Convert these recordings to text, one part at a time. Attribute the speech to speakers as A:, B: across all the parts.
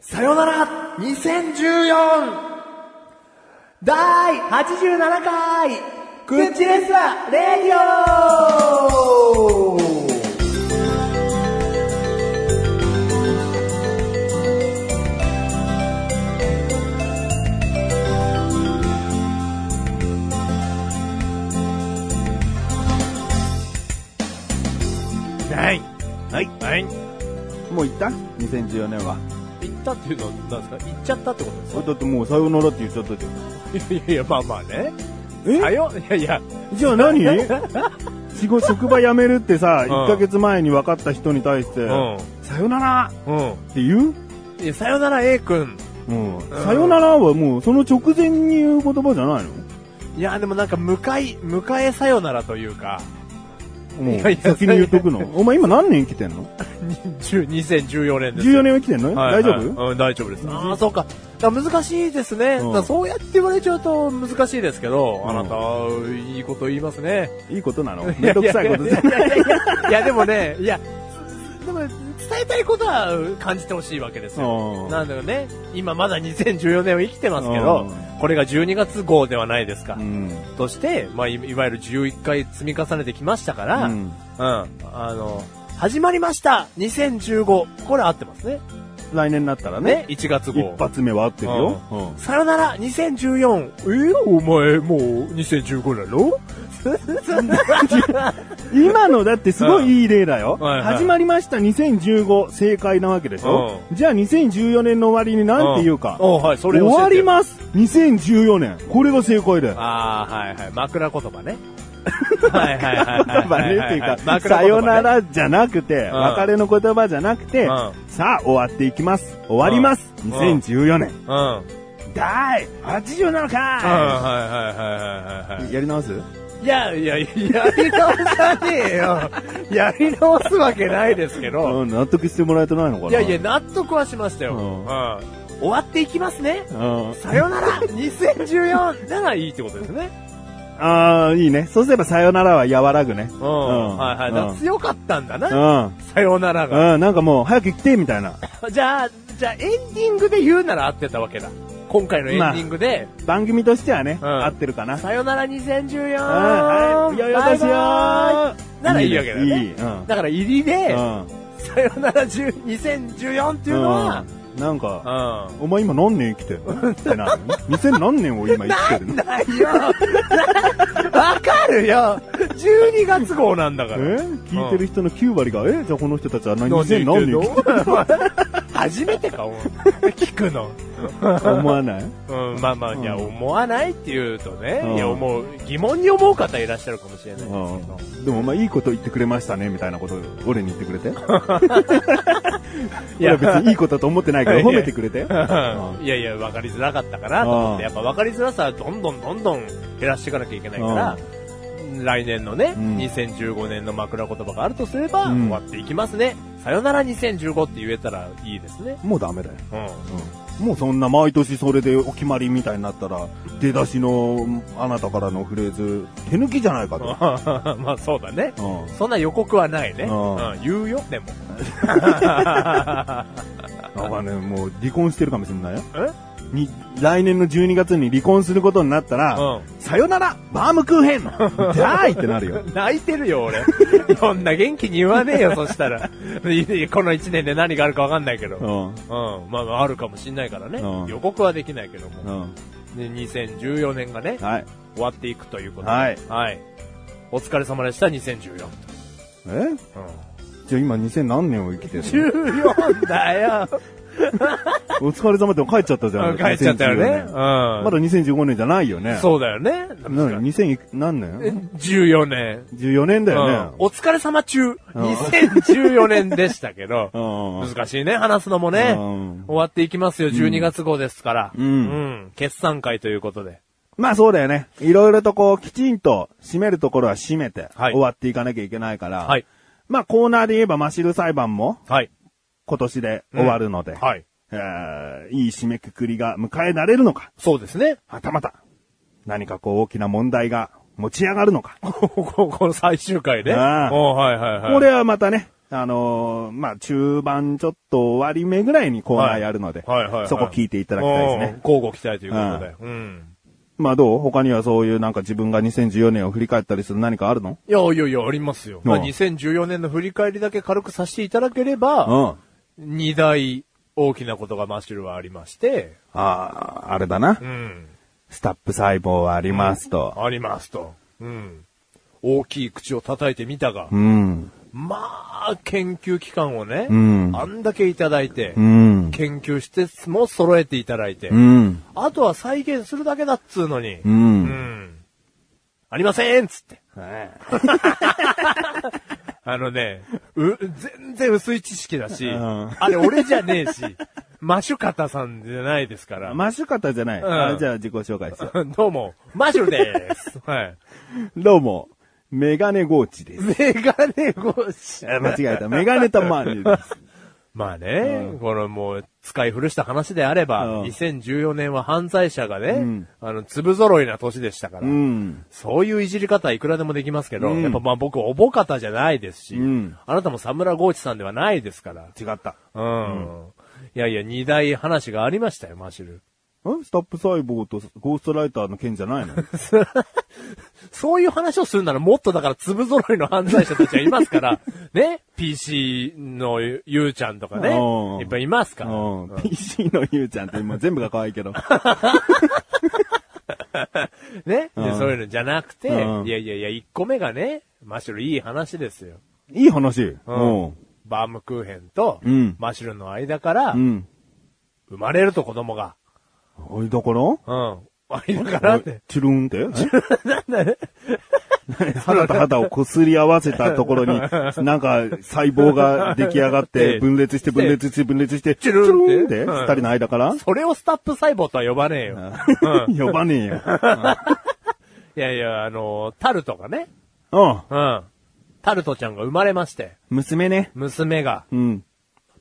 A: さよなら 2014! 第87回クッチレスラレディオ
B: はい。
C: はい。
B: はい。
C: もう行った ?2014 年は。
B: 行ったっていうのは何ですか行っちゃったってことです
C: だってもうさよならって言っちゃったじゃん。
B: かいやいや、まあまあね。
C: え
B: さよいやいや、
C: じゃあ何仕事、職場辞めるって さ、
B: ん
C: 1ヶ月前に分かった人に対して、
B: ん
C: さよなら
B: う。
C: って言うん
B: いや、さよなら A 君。
C: うん。さよならはもうその直前に言う言葉じゃないの
B: いや、でもなんか、迎え、迎えさよならというか、
C: もう
B: いやいや
C: 先に言っとくの。お前今何年来てんの
B: 10 2014年です。
C: ?14 年は来てんの、
B: はいはい
C: 大丈夫
B: うん、大丈夫です。ああ、そうか。だから難しいですね。
C: うん
B: だからそうやって言われちゃうと難しいですけど、
C: うん
B: あなた、いいこと言いますね。
C: いいことなの めんどくさいことじゃない。
B: いやいやいやいやいや、でもね、いや、でも、伝えたいことは感じてほしいわけですよ。
C: う
B: なんだろうね、今まだ2014年を生きてますけど
C: う、
B: これが12月号ではないですか。
C: ん。
B: として、まあ、いいわゆる11回積み重ねてきましたから、
C: う
B: うん。
C: ん。
B: あの、始まりました !2015! これ合ってますね。
C: 来年になったらね
B: ね、、1月号
C: 一。発目は合ってるよ。うん
B: さよなら !2014! えお前、もう2015だろ
C: 今のだってすごいいい例だよ。
B: うんはいはい
C: 始まりました2015正解なわけでしょ、
B: う
C: じゃあ2014年の終わりに何て言うか。
B: おはい、それ
C: 終
B: 教えて
C: わります2014年。これが正解だよ。
B: ああ、はいはい。枕言葉 ね。はいはいはい
C: 言葉
B: は
C: ね
B: い
C: って
B: はいいはい。
C: うか、
B: 枕
C: さ
B: 言葉ね
C: よな。らじゃなくて、
B: うん
C: 別れの言葉じゃなくて、
B: う
C: さあ終わっていきます。終わります、
B: うん
C: !2014 年。
B: ん。うん。うん
C: 第87
B: は
C: 回、
B: いはいはいはいはい。
C: やり直す
B: いやいや、やり直さねえよ。やり直すわけないですけど。
C: うん納得してもらえてないのかない
B: やいや、、納得はしましたよ。
C: う
B: うんん。終わっていきますね。
C: うん
B: さよなら !2014! ならいいってことですね。
C: ああ、いいね。そうすればさよならは和らぐね。
B: うん。
C: ん
B: はいはい。だから
C: うん
B: 強かったんだ
C: う
B: な。
C: ん。
B: さよならが。
C: うん、なんかもう、早く来て、みたいな。
B: じゃあ、じゃあエンディングで言うなら合ってたわけだ。今回のエンディングで、
C: 番組としてはね、
B: うん
C: 合ってるかな。うん、
B: さよなら 2014!
C: はい。よいよ
B: バ
C: で
B: イ
C: すよ
B: バイならいいわけだよね。
C: いい。うん。
B: だから入りで、
C: うん。っ
B: さよなら10 2014っていうのは、、
C: なんか、
B: うん。
C: お前今何年生きてんのってなるの ?2000 何年を今生きてるの
B: ないよわかるよ !12 月号なんだ
C: え
B: から。
C: 聞いてる人の9割が、えじゃあこの人たちは何
B: 何
C: 2000
B: 言
C: 何
B: っ
C: 年生きて
B: てんの 初めてか、お前聞くの。
C: る思わない
B: うん、まあまあ、いや、
C: うん
B: 思わないって言うとね、
C: うん
B: いや、思う、疑問に思う方いらっしゃるかもしれないですけど。
C: うん。でもお前いいこと言ってくれましたね、みたいなこと俺に言ってくれて。い
B: いや
C: や別にいいことだと思ってないから褒めてくれて。う
B: いやいや、分かりづらかったかなと思って、
C: う
B: やっぱ分かりづらさはどんどんどんどん減らしていかなきゃいけないから、来年のね、
C: うん
B: 2015年の枕言葉があるとすれば、
C: うん
B: 終わっていきますね。さよなら2015って言えたらいいですね。
C: もうダメだよ。
B: うん。
C: もうそんな毎年それでお決まりみたいになったら、出だしのあなたからのフレーズ、手抜きじゃないかと。
B: まあそうだね。
C: うん
B: そんな予告はないね。
C: うん
B: うん、言うよ、でも。
C: だからね、もう離婚してるかもしれないよ。
B: え
C: に来年の12月に離婚することになったら、
B: う
C: さよならバームクーヘンだーいってなるよ。
B: ん。 泣いてるよ、 俺。そんな元気に言わねえよ、そしたら。いいこの一年で何があるかわかんないけど。
C: う
B: うん。
C: ん。うん。
B: まあ、あるかもしんないからね。
C: うん
B: 予告はできないけども。で2014年がね、
C: はい。
B: 終わっていくということで。
C: はい。
B: はい。お疲れ様でした、2014。
C: え
B: うん。
C: じゃあ今2000何年を生きてる
B: 14だよ。
C: のお疲れ様って帰っちゃったじゃん。
B: 帰っちゃったよね。うん。
C: 2014年まだ2015年じゃないよね。
B: そうだよね。
C: なに2000何
B: え
C: 年
B: 14年。
C: ?14 年だよ
B: うん
C: ね。
B: お疲れ様中、2014年でしたけど、
C: うんうん
B: 難しいね、話すのもね。
C: うん
B: 終わっていきますよ、12月号ですから。
C: うん
B: うん決算会ということで。
C: まあそうだよね。いろいろとこう、きちんと締めるところは締めて、
B: はい
C: 終わっていかなきゃいけないから、
B: はい。
C: まあコーナーで言えばマシル裁判も
B: はい。
C: 今年で終わるので、
B: はい。
C: えーいい締めくくりが迎えられるのか、
B: そうですね。
C: はたまた、何かこう大きな問題が持ち上がるのか、
B: こここの最終回ね。
C: ああ
B: おうはいはいはい。
C: これはまたね、あのーまあ、中盤ちょっと終わり目ぐらいにコーナーやるので、
B: はいはいはいはい
C: そこ聞いていただきたいですね
B: うん。交互期待ということで。うん。
C: まあ、どう他にはそういうなんか自分が2014年を振り返ったりする何かあるの
B: いやいやいや、ありますよ。まあ、
C: うん
B: 2014年の振り返りだけ軽くさせていただければ、
C: うん。
B: 二大大きなことがマッシュルはありまして、
C: ああ、あれだな
B: う。ん。
C: スタップ細胞はありますと。
B: ありますと。うん。大きい口を叩いてみたが、
C: うん。
B: まあ、研究機関をね、
C: うん
B: あんだけいただいて、
C: うん。
B: 研究施設も揃えていただいて、
C: うん。
B: あとは再現するだけだっつうのに、
C: うん
B: うんありませんっつって。 あのね、う、全然薄い知識だし、
C: うん
B: あれ俺じゃねえし、 マシュカタさんじゃないですから。
C: マシュカタじゃない。
B: うん
C: あじゃあ自己紹介しよ
B: どうも、マシュルです。はい。
C: う。どうも、メガネゴーチです。
B: メガネ越し。
C: あ間違えた。メガネタマーニーです。
B: まあね、このもう、使い古した話であれば、
C: うん
B: 2014年は犯罪者がね、
C: ん
B: あの、粒揃いな年でしたから、
C: うん。
B: そういういじり方はいくらでもできますけど、
C: うん
B: やっぱまあ僕、おぼかたじゃないですし、
C: うん
B: あなたもサムラゴーチさんではないですから、
C: 違った。
B: うん。いやいや、二大話がありましたよ、マシュル。
C: んスタップ細胞とゴーストライターの件じゃないの
B: そういう話をするならもっとだから粒揃いの犯罪者たちはいますから、ね ?PC のゆうちゃんとかね
C: うん。
B: いっぱいいますから。
C: うん。PC のゆうちゃんって今全部が可愛いけど。
B: ね、で
C: うん
B: そういうのじゃなくて、
C: うん
B: いやいやいや、1個目がね、マシュルいい話ですよ。
C: いい話。
B: う
C: うんん。
B: バームクーヘンと、
C: うん
B: マシュルの間から、
C: うん。
B: 生まれると子供が。
C: おい、だから
B: うん。間からっ
C: おい
B: て。
C: チュル ンって 肌と肌を擦り合わせたとこ ろに、なんか細胞が出来上がっ
B: ええ
C: て、分裂して分裂して分裂して、
B: チュルンって
C: チュルン
B: うん
C: って二人の間から
B: それをスタップ細胞とは呼ばねえよ。
C: 呼ばねえよ。
B: いやいや、あのタルトがね。
C: うん。
B: うん。タルトちゃんが生まれまして、
C: 娘ね。
B: 娘が。
C: うん。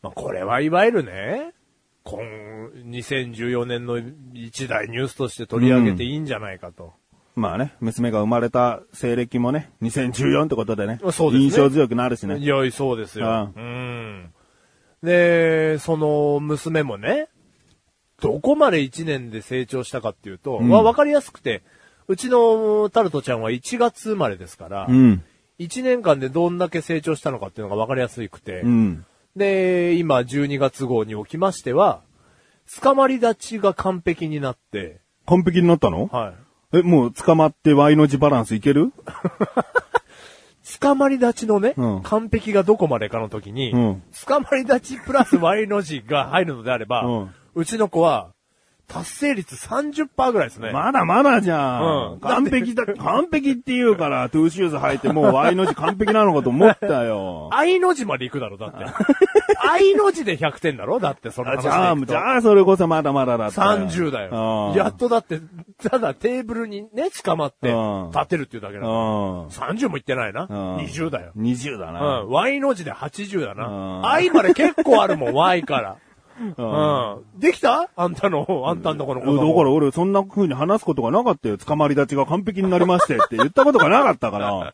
B: まあ、これはいわゆるね、今、2014年の一大ニュースとして取り上げていいんじゃないかと。
C: まあね、娘が生まれた西暦もね、2014ってことでね。
B: そうですね
C: 印象強くなるし
B: い
C: ね。
B: や、そうですよ。
C: う
B: うん。で、その娘もね、どこまで1年で成長したかっていうと、
C: ん
B: わ、わかりやすくて、うちのタルトちゃんは1月生まれですから、
C: うん。
B: 1年間でどんだけ成長したのかっていうのがわかりやすくて、
C: うん。
B: で、今12月号におきましては、捕まり立ちが完璧になって、
C: 完璧になったの
B: はい。
C: え、もう捕まって Y の字バランスいける
B: 捕まり立ちのね、
C: うん
B: 完璧がどこまでかの時に、
C: うん
B: 捕まり立ちプラス Y の字が入るのであれば、う
C: うん
B: ちの子は、達成率30%ぐらいですね。
C: まだまだじゃん。
B: うん
C: 完 璧だ、完璧って言うから、トゥーシューズ履いてもう Y の字完璧なのかと思ったよ。
B: I の字まで行くだろ、だって。I の字で100点だろだって、その
C: あ
B: 話
C: じ
B: で
C: ゃあ、
B: いく
C: じ
B: と。
C: ゃあ、それこそまだまだだった。
B: 30だよ。
C: うん
B: やっとだって、ただテーブルにね、捕まって
C: うん、
B: 立てるっていうだけだ
C: う
B: から。
C: ん。
B: 30もいってないな。
C: うん
B: 20だよ。
C: 20だ
B: う
C: な。
B: ん。Y の字で80だ
C: う
B: な。
C: ん
B: I まで結構あるもん、Y から。
C: うん。
B: うん。できたあんたの、あんたんとこの
C: だ
B: 子
C: か
B: 供
C: ら俺、そんな風に話すことがなかったよ。捕まり立ちが完璧になりましてって言ったことがなかった から。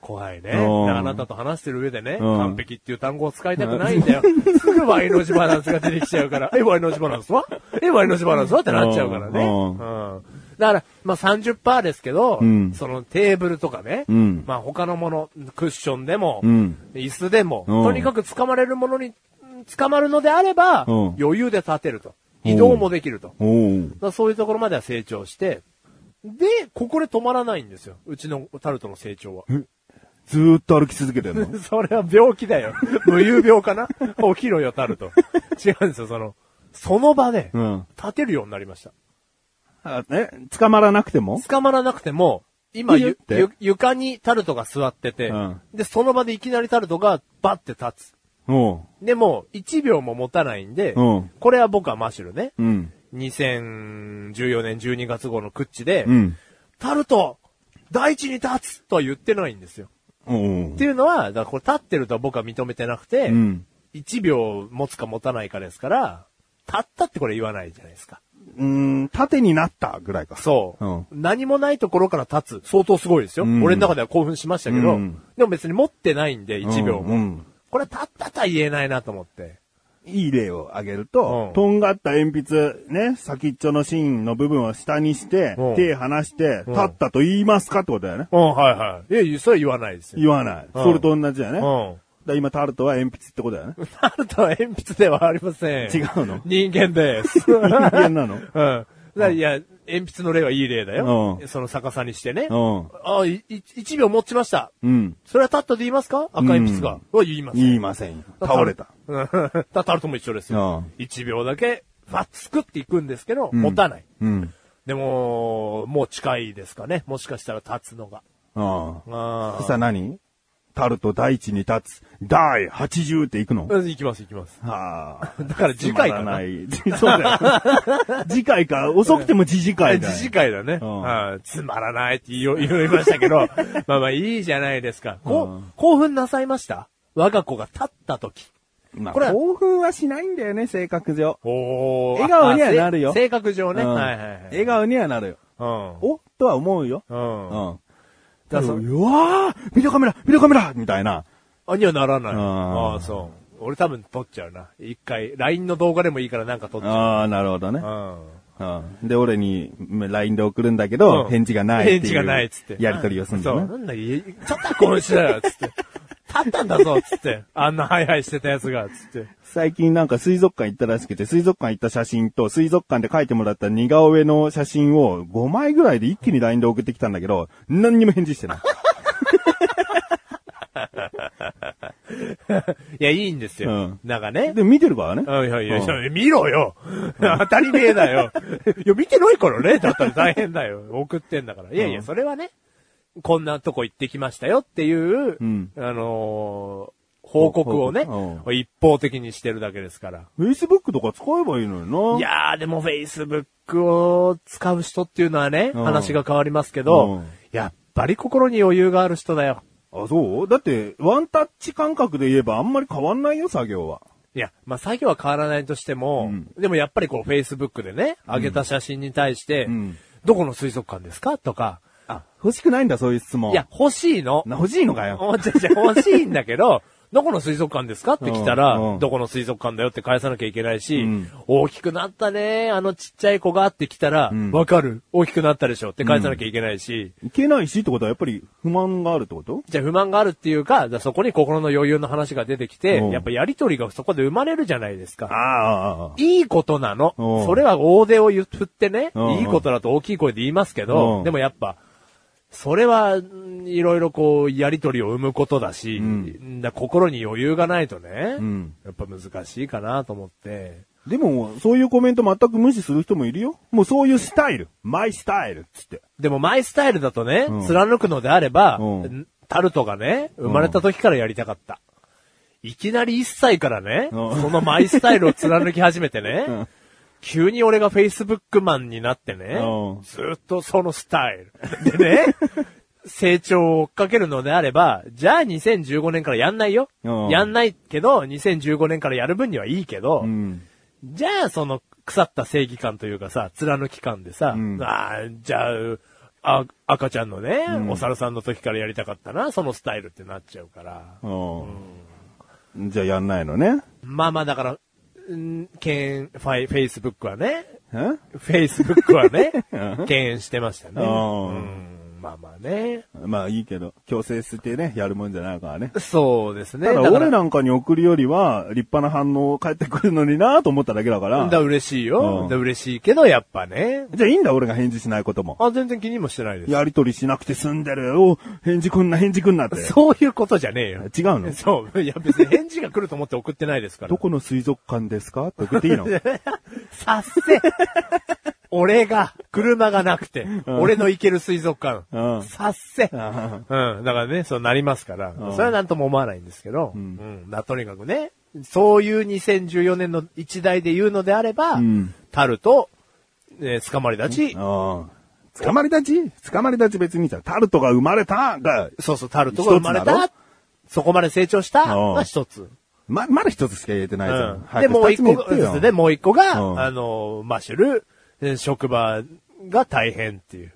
B: 怖いね。
C: うん
B: あなたと話してる上でね、
C: うん
B: 完璧っていう単語を使いたくないんだよ。 すぐ Y の字バランスが出てきちゃうから、 え、Y の字バランスはえ、Y の字バランスはってなっちゃうからね。う
C: うん
B: ん。だから、まあ、30%ですけど、
C: うん
B: そのテーブルとかね、
C: うん
B: まあ、他のもの、クッションでも、
C: うん
B: 椅子でも、
C: うん
B: とにかく掴まれるものに、うん掴まるのであれば、
C: うん
B: 余裕で立てると。移動もできると。
C: おお。
B: だからそういうところまでは成長して、で、ここで止まらないんですよ。うちのタルトの成長は。
C: ずーっと歩き続けてん の。
B: それは病気だよ。無遊病かな起きろよ、タルト。違うんですよ、その、その場で
C: う、ん。
B: 立てるようになりました。
C: あえ、捕まらなくても
B: 捕まらなくても、今、ゆ
C: って
B: ゆ床にタルトが座ってて、
C: うん
B: で、その場でいきなりタルトがバッて立つ。
C: おう
B: でも、1秒も持たないんで、
C: うん
B: これは僕はマシュルね。
C: うん。
B: 2014年12月号のクッチで、
C: うん。
B: タルト、大地に立つとは言ってないんですよ。
C: おう
B: っていうのは、だからこれ立ってるとは僕は認めてなくて、
C: うん。
B: 1秒持つか持たないかですから、立ったってこれ言わないじゃないですか。
C: うん、縦になったぐらいか。
B: そう。
C: うん
B: 何もないところから立つ。相当すごいですよ。
C: うん
B: 俺の中では興奮しましたけど、
C: うん
B: でも別に持ってないんで、1秒も。
C: うんうん
B: これはたったとは言えないなと思って。
C: いい例を挙げると、
B: うん
C: とんがった鉛筆、ね、先っちょの芯の部分を下にして、
B: うん
C: 手離して、立ったと言いますかってことだよね。
B: うん、はいはい。いや、それは言わないですよ。
C: 言わない。
B: うん
C: それと同じだよね。
B: う
C: だか
B: ん。
C: ら今、タルトは鉛筆ってことだよね。
B: タルトは鉛筆ではありません。
C: 違うの
B: 人間 です。
C: 人間な
B: う
C: の
B: ん。だいや、鉛筆の例はいい例だよ。
C: う
B: その逆さにしてね。
C: うん。
B: あ、い、い一秒持ちました。
C: うん。
B: それはタットで言いますか赤鉛筆が。は言います。
C: 言いませんよ。倒れた。
B: うん。 タタルトも一緒ですよ
C: う。
B: 一秒だけ、ファッつくっていくんですけど、
C: ん
B: 持たない。
C: うん。
B: でも、もう近いですかね。もしかしたら立つのが。
C: ああ。
B: あ
C: そしたら何タルト第一に立つ、第80っていくの
B: あ。いきます、いきます。
C: ああ。
B: だから 次回か
C: つま
B: な
C: らな。い。そうだよ。次回か、遅くても次次 回だよ。
B: 自治会だね。
C: うん
B: はいつまらないって言いよ言いましたけ ど、まあまあいいじゃないですか。こう
C: うん
B: 興奮なさいました我が子が立った時。
C: まあ
B: これは
C: 興奮はしないんだよね、性格上。
B: おー
C: 笑顔にはなるよ
B: あせ性格上ね。
C: うん
B: はいはいはい。
C: 笑顔にはなるよ。
B: うん。
C: おとは思うよ。
B: うん。
C: うん。
B: だから
C: う
B: そ
C: わービデオカメラビデオカメラみたいな。
B: あ、にはならない。
C: うん
B: ああ、そう。俺多分撮っちゃうな。一回、LINE の動画でもいいからなんか撮っちゃ
C: ああ、なるほどね
B: う。う。ん。
C: うんで、俺にうん LINE で送るんだけど、
B: うん
C: 返事がないっていう。
B: 返事がないっつって。
C: やりとりをするんだよ
B: そう。な
C: ね。
B: んだ、いちょっとこうしたよ、つって。立ったんだぞ、つって。あんなハイハイしてたやつが、つって。
C: 最近なんか水族館行ったらしくて、水族館行った写真と、水族館で描いてもらった似顔絵の写真を5枚ぐらいで一気に LINE で送ってきたんだけど、何にも返事してない。
B: いや、いいんですよ。
C: う
B: なんかね。
C: で、見てるからね。
B: うんいやいやいや
C: う
B: 見ろよ当たり前だよ いや、見てないからねだったら大変だよ。送ってんだから。いやいうや、
C: ん
B: それはね、こんなとこ行ってきましたよっていう、
C: うん
B: あのー報告をね
C: 報、
B: 一方的にしてるだけですから。。
C: Facebook とか使えばいいのよない
B: やー、でも Facebook を使う人っていうのはね、
C: うん
B: 話が変わりますけど、
C: うん
B: やっぱり心に余裕がある人だよ。
C: あ、そうだって、ワンタッチ感覚で言えばあんまり変わんないよ、作業は。
B: いや、まあ、作業は変わらないとしても、
C: うん
B: でもやっぱりこう、Facebook でね、上げた写真に対して、
C: うん
B: どこの水族館ですかとか、
C: あ、欲しくないんだ、そういう質問。
B: いや、、欲しいの。
C: 欲しいのかよ。
B: おじゃじゃ欲しいんだけ ど、どこの水族館ですかって来たら、
C: うんうん
B: どこの水族館だよって返さなきゃいけないし、
C: うん
B: 大きくなったね、あのちっちゃい子がって来たら、わ、
C: ん
B: かる、大きくなったでしょって返さなきゃいけないし、
C: いけないしってことはやっぱり不満があるってこと
B: じゃあ不満があるっていうか、じゃあそこに心の余裕の話が出てきて、
C: うん
B: やっぱやりとりがそこで生まれるじゃないですか。
C: ああ、
B: いいことなの
C: うん。
B: それは大手を言う振ってね
C: うん、
B: いいことだと大きい声で言いますけど、
C: うん
B: でもやっぱ、それは、んいろいろこう、やりとりを生むことだし、
C: ん
B: だ心に余裕がないとね、
C: うん
B: やっぱ難しいかなと思って。
C: でも、そういうコメント全く無視する人もいるよ。もうそういうスタイル。マイスタイルっつって。
B: でもマイスタイルだとね、
C: うん
B: 貫くのであれば、
C: うん
B: んタルトがね、生まれた時からやりたかった。いきなり1歳からね、
C: うん
B: そのマイスタイルを貫き始めてね、
C: ん
B: 急に俺が Facebook マンになってね、
C: うん
B: ずっとそのスタイル。で ね、成長を追っかけるのであれば、じゃあ2015年からやんないよ。
C: うん
B: やんないけど、2015年からやる分にはいいけど、
C: ん。
B: じゃあ、その、腐った正義感というかさ、貫き感でさ、
C: うん
B: ああ、じゃあ、あ、赤ちゃんのね、お猿さんの時からやりたかったな、そのスタイルってなっちゃうから。
C: うん。じゃあやんないのね。
B: まあまあ、だから、うん、けん、ファイ、フェイスブックはね、
C: え
B: フェイスブックは ね
C: うん、
B: 敬遠してましたね。
C: うん
B: うんまあまあね。
C: まあいいけど、強制してね、やるもんじゃないからね。
B: そうですね。
C: ただ
B: だから
C: 俺なんかに送るよりは、立派な反応返ってくるのになと思っただけだから。
B: だから嬉しいよ。
C: うん
B: だから嬉しいけど、やっぱね。
C: じゃあいいんだ、俺が返事しないことも。
B: あ、全然気にもしてないです。
C: やりとりしなくて済んでる。お返事くんな、返事くんなって。
B: そういうことじゃねえよ。
C: 違う の
B: そう。いや、別に返事が来ると思って送ってないですから。
C: どこの水族館ですかって送って いいの
B: さっせ 俺が、車がなくて、俺の行ける水族館、
C: うん
B: さっせ
C: あ
B: うん。だからね、そうなりますから、
C: うん
B: それはなんとも思わないんですけど、うんん。だとにかくね、そういう2014年の一代で言うのであれば、
C: ん
B: タルト、えー、捕まり立ち、
C: あ。捕まり立ち捕まり立ち別にさ、タルトが生まれたが、
B: そうそう、タルトが生まれ
C: 一つな
B: た
C: の、
B: そこまで成長した
C: うん
B: が一つ。
C: ま、まだ一つしか言えてないじゃん。
B: で、もう一個
C: で
B: が、で、もう一個が、
C: うん
B: あの、マッシュル、えー職場が大変っていう。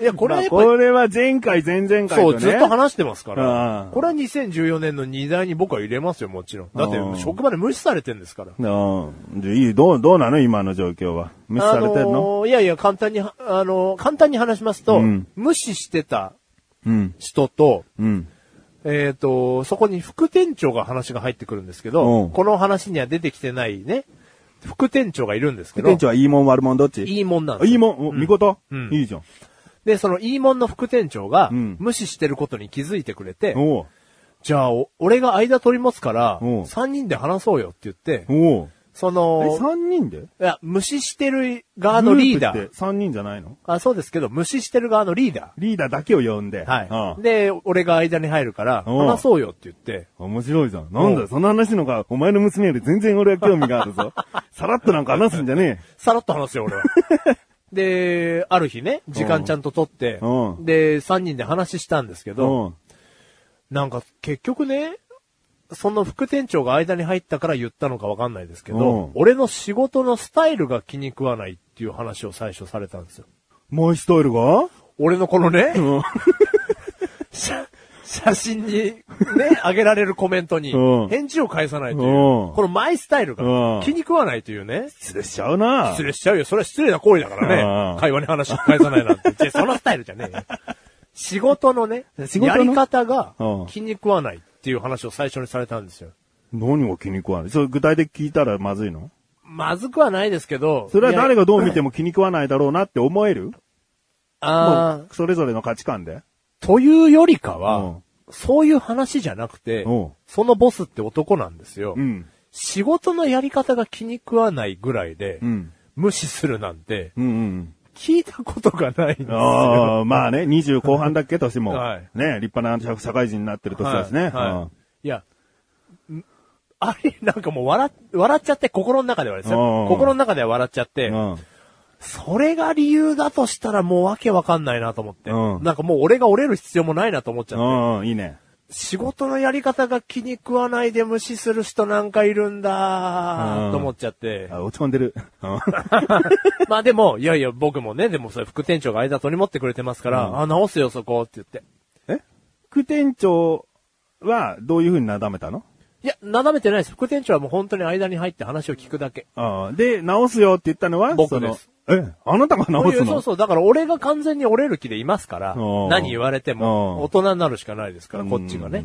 B: いや、これは
C: ま
B: やっ
C: あ
B: ぱり、
C: これは前回、前々回
B: そ
C: と
B: う、
C: ね。
B: ずっと話してますから。
C: うん
B: これは2014年の荷台に僕は入れますよ、もちろん。だ
C: う
B: っ
C: ん
B: て、職場で無視されてんですから。
C: うん。じゃあいい、どう、どうなの今の状況は。無視されてん
B: あ
C: の、
B: のーいやいや、簡単には、あのー簡単に話しますと、
C: うん
B: 無視してた
C: うん。
B: 人と、
C: うん。
B: えっ、と、そこに副店長が話が入ってくるんですけど、
C: うん
B: この話には出てきてないね、副店長がいるんですけど、
C: 店長はいいもん悪もんどっち
B: いいもんなん
C: あ
B: ですよ
C: いいもん、お見事、
B: うん
C: いいじゃん。
B: で、そのいいもんの副店長が、
C: うん
B: 無視してることに気づいてくれて、
C: おう
B: じゃあ、お俺が間取り持つから、
C: うん
B: 3人で話そうよって言って、
C: おう
B: そ
C: え、
B: の、
C: 3人で
B: いや、無視してる側のリーダ
C: グル
B: ー
C: プ。って3人じゃないの
B: あ、そうですけど、無視してる側のリーダ
C: リーダーだけを呼んで。
B: ー。
C: あ
B: は
C: あ
B: い。で、俺が間に入るから、
C: うん
B: 話そうよって言って、
C: 面白いじゃん。なんだ
B: う
C: よ、
B: ん
C: その話のが、お前の娘より全然俺は興味がある ぞ。さらっとなんか話すんじゃね
B: さらっと話すよ、俺 は。で、ある日ね、時間ちゃんと取って、
C: うん
B: で、3人で話したんですけ
C: え。う
B: ど、
C: ん。
B: なんか結局ね、その副店長が間に入ったから言ったのかわかんないですけど、
C: うん
B: 俺の仕事のスタイルが気に食わないっていう話を最初されたんですよ。
C: マイスタイルが
B: 俺のこのね、
C: うん。
B: 写写真に ね、あげられるコメントに
C: うん、
B: 返事を返さないという、
C: うん
B: このマイスタイル
C: う
B: が
C: ん
B: 気に食わないというね、
C: 失礼しちゃうな。
B: 失礼しちゃうよ。それは失礼な行為だから
C: う
B: ね。
C: ん
B: 会話に話返さないなん て。違うそのスタイルじゃねえよ。仕事のね、
C: 仕事の
B: やり方が
C: うん
B: 気に食わないっていう話を最初にされたんですよ。
C: 何が気に食わないそれ具体的に聞いたらまずいの
B: まずくはないですけど。
C: それは誰
B: が
C: がどう見ても気に食わないだろうなって思える
B: あ
C: も
B: あ、
C: うそれぞれの価値観で。
B: というよりか
C: う
B: は
C: ん、
B: そういう話じゃなくて
C: うん、
B: そのボスって男なんですよ
C: う。ん。
B: 仕事のやり方が気に食わないぐらいで
C: う、ん。
B: 無視するなんて、
C: うんうん。
B: 聞いたことがないんですよ。
C: ああ、まあね、20後半だっけ、年も。
B: はい
C: ね、立派な社社会人になってる年だしね。
B: はいはい。いや、んあれ、なんかもう笑っ、笑っちゃって、心の中ではです
C: うんうん
B: よ
C: う。ん
B: 心の中では笑っちゃって
C: う、ん。うん
B: それが理由だとしたらもうわけわかんないなと思って。
C: うん
B: なんかもう俺が折れる必要もないなと思っちゃっ
C: う
B: て。
C: んうん、いいね。
B: 仕事のやり方が気に食わないで無視する人なんかいるん
C: う
B: だ
C: ん
B: と思っちゃって。
C: あ落ち込んでる。うん
B: まあでも、いやいや僕もね、でもそれ副店長が間取り持ってくれてますから、あ、直すよそこって言って。
C: え副店長はどういうふうになだめたの
B: いや、斜めてないです。副店長はもう本当に間に入って話を聞くだけ。
C: ああで、直すよって言ったのは
B: 僕です
C: そのえ、あなたが直す
B: そうそ
C: の
B: うそう。だから俺が完全に折れる気でいますから
C: う、ん
B: 何言われて
C: うん
B: も、大人になるしかないですから、
C: うん
B: こっちがね。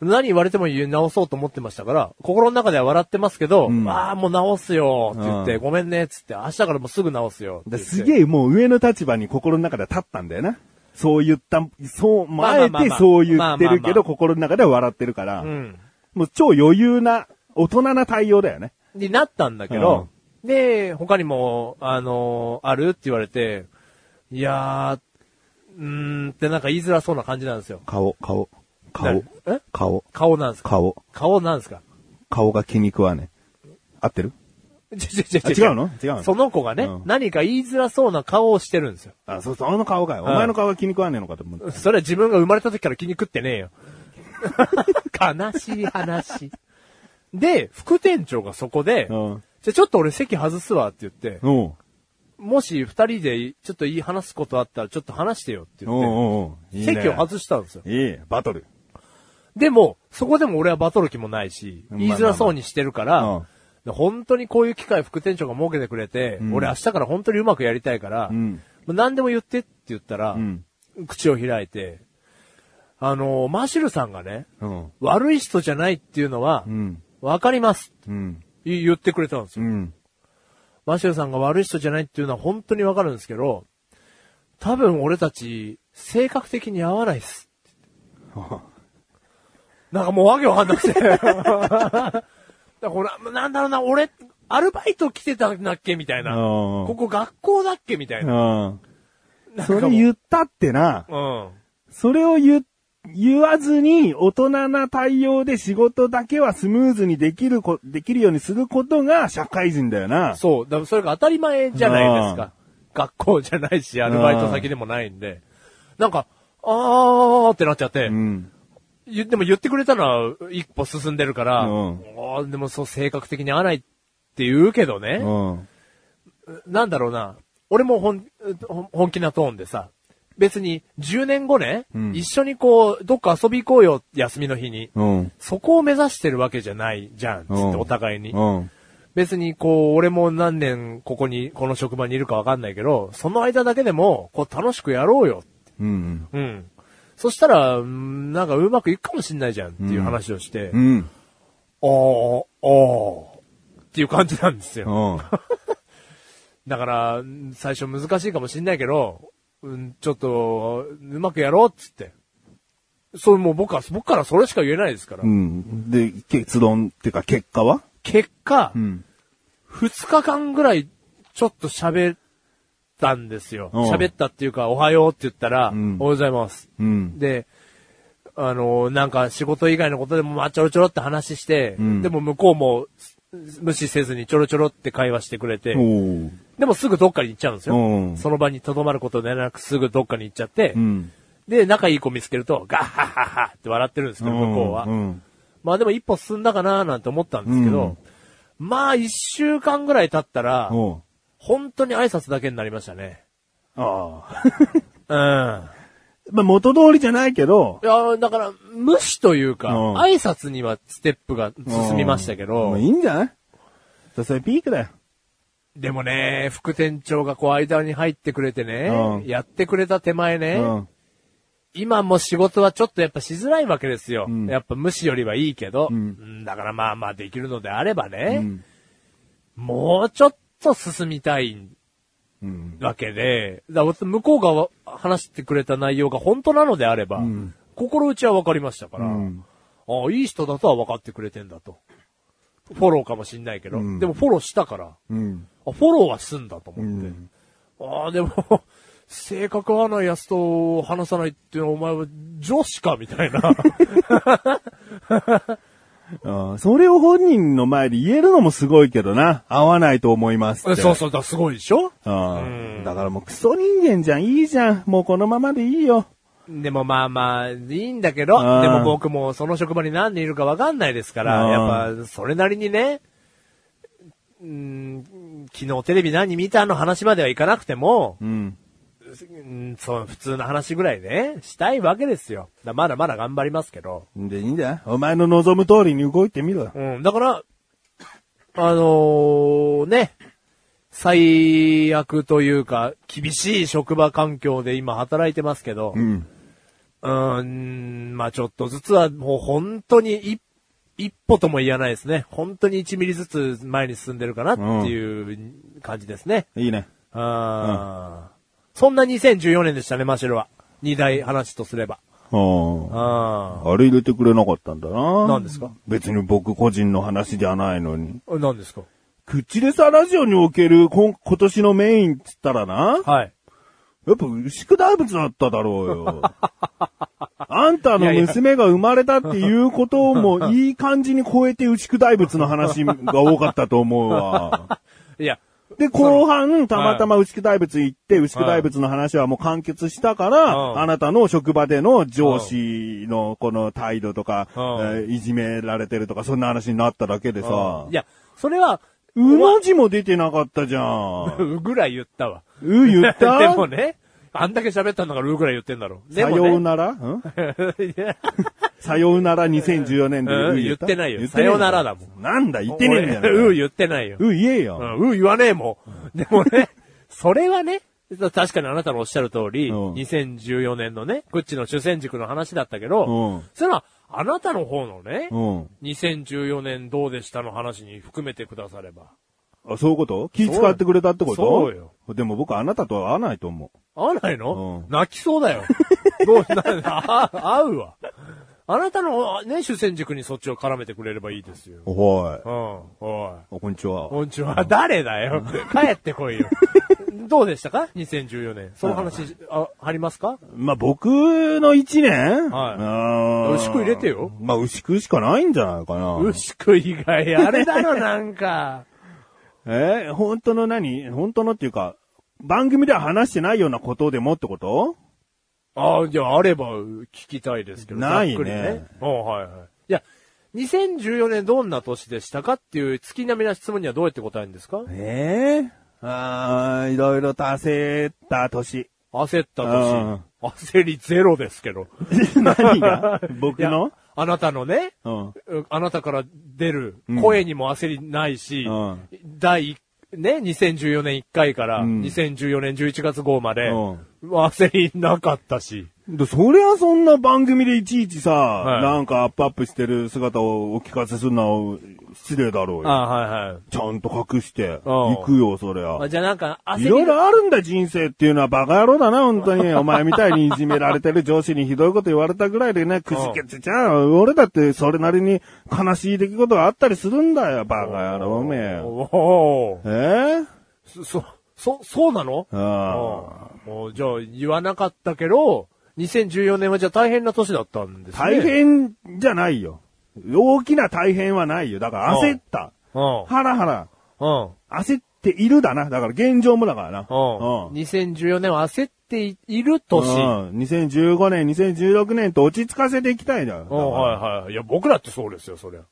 B: 何言われても言う直そうと思ってましたから、心の中では笑ってますけど、
C: ん
B: ああ、もう直すよって言って、
C: うん
B: ごめんねっつって、明日からもうすぐ直すよって
C: だ
B: 言って。
C: すげえもう上の立場に心の中では立ったんだよな。そう言った、そう、ま
B: まあ
C: ああ
B: まあまあ
C: えてそう言ってる
B: まあまあ
C: け
B: まあ
C: ど、心の中では笑ってるから、
B: うん。
C: もう超余裕な、大人な対応だよね。
B: になったんだけど、で、他にも、あのーあるって言われて、いやー、うーんってなんか言いづらそうな感じなんですよ。
C: 顔、顔、顔、
B: なえ
C: 顔、
B: 顔なんですか
C: 顔、
B: 顔なんですか
C: 顔が気に食わねえ。合ってる
B: ちょちょちょ
C: あ
B: ちょ
C: 違うの違うの
B: その子がね、
C: うん
B: 何か言いづらそうな顔をしてるんですよ。
C: あ、そう、その顔かよ。お
B: はい
C: 前の顔が気に食わねえのかと思う。
B: それは自分が生まれた時から気に食ってねえ よ。悲しい話。で、副店長がそこで、
C: うん
B: じゃあちょっと俺席外すわって言って、
C: おう
B: もし二人でちょっと言い話すことあったらちょっと話してよって
C: おう
B: 言っ
C: おう
B: て、
C: いいね
B: 席を外したんですよ。
C: いい、バトル。
B: でも、そこでも俺はバトル気もないし、
C: まあ
B: 言いづらそうにしてるから、
C: まあまあ
B: 本当にこういう機会副店長が設けてくれて、
C: ん
B: 俺明日から本当にうまくやりたいから、
C: うん
B: もう何でも言ってって言ったら、
C: ん
B: 口を開いて、あのーマシルさんがね、
C: うん。
B: 悪い人じゃないっていうのは
C: ん、
B: わ、かります。
C: うん。
B: い言ってくれたんですよ。
C: うん。
B: マシルさんが悪い人じゃないっていうのは本当にわかるんですけど、多分俺たち、性格的に合わないっす。なんかもうわけわかんなくて。だからこれ、なんだろうな、俺、アルバイト来てたんだっけみたいな。
C: うん
B: ここ学校だっけみたいな。
C: うん。それ言ったってな、
B: うん。
C: それを言、言わずに大人な対応で仕事だけはスムーズにできるこ、できるようにすることが社会人だよな。
B: そう。だからそれが当たり前じゃないですか。学校じゃないし、アルバイト先でもないんで。なんか、あーってなっちゃって。
C: うん。
B: 言でも言ってくれたのは一歩進んでるから、
C: うん
B: おーでもそう性格的に合わないって言うけど
C: う
B: ね。
C: ん。
B: なんだろうな。俺も本、ほん本気なトーンでさ、別に10年後ね、
C: うん
B: 一緒にこう、どっか遊び行こうよ、休みの日に。
C: うん。
B: そこを目指してるわけじゃないじゃん、つっ
C: うん
B: てお互いに。
C: うん。
B: 別にこう、俺も何年ここに、この職場にいるかわかんないけど、その間だけでも、こう楽しくやろうよ。
C: うん。
B: うん。そしたら、うんなんかうまくいくかもしんないじゃんっていう話をして、
C: うん。
B: あー、あー、っていう感じなんですよ。
C: うん。
B: だから、うん最初難しいかもしんないけど、うん、ちょっと、うまくやろうっつって。それもう僕は、僕からそれしか言えないですから。
C: うん。で、結論っていうか結果は
B: 結果、
C: ん。
B: 二日間ぐらい、ちょっと喋ったんですよ。
C: うん
B: 喋ったっていうか、おはようって言ったら、
C: ん
B: おはようございます。
C: うん。
B: で、あのーなんか仕事以外のことでも、まあ、ちょろちょろって話して、
C: ん
B: でも向こうも、無視せずにちょろちょろって会話してくれて、
C: おー
B: でもすぐどっかに行っちゃうんです
C: うん
B: よ。その場に留まることでなくすぐどっかに行っちゃって、
C: うん。
B: で、仲いい子見つけると、ガッハッハッハって笑ってるんですけど、向こうは。
C: うん。
B: まあでも一歩進んだかななんて思ったんですけど、まあ一週間ぐらい経ったら、
C: おう
B: 本当に挨拶だけになりましたね。
C: ああ。
B: うん。いや、
C: まあ、元通りじゃないけど、
B: だから、無視というか、
C: うん
B: 挨拶にはステップが進みましたけ
C: も
B: ど
C: うい、いんじゃないそそれピークだよ。
B: でもね、副店長がこう間に入ってくれてね
C: う、ん
B: やってくれた手前ね、
C: うん。
B: 今も仕事はちょっとやっぱしづらいわけですよ。
C: うん
B: やっぱ無視よりはいいけど、
C: うん
B: うんだからまあまあできるのであれば
C: う
B: ね、
C: ん
B: もうちょっと進みたい
C: うん。
B: わけで、だから向こうが話してくれた内容が本当なのであれば、
C: ん
B: 心打ちは分かりましたから、
C: うん
B: ああ、いい人だとは分かってくれてんだと。フォローかもしんないけど、
C: うん
B: でもフォローしたから、
C: うん。
B: あフォローは済んだと
C: う
B: 思って。
C: ん。
B: ああ、でも、 性格合わないやつと話さないっていうのはお前は女子かみた いな。
C: ああそれを本人の前で言えるのもすごいけどな。合わないと思いますって。
B: そうそう、だからすごいでしょ
C: あ
B: う
C: あ
B: ん
C: だからもうクソ人間じゃん。いいじゃん。もうこのままでいいよ。
B: でもまあまあ、いいんだけど、
C: うん
B: でも僕もその職場に何人いるかわかんないですから、
C: う
B: やっぱそれなりにね、うん昨日テレビ何見たの話まではいかなくても、
C: うん。
B: うんそう普通の話ぐらいね、したいわけですよ。だまだまだ頑張りますけど。
C: で、いいんじゃないお前の望む通りに動いてみろよ。
B: うん、だから、あのーね、最悪というか、厳しい職場環境で今働いてますけど、
C: うん。
B: うーん、まあちょっとずつはもう本当に一一歩とも言わないですね。本当に1ミリずつ前に進んでるかなっていう感じですね。
C: いいね。
B: あーそんな2014年でしたね、マシュルは。二大話とすれば。
C: あ
B: あ
C: あ。あれ入れてくれなかったんだな。
B: 何ですか
C: 別に僕個人の話じゃないのに。
B: ー何ですか
C: クッチレサラジオにおける今今年のメインっつったらな。
B: はい。
C: やっぱ宿題物だっただろう よ。あんた
B: いや
C: の
B: いや
C: 娘が生まれたっていうことをもいい感じに超えて宿題物の話が多かったと思うわ。
B: いや、
C: で、後半、たまたま牛久大仏行って、牛久大仏の話はもう完結したから、
B: うん
C: あなたの職場での上司のこの態度とか、
B: うん
C: えーいじめられてるとか、そんな話になっただけでさ
B: い、や、それは、
C: うの字も出てなかったじゃん。
B: うぐらい言ったわ。
C: う言っ た
B: でもね、あんだけ喋ったんだからうぐらい言ってんだろ。で
C: さ
B: もね
C: ような らんさようなら2014年で
B: うん
C: う
B: 言ってないよ
C: 言って
B: さ
C: ねえ
B: ようならだもん
C: なんだ、言ってねえんだよ。
B: 俺う言ってないよ。
C: う言えよ。
B: うん、う言わねえもん。でもね、それはね、確かにあなたのおっしゃる通り、
C: うん
B: 2014年のね、グッチの主戦塾の話だったけど、
C: うん
B: それはあなたの方のね、
C: うん
B: 2014年どうでしたの話に含めてくだされば。
C: あそういうこと気使ってくれたってこと
B: そうよ
C: でも僕あなたとは合わないと思う。
B: 合わないの、
C: うん
B: 泣きそう だよ。どうな、あ合うわ。あなたのね、主戦塾にそっちを絡めてくれればいいですよ。
C: おはい。
B: うん、おい。
C: あこんにちは。
B: こんにちは。誰だよ。帰ってこいよ。 どうでしたか ?2014 年。その話、あ、ありますか
C: まあ、僕の一年
B: はい
C: い
B: 牛久入れてよ。
C: まあ、牛久しかないんじゃないかな。
B: 牛久以外、あれだろ、なんか。
C: えー本当の何本当のっていうか、番組では話してないようなことでもってこと
B: あじゃあ、あれば聞きたいですけど、
C: ないね
B: ざっくりうん、はいはい。いや、2014年どんな年でしたかっていう月並みな質問にはどうやって答えるんですか
C: ええああ、いろいろ達成た年。
B: 焦った
C: うん
B: 年、焦りゼロですけど。
C: 何が僕
B: い
C: の
B: やあなたのね、
C: うん。
B: うあなたから出る
C: うん
B: 声にも焦りないし、
C: うん
B: 第一ね、2014年1回から
C: うん
B: 2014年11月号まで、
C: うん
B: 焦りなかったし。
C: でそりゃそんな番組でいちいちさ、
B: い
C: なんかアップアップしてる姿をお聞かせするのは失礼だろうよ。
B: あはいはい。
C: ちゃんと隠して、行くよ、そりゃ
B: まあ、。じゃあなんか焦り
C: いろいろあるんだ、人生っていうのはバカ野郎だな、本 当に。お前みたいにいじめられてる上司にひどいこと言われたぐらいでね、くじけちちゃう。俺だってそれなりに悲しい出来事があったりするんだよ、バカ野郎、おめえ。
B: おー
C: えー、
B: そ、そ、そそうなの
C: ああ。
B: うんもうじゃあ言わなかったけど、2014年はじゃあ大変な年だったんですね。
C: 大変じゃないよ。大きな大変はないよ。だから焦った。
B: うん。
C: ハラハラ。
B: うん。
C: 焦っているだな。だから現状もだからな。
B: うん。
C: うん
B: 2014年は焦っている年。
C: うん2015年、2016年と落ち着かせていきたいんだよ。だ
B: う
C: か
B: ん、
C: ら
B: はいはい。いや、僕らってそうですよ、そりゃ。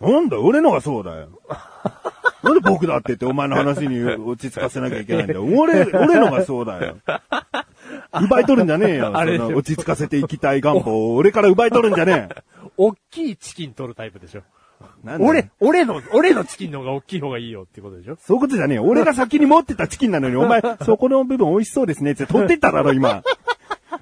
C: なんだ、俺のがそう だよ。なんで僕だってってお前の話に 落ち着かせなきゃいけないんだよ。俺、俺のがそうだよ。奪い取るんじゃねえよ。
B: あれ
C: その落ち着かせていきたい願望を俺から奪い取るんじゃねえ。
B: 大きいチキン取るタイプでしょ。
C: なんだよ
B: 俺、俺の、俺のチキンの方が大きい方がいいよっていうことでしょ。
C: そういうことじゃねえよ。俺が先に持ってたチキンなのに、お前、そこの部分美味しそうですねって取ってっただろ、今。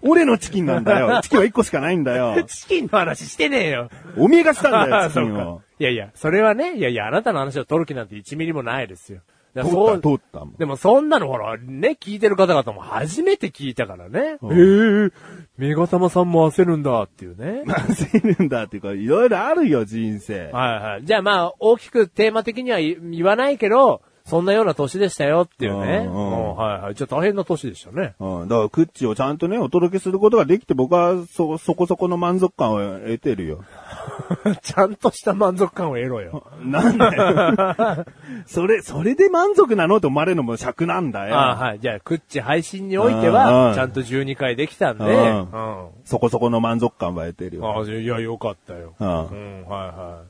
C: 俺のチキンなんだよ。チキンは1個しかないんだよ。
B: チキンの話してねえよ。
C: おめえがしたんだ
B: あ
C: よ、
B: あ
C: チキ
B: そう
C: ン
B: か
C: を。。
B: いやいや、それはね、いやいや、あなたの話を取る気なんて1ミリもないですよ。だ
C: 通
B: から
C: った、通
B: そう
C: ったもん。
B: でもそんなのほら、ね、聞いてる方々も初めて聞いたからね。
C: うん
B: え、メガタマさんも焦るんだっていう ね。
C: 焦るんだっていうか、いろいろあるよ、人
B: は
C: 生。
B: いはい。じゃあまあ、大きくテーマ的には言言わないけど、そんなような年でしたよっていうね。
C: う
B: うんん
C: うん
B: はいはい。じゃあ大変な年でしたね。
C: うん。だから、クッチをちゃんとね、お届けすることができて、僕は、そ、そこそこの満足感を得てるよ。
B: ちゃんとした満足感を得ろよ。
C: なんだよ。 それ、それで満足なのと思われるのも尺なんだよ。
B: ああはい。じゃあ、クッチ配信において
C: うんうん
B: は、ちゃんと12回できたんで、
C: う
B: うんん。あ
C: そこそこの満足感は得てる
B: あ、
C: よ。
B: いや、よかったよ。
C: う
B: うんん、はいはい。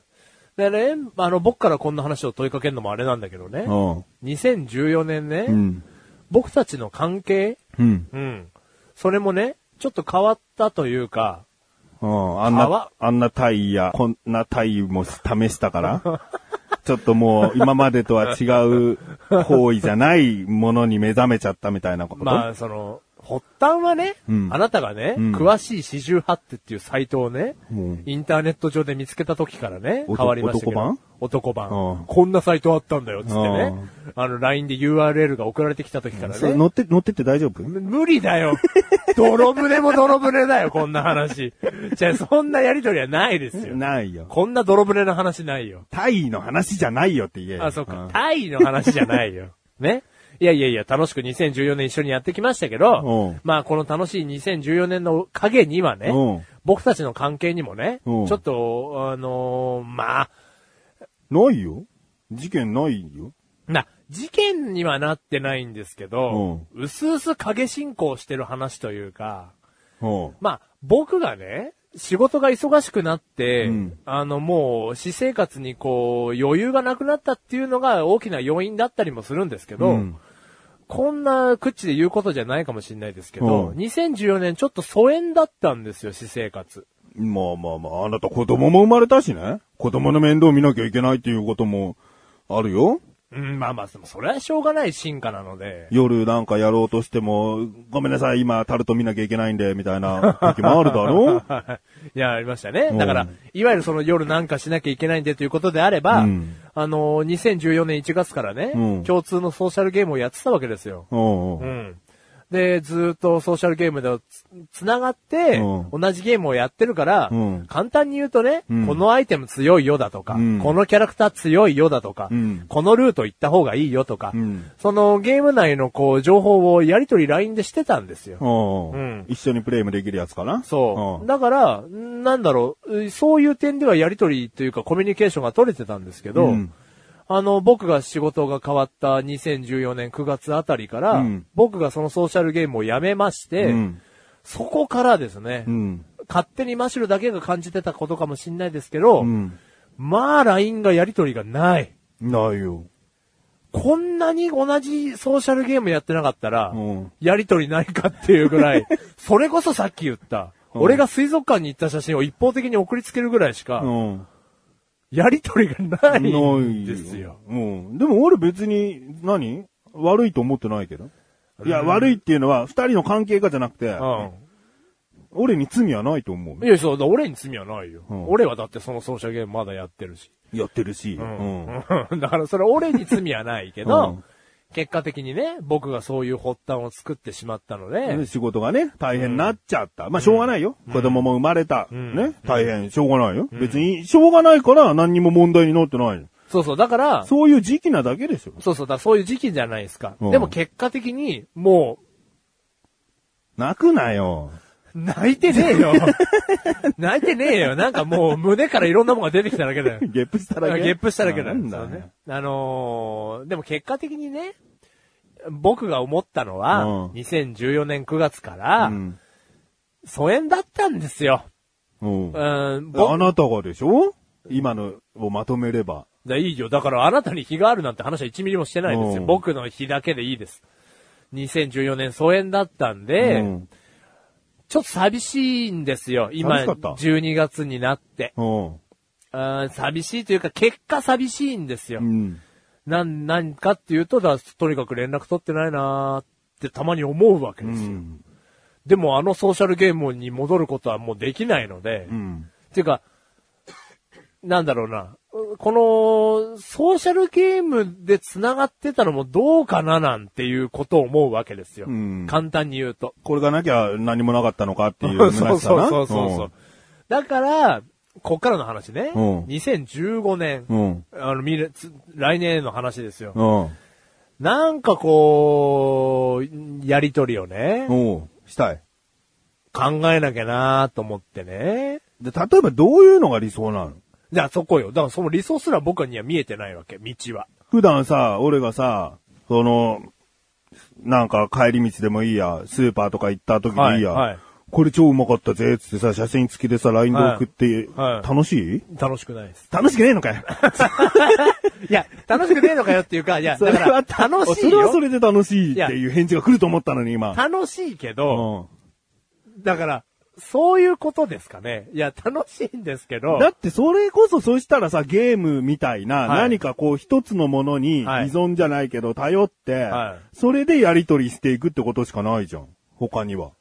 B: でね、あの、僕からこんな話を問いかけるのもあれなんだけどね
C: う。ん。
B: 2014年ね、
C: うん。
B: 僕たちの関係、
C: うん。
B: うん。それもね、ちょっと変わったというか、
C: うん。あん
B: あ
C: な
B: わ、
C: あんなタイヤ、こんなタイも試した から。ちょっともう、今までとは違う行為じゃないものに目覚めちゃったみたいなこと。
B: まあ、その、発端はね、
C: うん
B: あなたがね、
C: うん
B: 詳しい四十八手っていうサイトをね、
C: うん
B: インターネット上で見つけた時からね、
C: お
B: 変
C: と
B: わりましたけど。
C: 男版
B: 男版
C: うん
B: こんなサイトあったんだよ、つってね。あの、LINE で URL が送られてきた時から
C: それ
B: ね。
C: 乗って、乗ってって大丈夫
B: 無理だよ。泥船も泥船だよ、こんな話。じゃあ、そんなやりとりはないですよ。
C: ないよ。
B: こんな泥船の話ないよ。
C: タイの話じゃないよって言えよ。
B: あ、そっ
C: う
B: か
C: ん。
B: タイの話じゃない よ。ね。いやいやいや、楽しく2014年一緒にやってきましたけ
C: う
B: ど
C: ん、
B: まあこの楽しい2014年の影にはね
C: うん、
B: 僕たちの関係にもね、ち
C: うん
B: ょっと、あのーまあ、
C: ないよ。事件ないよ。
B: な、事件にはなってないんですけど、うすうす影進行してる話というか、
C: うん。
B: まあ僕がね、仕事が忙しくなって、
C: うん
B: あのもう私生活にこう余裕がなくなったっていうのが大きな要因だったりもするんですけど、
C: うん
B: こんな口で言うことじゃないかもしれないですけど、
C: うん
B: 2014年ちょっと疎遠だったんですよ、私生活。
C: まあまあまあ、あなた子供も生まれたしね。子供の面倒見なきゃいけないっていうこともあるよ。
B: うん、まあまあ、でもそれはしょうがない進化なので。
C: 夜なんかやろうとしても、ごめんなさい、今タルト見なきゃいけないんで、みた いな時もあるだろ
B: いや、ありましたね。
C: ん
B: だから、いわゆるその夜なんかしなきゃいけないんでということであれば、
C: うん
B: あの、2014年1月からね、
C: うん
B: 共通のソーシャルゲームをやってたわけですよ。
C: うんう。
B: うんん。で、ずーっとソーシャルゲームでつつながって、
C: う
B: 同じゲームをやってるから、
C: うん
B: 簡単に言うとね、
C: うん
B: このアイテム強いよだとか、
C: うん
B: このキャラクター強いよだとか、
C: うん
B: このルート行った方がいいよとか、
C: うん
B: そのゲーム内のこう情報をやりとり LINE でしてたんですよ。
C: うん
B: うん
C: 一緒にプレイもできるやつかな
B: そう。
C: ん
B: だから、んなんだろうう、そういう点ではやりとりというかコミュニケーションが取れてたんですけど、
C: うん
B: あの、僕が仕事が変わった2014年9月あたりから、
C: うん
B: 僕がそのソーシャルゲームをやめまして、
C: うん
B: そこからですね、
C: うん。
B: 勝手にマシュルだけが感じてたことかもしんないですけど、
C: うん。
B: まあ LINE がやりとりがない。
C: ないよ。
B: こんなに同じソーシャルゲームやってなかったら
C: うん、
B: やりとりないかっていうぐら い、それこそさっき言った、
C: うん
B: 俺が水族館に行った写真を一方的に送りつけるぐらいし
C: う
B: か、
C: ん。
B: やりとりがないんですよ。。
C: うん。でも俺別に何、悪いと思ってないけど。いや、悪いっていうのは、二人の関係がじゃなくて、
B: う
C: 俺に罪はないと思
B: ん。いや、そう、だから俺に罪はないよ。
C: うん
B: 俺はだってそのソーシャルゲームまだやってるし。
C: う。やってるし。うん。
B: うん だからそれ俺に罪はないけど、
C: うん
B: 結果的にね、僕がそういう発端を作ってしまったので、
C: 仕事がね、大変になっちゃった。まあ、しょうがないよ。子供も生まれた。
B: ん
C: ね。大変、しょうがないよ。別に、しょうがないから何にも問題になってない。
B: そうそう、だから、そ
C: そういう時期なだけでしょ。
B: うそう、だからそういう時期じゃないですか。
C: うん
B: でも結果的に、も
C: 泣くなよ。
B: う、泣いてねえよ。 泣いてねえよ。なんかもう胸からいろんなものが出てきただけだよ。
C: ゲップした
B: だ
C: だ
B: から
C: け。
B: ゲップしただけだ
C: な
B: よ。
C: ん
B: そ
C: だ
B: うね。あのーでも結果的にね、僕が思ったのは、
C: うん
B: 2014年9月から、
C: うん。
B: 疎遠だったんですよ。
C: うん
B: うん、僕
C: あなたがでしょ今のをまとめれば。
B: だいいよ。だからあなたに非があるなんて話は1ミリもしてないです
C: う
B: よ。
C: ん
B: 僕の非だけでいいです。2014年疎遠だったんで、
C: うん
B: ちょっと寂しいんですよ。今、
C: 寂しかった
B: 12月になって。
C: うん。
B: うん寂しいというか、結果寂しいんですよ。
C: うん。
B: なん、なんかっていうと、だとにかく連絡取ってないなーってたまに思うわけ
C: う
B: ですよ。
C: ん。
B: でもあのソーシャルゲームに戻ることはもうできないので、
C: うん。
B: っていうか、なんだろうな。この、ソーシャルゲームで繋がってたのもどうかななんていうことを思うわけですよ。
C: うん
B: 簡単に言うと。
C: これがなきゃ何もなかったのかっていう
B: そう
C: 虚 し
B: そう
C: さな。
B: そうそうそう。だから、こっからの話ね。
C: うん
B: 2015年。
C: うん。
B: あの、未来つ来年の話ですよ。
C: うん。うん。
B: なんかこう、やりとりをね、
C: おうしたい。
B: 考えなきゃなと思ってね。
C: で、例えばどういうのが理想なの
B: じゃあそこよ。だからその理想すら僕には見えてないわけ、道は。
C: 普段さ、俺がさ、その、なんか帰り道でもいいや、スーパーとか行った時でいいや、
B: はいはい
C: これ超うまかったぜ、つってさ、写真付きでさ、LINE で送って、
B: はいはい
C: 楽しい
B: 楽しくないです。
C: 楽しくねえのかよ。
B: いや、楽しくねえのかよっていうか、いや、だか
C: それは
B: ら、楽しい
C: それはそ
B: よ。
C: れで楽しいっていう返事が来ると思ったのに、今。
B: 楽しいけ
C: う
B: ど、
C: ん
B: だから、そういうことですかね。いや、楽しいんですけど、
C: だってそれこそそしたらさ、ゲームみたいな、
B: はい
C: 何かこう一つのものに依
B: はい
C: 存じゃないけど頼って、
B: は
C: それでやりとりしていくってことしかないじゃん。他には。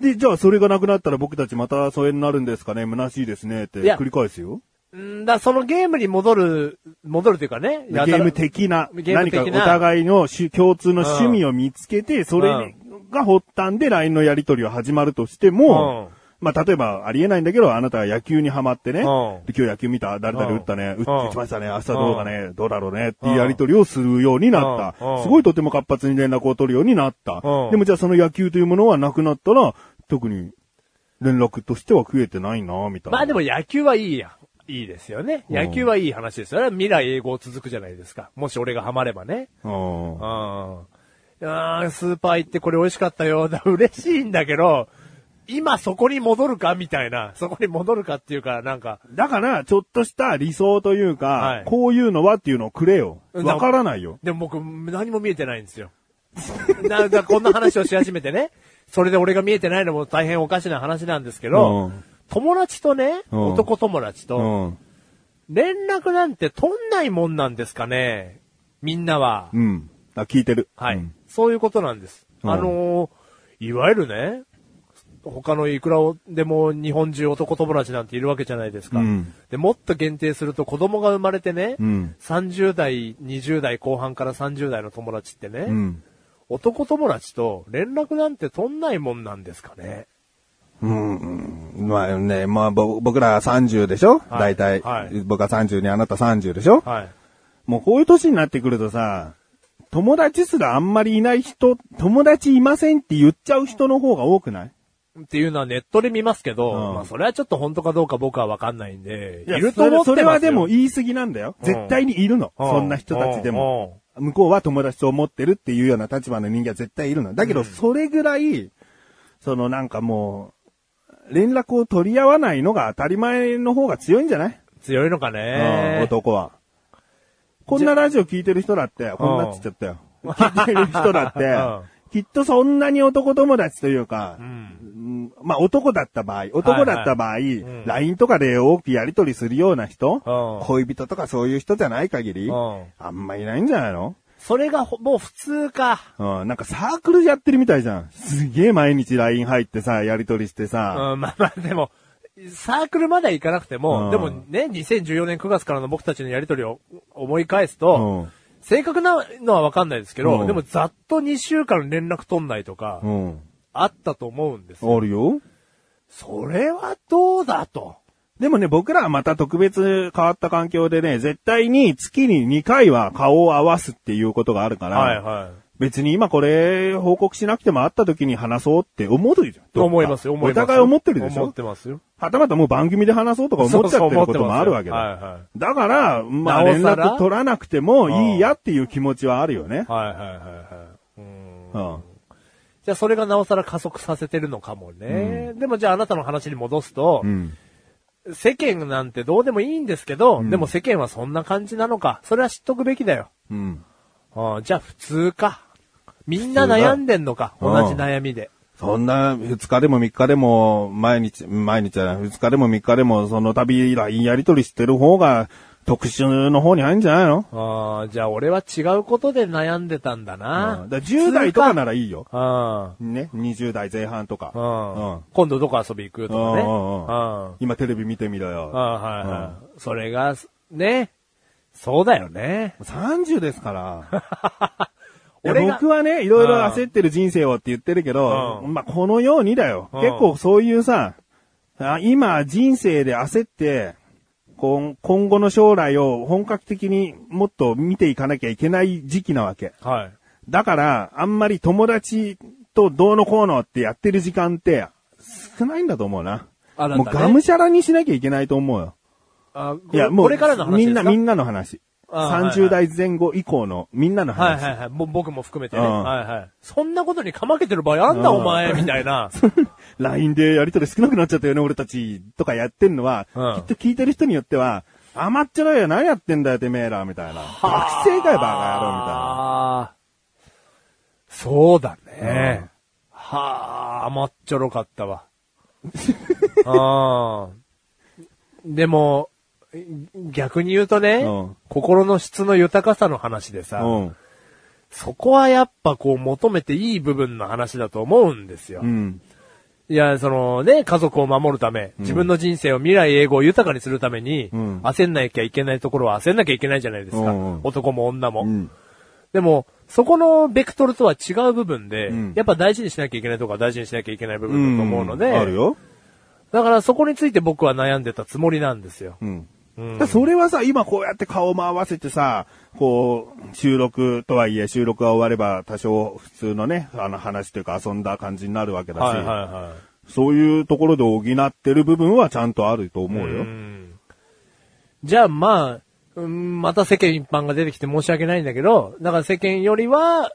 C: で、じゃあそれがなくなったら僕たちまた疎遠になるんですかね虚しいですねって
B: いや
C: 繰り返すよ。
B: んだそのゲームに戻る、戻るというかね、
C: ゲーム的な、
B: ゲーム
C: 何
B: 的な
C: かお互いの趣共通の趣味を見つけて、それが発端で LINE のやり取りは始まるとしても、
B: うん
C: まあ、例えば、ありえないんだけど、あなたが野球にハマって
B: ん
C: ね、で今日野球見た誰々打ったね、
B: うん
C: 打ちましたね、明日どうだね、どうだろうね、っていうやり取りをするようになった、
B: うんうん
C: すごいとても活発に連絡を取るようになった。
B: うん
C: でもじゃあその野球というものはなくなったら、特に連絡としては食えてないな、みたいな。
B: まあでも野球はいいや。いいですよね。野球はいい話ですよ。ね未来英語続くじゃないですか。もし俺がハマればね。
C: うん、
B: うん。あースーパー行ってこれ美味しかったよ。 だ嬉しいんだけど、今そこに戻るかみたいな。そこに戻るかっていうか、なんか、
C: だから、ちょっとした理想というか、
B: はい
C: こういうのはっていうのをくれよ。
B: うんだ
C: わからないよ。
B: でも僕、何も見えてないんですよ。 なだこんな話をし始めてね。それで俺が見えてないのも大変おかしな話なんですけど、
C: うん
B: 友達とね、
C: うん
B: 男友達
C: う
B: と、
C: ん。
B: 連絡なんて取んないもんなんですかねみんなは。
C: うん。あ、聞いてる。
B: はい、
C: うん
B: そういうことなんです。
C: うん
B: あのーいわゆるね、他のいくらでも日本中男友達なんているわけじゃないですか。
C: うん
B: でもっと限定すると子供が生まれてね、
C: うん
B: 30代、20代後半から30代の友達ってね、
C: うん。
B: 男友達と連絡なんて取んないもんなんですかね。
C: うんうん。まあね、まあぼ僕ら30でしょ、
B: は
C: だ
B: い
C: い、大体、
B: はい
C: 僕は30にあなた30でしょ、
B: はい。
C: もうこういう年になってくるとさ、友達すらあんまりいない人、友達いませんって言っちゃう人の方が多くない
B: っていうのはネットで見ますけど、
C: うん
B: まあそれはちょっと本当かどうか僕はわかんないんで、い
C: いや
B: ると思ってますよ
C: それそれはでも言い過ぎなんだよ。
B: うん
C: 絶対にいるの。
B: うん
C: そんな人たちでも。向こうは友達と思ってるっていうような立場の人間は絶対いるの。だけど、それぐらい、そのなんかもう、連絡を取り合わないのが当たり前の方が強いんじゃない、
B: 強いのか
C: うん
B: ね。
C: 男は。こんなラジオ聞いてる人だって、こんなっつっちゃったよ。聞いてる人だ って、きっとそんなに男友達というか、うんまあ男だった場合、男だった場合、
B: ん
C: LINE とかで多くやり取りするような人、
B: ん
C: 恋人とかそういう人じゃない限り、
B: うん
C: あんまいないんじゃないの
B: それがほもう普通か。
C: うん、なんかサークルやってるみたいじゃん。すげえ毎日 LINE 入ってさ、やり取りして
B: う
C: さ、
B: ん、まあまあでも、サークルまでは行かなくても、
C: うん
B: でもね、2014年9月からの僕たちのやりとりを思い返すと、
C: うん
B: 正確なのはわかんないですけど、
C: うん
B: でもざっと2週間連絡取んないとか、
C: うん、
B: あったと思うんですよ。
C: あるよ。
B: それはどうだと。
C: でもね、僕らはまた特別変わった環境でね、絶対に月に2回は顔を合わすっていうことがあるから、
B: はいはい。
C: 別に今これ報告しなくても会った時に話そうって思うじゃん。
B: と思いますよ、思いますよ
C: お互い思ってるでし
B: 思
C: ょ
B: ってますよ。
C: はたまたもう番組で話そうとか思っちゃってることもあるわけだ。
B: そうそう思ってま
C: だから、ま
B: な
C: あ
B: お
C: 連
B: さら
C: 絡取らなくてもいいやっていう気持ちはあるよ
B: は
C: ね。
B: いはいはいはい。うん
C: うん。
B: じゃあそれがなおさら加速させてるのかもね。でもじゃああなたの話に戻すと、
C: うん。
B: 世間なんてどうでもいいんですけど、でも世間はそんな感じなのか。それは知っとくべきだよ。
C: うん。
B: ああじゃあ普通か。みんな悩んでんのか。
C: 普通
B: 同
C: だ
B: じ悩みで。
C: そんな、二日でも三日でも、毎日、毎日じゃない、二日でも三日でも、その度、LINE やり取りしてる方が、特殊の方に入るんじゃないの
B: ああじゃあ俺は違うことで悩んでたんだな。
C: うんだから10代とかならいいよ。
B: あ
C: ね。20代前半とか。
B: あうん今度どこ遊び行くとかね。
C: うんうん
B: うん
C: 今テレビ見てみ
B: あ
C: ろよ。
B: あはいはい。それが、ね。そうだよね。
C: 30で すから。いや
B: 俺が
C: 僕はね、いろいろ焦ってる人生をって言ってるけど、
B: うん
C: まあ、このようにだよ。
B: うん
C: 結構そういうさ、あ今人生で焦って、こん今後の将来を本格的にもっと見ていかなきゃいけない時期なわけ。
B: はい。
C: だから、あんまり友達とどうのこうのってやってる時間って少ないんだと思うな。
B: あなたね
C: もうがむしゃらにしなきゃいけないと思うよ。
B: あ
C: いや、もう、
B: これからの話
C: み
B: です
C: ん
B: か
C: な、みんなの話。
B: あー
C: 30代前後以降のみんなの
B: はい
C: 話。
B: はいはい。もう僕も含めてね。
C: うん
B: はいはい。そんなことにかまけてる場合あんだ
C: うん
B: お前みたい な。
C: LINE でやりとり少なくなっちゃったよね、俺たちとかやってんのは、
B: うん
C: きっと聞いてる人によっては、甘っちょろいよ、何やってんだよ、てめえら、みたいな。学生かよ、バカ野郎、みたいな。
B: ああ。そうだね。はあ、甘っちょろかった わ。ああ。でも、逆に言うとね、
C: うん
B: 心の質の豊かさの話でさ、
C: うん。
B: そこはやっぱこう求めていい部分の話だと思うんですよ。
C: うん。
B: いや、そのね、家族を守るため、自分の人生を未来永劫を豊かにするために、
C: うん
B: 焦んなきゃいけないところは焦んなきゃいけないじゃないですか。
C: うんうん
B: 男も女も。
C: うん。
B: でも、そこのベクトルとは違う部分で、
C: うん
B: やっぱ大事にしなきゃいけないとこは大事にしなきゃいけない部分だと思うので、
C: んあるよ。
B: だからそこについて僕は悩んでたつもりなんですよ。
C: うん。
B: うん
C: だそれはさ、今こうやって顔も合わせてさ、こう、収録とはいえ、収録が終われば多少普通のね、あの話というか遊んだ感じになるわけだし、
B: はいはいは
C: そういうところで補ってる部分はちゃんとあると思う
B: い。
C: よ。
B: うんじゃあまあ、うんまた世間一般が出てきて申し訳ないんだけど、だから世間よりは、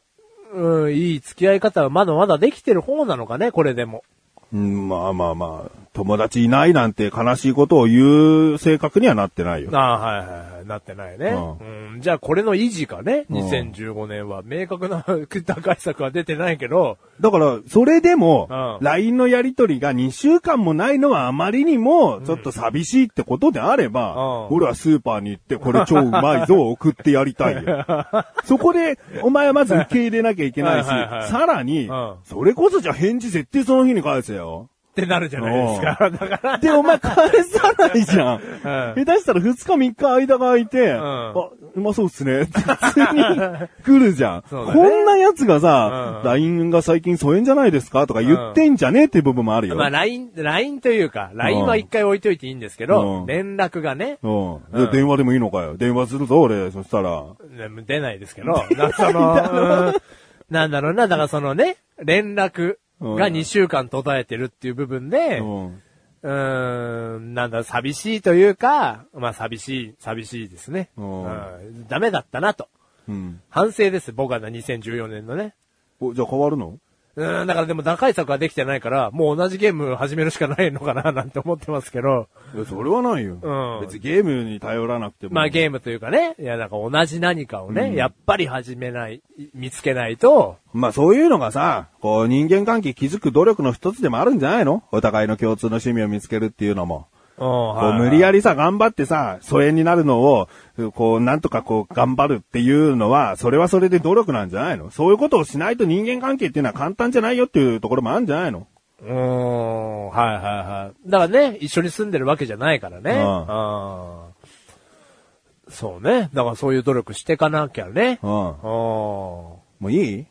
B: うん、いい付き合い方はまだまだできてる方なのかね、これでも。
C: うん、まあまあまあ、友達いないなんて悲しいことを言う性格にはなってないよ。
B: ああ、はいはいはい。なってないね。
C: う
B: うん。じゃあこれの維持かね、2015年は。明確な 打開策は出てないけど、
C: だから、それでも
B: う、ん
C: LINE のやりとりが2週間もないのはあまりにも、ちょっと寂しいってことであれば、
B: うん
C: 俺はスーパーに行って、これ超うまいぞ、送ってやりたい よ。そこで、お前はまず受け入れなきゃいけないし、
B: はいはいはい
C: さらに
B: うん、
C: それこそじゃあ返事絶対その日に返せよ。
B: ってなるじゃないですか。 だから、
C: で、お前返さないじゃん。
B: う
C: 下手したら2日3日間が空いて、あ、うまそうっすね。普通に来るじゃん。
B: そうだね
C: こんなやつが
B: う、
C: さ
B: ん
C: LINE が最近疎遠じゃないですかとか言ってんじゃねえっていう部分もあるよ。
B: まあ LINE、LINE というか、LINE は一回置いといていいんですけど、
C: うん
B: 連絡がね、
C: うんで。電話でもいいのかよ。電話するぞ、俺。そしたら。
B: ね出ないですけ ど、なんかその、うんなんだろうな、だからそのね、連絡が2週間途絶えてるっていう部分で、
C: うん
B: うーん、なんだ、寂しいというか、まあ寂しい、寂しいですね。
C: うん
B: うんダメだったなと。
C: うん。
B: 反省です、僕はな2014年のね。
C: おじゃあ変わるの
B: うん、だからでも打開策はできてないから、もう同じゲーム始めるしかないのかな、なんて思ってますけど。
C: いやそれはないよ。
B: うん
C: 別にゲームに頼らなくても。
B: まあ
C: ー
B: ゲームというかね、いやなんか同じ何かをね、やっぱり始めない、い見つけないと、
C: ム。まあそういうのがさ、こう人間関係築く努力の一つでもあるんじゃないのお互いの共通の趣味を見つけるっていうのも。
B: うん、
C: こう
B: はい
C: 無理やりさ、頑張ってさ、疎遠になるのを、こう、なんとかこう、頑張るっていうのは、それはそれで努力なんじゃないのそういうことをしないと人間関係っていうのは簡単じゃないよっていうところもあるんじゃないの
B: うーん、はいはいはい。だからね、一緒に住んでるわけじゃないからね。
C: うん
B: あーそうね。だからそういう努力してかなきゃね。
C: うん。
B: あ
C: も
B: ー
C: ういい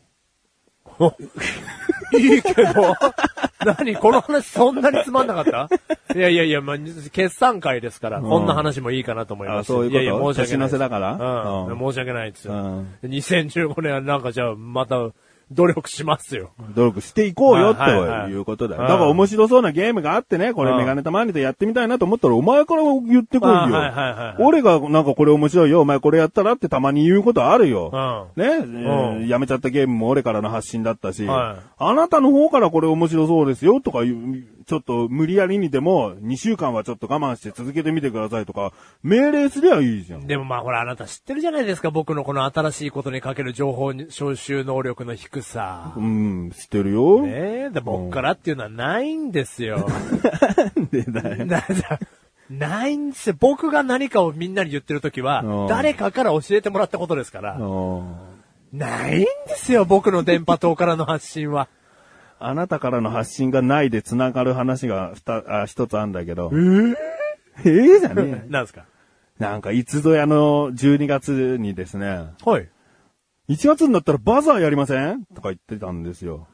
B: いいけど、 何この話そんなにつまんなかったいやいやいや、まあ、決算会ですから、
C: ん
B: こんな話もいいかなと思います。
C: あそういうこ
B: や
C: と
B: いや、申し訳
C: 年
B: な
C: の
B: い。
C: 瀬だから
B: うん。
C: うん
B: 申し訳ないですよ。
C: うん
B: 2015年はなんかじゃあ、また、努力しますよ。
C: 努力していこうよって
B: はいはいはい
C: いうことだよ。
B: うん
C: だから面白そうなゲームがあってね、これ
B: うん
C: メガネたまにでやってみたいなと思ったら、お前から言ってこいよ。
B: あはいはいはいはい
C: 俺がなんかこれ面白いよ、お前これやったらってたまに言うことあるよ。
B: う
C: ね、え
B: う
C: ーやめちゃったゲームも俺からの発信だったし、
B: はい
C: あなたの方からこれ面白そうですよとかいう、ちょっと無理やりにでも2週間はちょっと我慢して続けてみてくださいとか、命令すりゃいいじゃん。
B: でもまあほらあなた知ってるじゃないですか、僕のこの新しいことにかける情報収集能力の低さ。
C: うん、知ってるよ。
B: ねえ、で、僕からっていうのはないんですよ。
C: なん でだ よ。
B: ななないんですよ。僕が何かをみんなに言ってるとき
C: う
B: は
C: ん、
B: 誰かから教えてもらったことですか
C: あ
B: ら。
C: の
B: ないんですよ、僕の電波塔からの発信は。
C: あなたからの発信がないで繋がる話がふたあ一つあんだけど。ええじゃねえ。
B: なんですか
C: なんか、いつぞやの12月にですね、
B: はい。
C: 1月になったらバザーやりませんとか言ってたんですよ。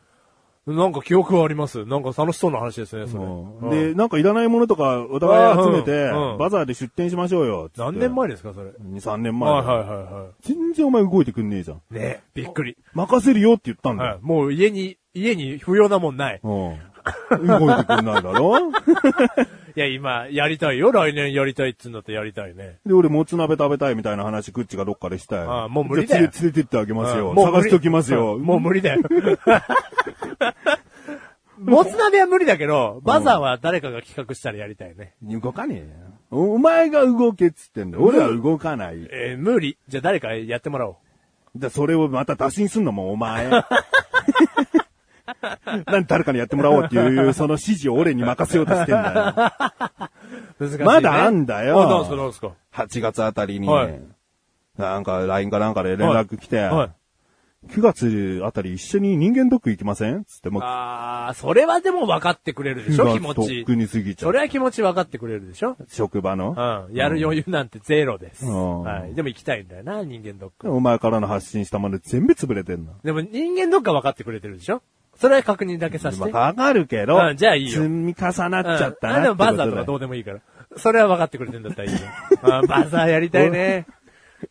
B: なんか記憶はあります。なんか楽しそうな話ですね、それ。
C: うん
B: うん
C: で、なんかいらないものとかお互い集めて
B: うんうん、
C: バザーで出店しましょうよ。つって
B: 何年前ですか、それ。はい
C: ?2、3年前。
B: はいは
C: 全然お前動いてくんねえじゃん。
B: いはい。ねびっくり。
C: 任せるよって言ったんだ
B: はい
C: よ。。
B: もう家に、家に不要なもんない。
C: うん。動いてくんないだろ
B: いや、今、やりたいよ。来年やりたいっつうんだってやりたいね。
C: で、俺、もつ鍋食べたいみたいな話、グッチがどっかでしたよ。
B: ああもう無理だよ
C: じゃあ連れ連れてってあげますよ。
B: うんもう無理
C: 探しておきますよ。
B: もう無理だよ。 もつ鍋は無理だけど、バザーは誰かが企画したらやりたいね。
C: 動かねえよおお前が動けっつってんだよ。俺は動かない。じ
B: えー無理。じゃあ誰かやってもらおう。
C: ゃあそれをまた打診すんのもお 前。なん誰かにやってもらおうっていう、その指示を俺に任せようとしてんだよ。
B: 難しい、
C: まだあんだよ
B: あ、どうすかどうすか。
C: 8月あたりに、
B: はい
C: なんか LINE かなんかで連絡来て、
B: はい。
C: 9月あたり一緒に人間ドック行きませんつって、もう
B: あー、それはでも分かってくれるでしょ、気持
C: とっ
B: ち
C: く。に過ぎちゃ
B: そうれ。は気持ち分かってくれるでしょ。
C: 職場の。
B: うん。やる余裕なんてゼロです。
C: うん
B: はい。でも行きたいんだよな、人間ドック。
C: お前からの発信したまで全部潰れてんの。
B: でも人間ドックは分かってくれてるでしょそれは確認だけさせて。
C: まあわかるけど、
B: うんじゃあいいよ
C: 積み重なっちゃったな
B: うんあ、でも
C: ってことだよ。
B: バザーとかどうでもいいから。それは分かってくれてんだったらいいよ。 あバザーやりたいね。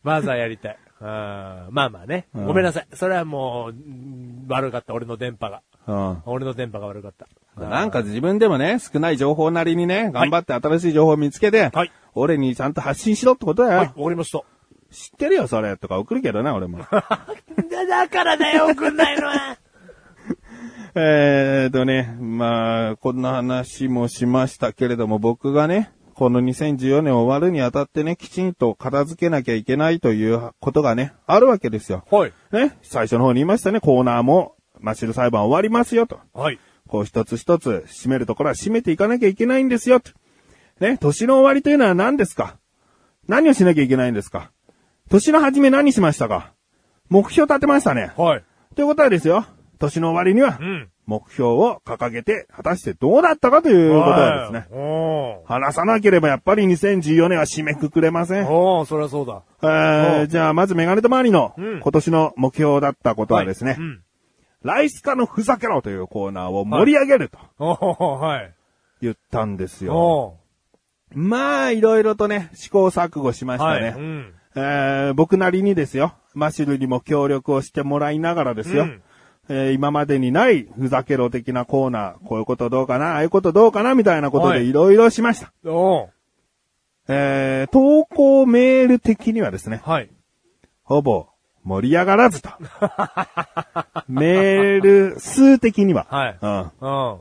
B: バザーやりたい。あまあまあね、
C: うん
B: ごめんなさい。それはもううん、悪かった。俺の電波が。
C: うん
B: 俺の電波が悪かった。
C: なんか自分でもね、少ない情報なりにね、頑張って新しい情報を見つけて、
B: はい
C: 俺にちゃんと発信しろってことだよ。
B: はい、わかりました。
C: 知ってるよ、それ、とか送るけどな、俺も。
B: だ だからだよ、送んないのは。
C: えーっとね、まあ、こんな話もしましたけれども、僕がね、この2014年終わるにあたってね、きちんと片付けなきゃいけないということがね、あるわけですよ。
B: はい。
C: ね、最初の方に言いましたね、コーナーも、マシル裁判終わりますよ、と。
B: はい。
C: こう一つ一つ、締めるところは締めていかなきゃいけないんですよ、と。ね、年の終わりというのは何ですか何をしなきゃいけないんですか年の初め何しましたか目標立てましたね。
B: はい。
C: ということはですよ、年の終わりには
B: うん、
C: 目標を掲げて、果たしてどうだったかということはですね、
B: ね。お
C: 話さなければやっぱり2014年は締めくくれません
B: ー。。おー、そりゃそうだ。
C: えーじゃあ、まずメガネと周りの
B: うん
C: 今年の目標だったことはですね、
B: うん。
C: ライスカのふざけろというコーナーを盛り上げると
B: おー、はい。
C: 言ったんですよ。
B: お
C: まあ、いろいろとね、試行錯誤しま
B: ー。
C: した
B: はい。
C: ね。
B: うん。
C: えー僕なりにですよ、マシルにも協力をしてもらいながらですよ、
B: うん
C: えー今までにないふざけろ的なコーナー、こういうことどうかな、ああいうことどうかな、みたいなこと
B: は
C: で
B: い
C: いろいろしました。
B: おー。
C: えー投稿メール的にはですね、
B: はい。
C: ほぼ盛り上が らずと。メール数的には。
B: はい
C: うん。
B: うん。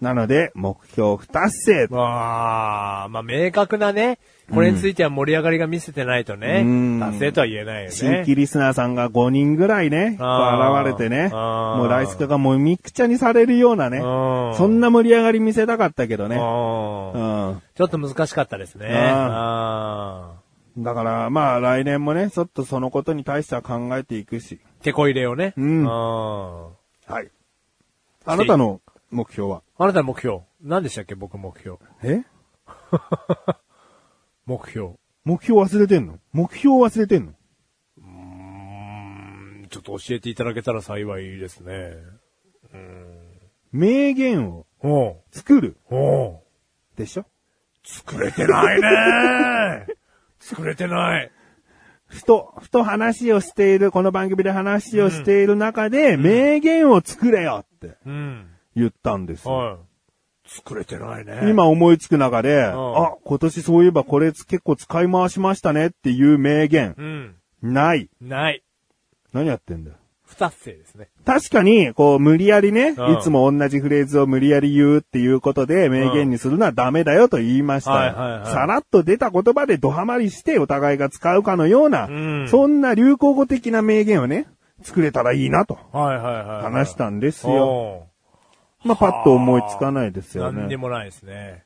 C: なので、目標不達成。
B: ああ、まあ明確なね、これについては盛り上がりが見せてないとね、
C: うん
B: 達成とは言えないよね。
C: 新規リスナーさんが5人ぐらいね、こ
B: あ
C: う
B: ー
C: 現れてね、
B: あー
C: もうライスカがもうみくちゃにされるようなね、
B: うん
C: そんな盛り上がり見せたかったけど
B: うん
C: ね。うん
B: ちょっと難しかったですね。
C: ん
B: ああ
C: だから、まあ来年もね、ちょっとそのことに対しては考えていくし。
B: 手こ入れをね。
C: うん
B: あ
C: はい。あなたの目標は
B: あなたの目標。何でしたっけ僕目標。
C: え
B: 目標。
C: 目標忘れてんの目標忘れてんの
B: うんちょっと教えていただけたら幸いですね。
C: 名言を
B: おう
C: 作る
B: おう
C: でしょ
B: 作れてないね 作れてない。
C: ふと、ふと話をしている、この番組で話をしている中で、名言を作れよって
B: うん。
C: 言ったんですよ。
B: はい。作れてないね。
C: 今思いつく中で、あ、今年そういえばこれ結構使い回しましたねっていう名言、
B: うん。
C: ない。
B: ない。
C: 何やってんだよ。
B: 不達成ですね。
C: 確かに、こう、無理やりね、
B: うん
C: いつも同じフレーズを無理やり言うっていうことで、名言にするのはダメだよと言いましたよ。
B: はいはいはい
C: さらっと出た言葉でドハマりしてお互いが使うかのような、
B: うん
C: そんな流行語的な名言をね、作れたらいいなと
B: はいはいはい。
C: 話したんですよ。
B: お
C: まあ、パッと思いつかないで
B: う
C: すよ
B: 何に
C: ね。
B: もないですね。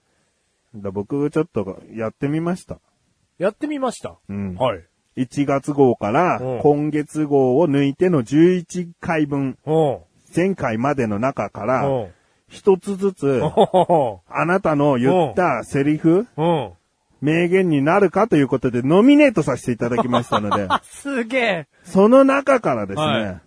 C: だ僕、ちょっとやってみました。
B: やってみました。
C: うん
B: はい。
C: 1月号から
B: うん
C: 今月号を抜いての11回分、
B: おう
C: 前回までの中から、
B: おう
C: 一つずつ、
B: お
C: あなたの言ったセリフ、
B: うおう
C: 名言になるかということでノミネートさせていただきましたの で、
B: あ、すげえ。
C: その中からですね、
B: は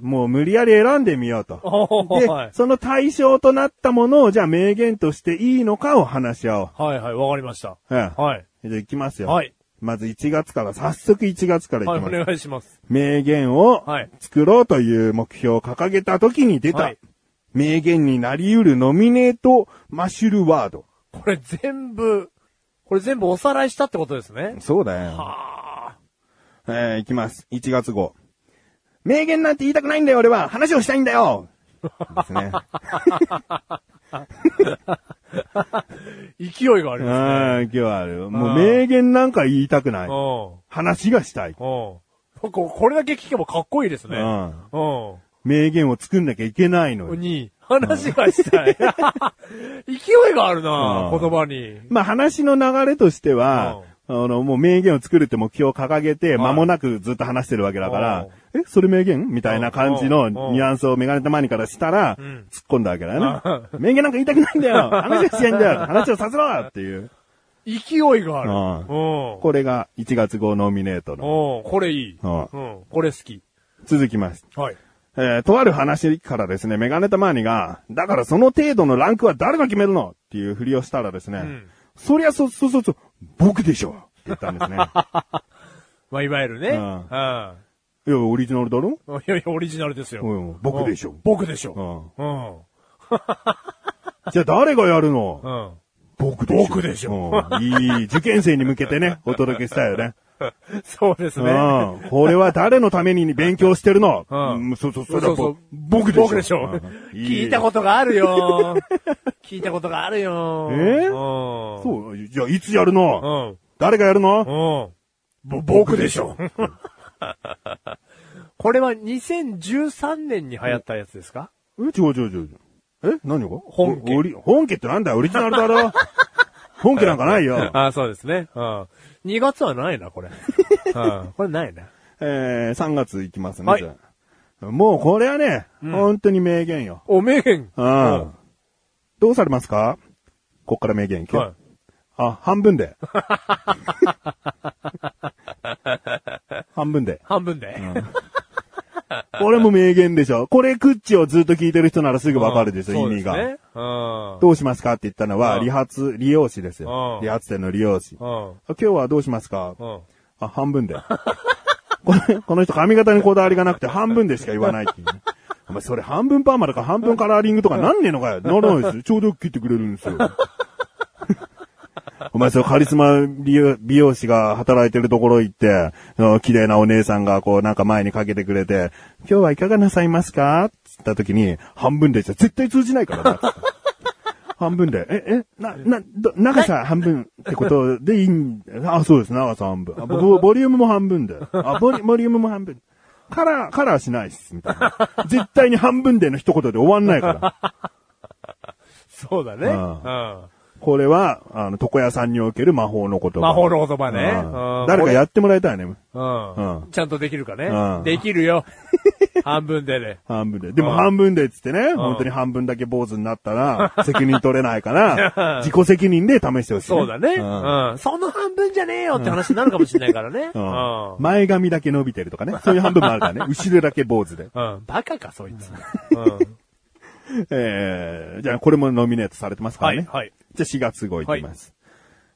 C: もう無理やり選んでみようと。
B: おう
C: で
B: はい、
C: その対象となったものをじゃあ名言としていいのかを話し合おう。
B: はいはい、わかりました。
C: ええ
B: はい。
C: じゃあ行きますよ。
B: はい
C: まず1月から、早速1月から
B: は
C: 行
B: い、
C: き
B: お
C: ます。
B: 願いします。
C: 名言を
B: はい
C: 作ろうという目標を掲げた時に出た、
B: はい
C: 名言になり得るノミネートマッシュルワード。
B: これ全部、これ全部おさらいしたってことですね。
C: そうだよ。
B: あ
C: えー、いきます。1月号。名言なんて言いたくないんだよ、俺は。話をしたいんだよ。ですね。
B: あ、勢いがあり
C: うん、
B: ますね。
C: 今日はある。もう
B: あー
C: 名言なんか言いたくない。
B: お
C: 話がしたい。
B: うおうここれだけ聞けばかっこいいですね。
C: うん
B: おう
C: 名言を作んなきゃいけないのよ。
B: に、話がしたい。 勢いがあるな、
C: うん
B: 言葉に。
C: まあ話の流れとしては、あの、もう名言を作るって目標を掲げて、間もなくずっと話してるわけだから、え、それ名言みたいな感じの
B: うんうん
C: ニュアンスをメガネたまにからしたら、
B: ん
C: 突っ込んだわけだよね。名言なんか言いたくないんだよ話をしたいんだよ話をさせろっていう。
B: 勢いがある。
C: う
B: うん。
C: これが1月号ノミネートの。
B: うんこれいい。
C: う
B: うんん。これ好き。
C: 続きます。
B: はい。
C: えーとある話からですね、メガネたまにが、だからその程度のランクは誰が決めるのっていうふりをしたらですね、
B: ん
C: そりゃそ、そうそうそう、僕でしょって言ったん ですね。
B: まあ、いわゆるね。
C: う
B: うんん。
C: いや、オリジナルだろ
B: いやいや、オリジナルですよ。
C: うん僕でしょ
B: うん僕でし
C: う
B: ょ。
C: ん。
B: うん。
C: じゃあ誰がやるの
B: うん。
C: 僕でしょ。
B: 僕でし
C: ょ。いい、受験生に向け てね、お届けしたいよね。
B: そうですね。
C: うん。これは誰のために勉強してるの
B: うん
C: うそうそう、そ
B: そう
C: れは
B: そうそ
C: ぼ
B: う。
C: 僕でしょ。
B: 僕でしょ
C: うん。
B: 聞いたことがあるよ。聞いたことがあるよ。
C: え
B: うん。う。
C: そう。じゃあいつやるの
B: ん。
C: 誰がやるの
B: うん。ぼ、
C: 僕
B: 僕
C: で
B: で
C: し
B: しょ。
C: ょ
B: これは2013年に流行ったやつですか
C: え、違う違う違う。え何が
B: 本家
C: おオリ本家ってなんだよオリジナルだ ろ本家なんかないよ。
B: あそうですね。うん。2月はないな、これ。うん。これないな。
C: えー、3月いきますね、
B: はい
C: じゃあもうこれはね、本当に名言よ。
B: おめえん。
C: うん。どうされますかこっから名言いくよ
B: はい。
C: あ、半分 で。半分で。
B: 半分で。
C: これも名言でしょ。これ、クッチをずっと聞いてる人ならすぐわかるでしょ、
B: うん
C: 意味
B: そう
C: が。
B: ですねうん。
C: どうしますかって言ったのは、
B: うん
C: 理髪、理容師です
B: う。
C: よ
B: ん
C: 理髪店の理容師。あ
B: うん。
C: 今日はどうしますか
B: うん。
C: あ、半分で。 このこの人髪型にこだわりがなくて半分でしか言わないっていうね。お前それ半分パーマだか半 分カラーリングとかなんねえのかよ。ならないですよ。ちょうどよく切ってくれるんですよ。お前、そのカリスマ美容美容師が働いてるところ行って、その綺麗なお姉さんがこうなんか前にかけてくれて、今日はいかがなさいますかって言った時に、半分でじゃ絶対通じないからな。半分で。え、え、な、な、ど長さ半分ってことでいいんあ、そうです、長さ半分。あボボリュームも半分で。あ、ボリボリュームも半分。カラー、カラーしないっす、みたいな。絶対に半分での一言で終わんないから。
B: そうだね。
C: うん
B: うん
C: これは、あの、床屋さんにおける魔法の言葉。
B: 魔法の言葉ね。
C: うん
B: うん
C: 誰かやってもらいたい
B: う
C: ね。
B: ん
C: うん
B: ちゃんとできるかね。
C: うん
B: できる よ。半分でね。
C: 半分で。で
B: う
C: も
B: ん
C: 半分でっつってね、本当に半分だけ坊主になったら、責任取れない から、自己責任で試してほしい、
B: そうだね、
C: うん
B: うん。その半分じゃねえよって話になるかもしれないからね。う
C: うん
B: ん。
C: 前髪だけ伸びてるとかね。そういう半分もあるか らね。後ろだけ坊主で。
B: うん。バカか、そいつ。うん。
C: えー、じゃあこれもノミネートされてますから
B: は
C: ね。
B: い、はい。
C: じゃあ4月号いきます。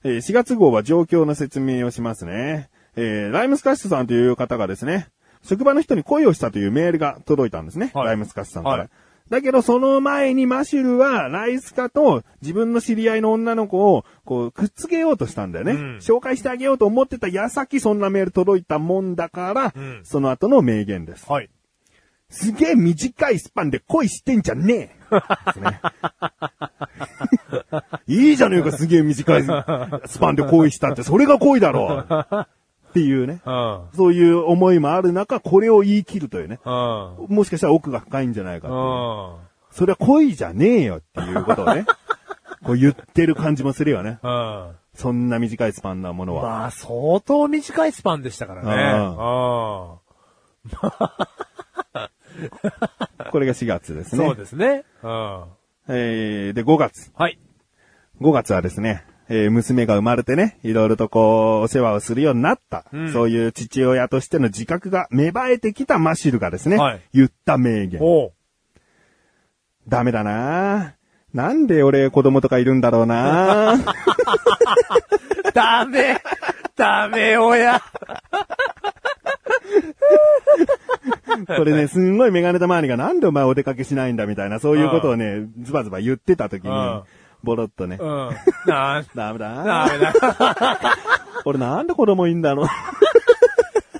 C: えー4月号は状況の説明をしますね。えーライムスカッシュさんという方がですね、職場の人に恋をしたというメールが届いたんですね。
B: はい
C: ライムスカッシュさんから。
B: はい
C: だけど、その前にマシュルは、ライスカと自分の知り合いの女の子を、こう、くっつけようとしたんだよね、
B: うん
C: 紹介してあげようと思ってた矢先、そんなメール届いたもんだから、
B: うん
C: その後の名言です。
B: はい。
C: すげえ短いスパンで恋してんじゃねえ ですねいいじゃねえか、すげえ短いスパンで恋したって、それが恋だろうっていうね。
B: うん。
C: そういう思いもある中、これを言い切るというね。
B: うん。
C: もしかしたら奥が深いんじゃないかっていう
B: うん。
C: それは恋じゃねえよっていうこと をね。こう言ってる感じもするよね。
B: うん。
C: そんな短いスパンなものは。
B: まあ、相当短いスパンでしたからね。
C: うん
B: う
C: これが4月です
B: ん。
C: ね。
B: そうですね。うん。は
C: えー、で、5月。
B: い。
C: 5月はですね、えー娘が生まれてね、いろいろとこう、お世話をするようになった、
B: うん
C: そういう父親としての自覚が芽生えてきたマシルがですね、
B: はい
C: 言った名言。
B: おう。
C: ダメだなぁなんで俺子供とかいるんだろ うなぁ
B: ダメダメ親
C: これね、すんごいメガネた周りがなんでお前お出かけしないんだみたいな、そういうことをね、ズバズバ言ってた時に
B: うん、
C: ボロッとね、
B: うん。なん
C: ダメだ
B: ダ
C: なぁ
B: メだ。
C: 俺なんで子供いんだろう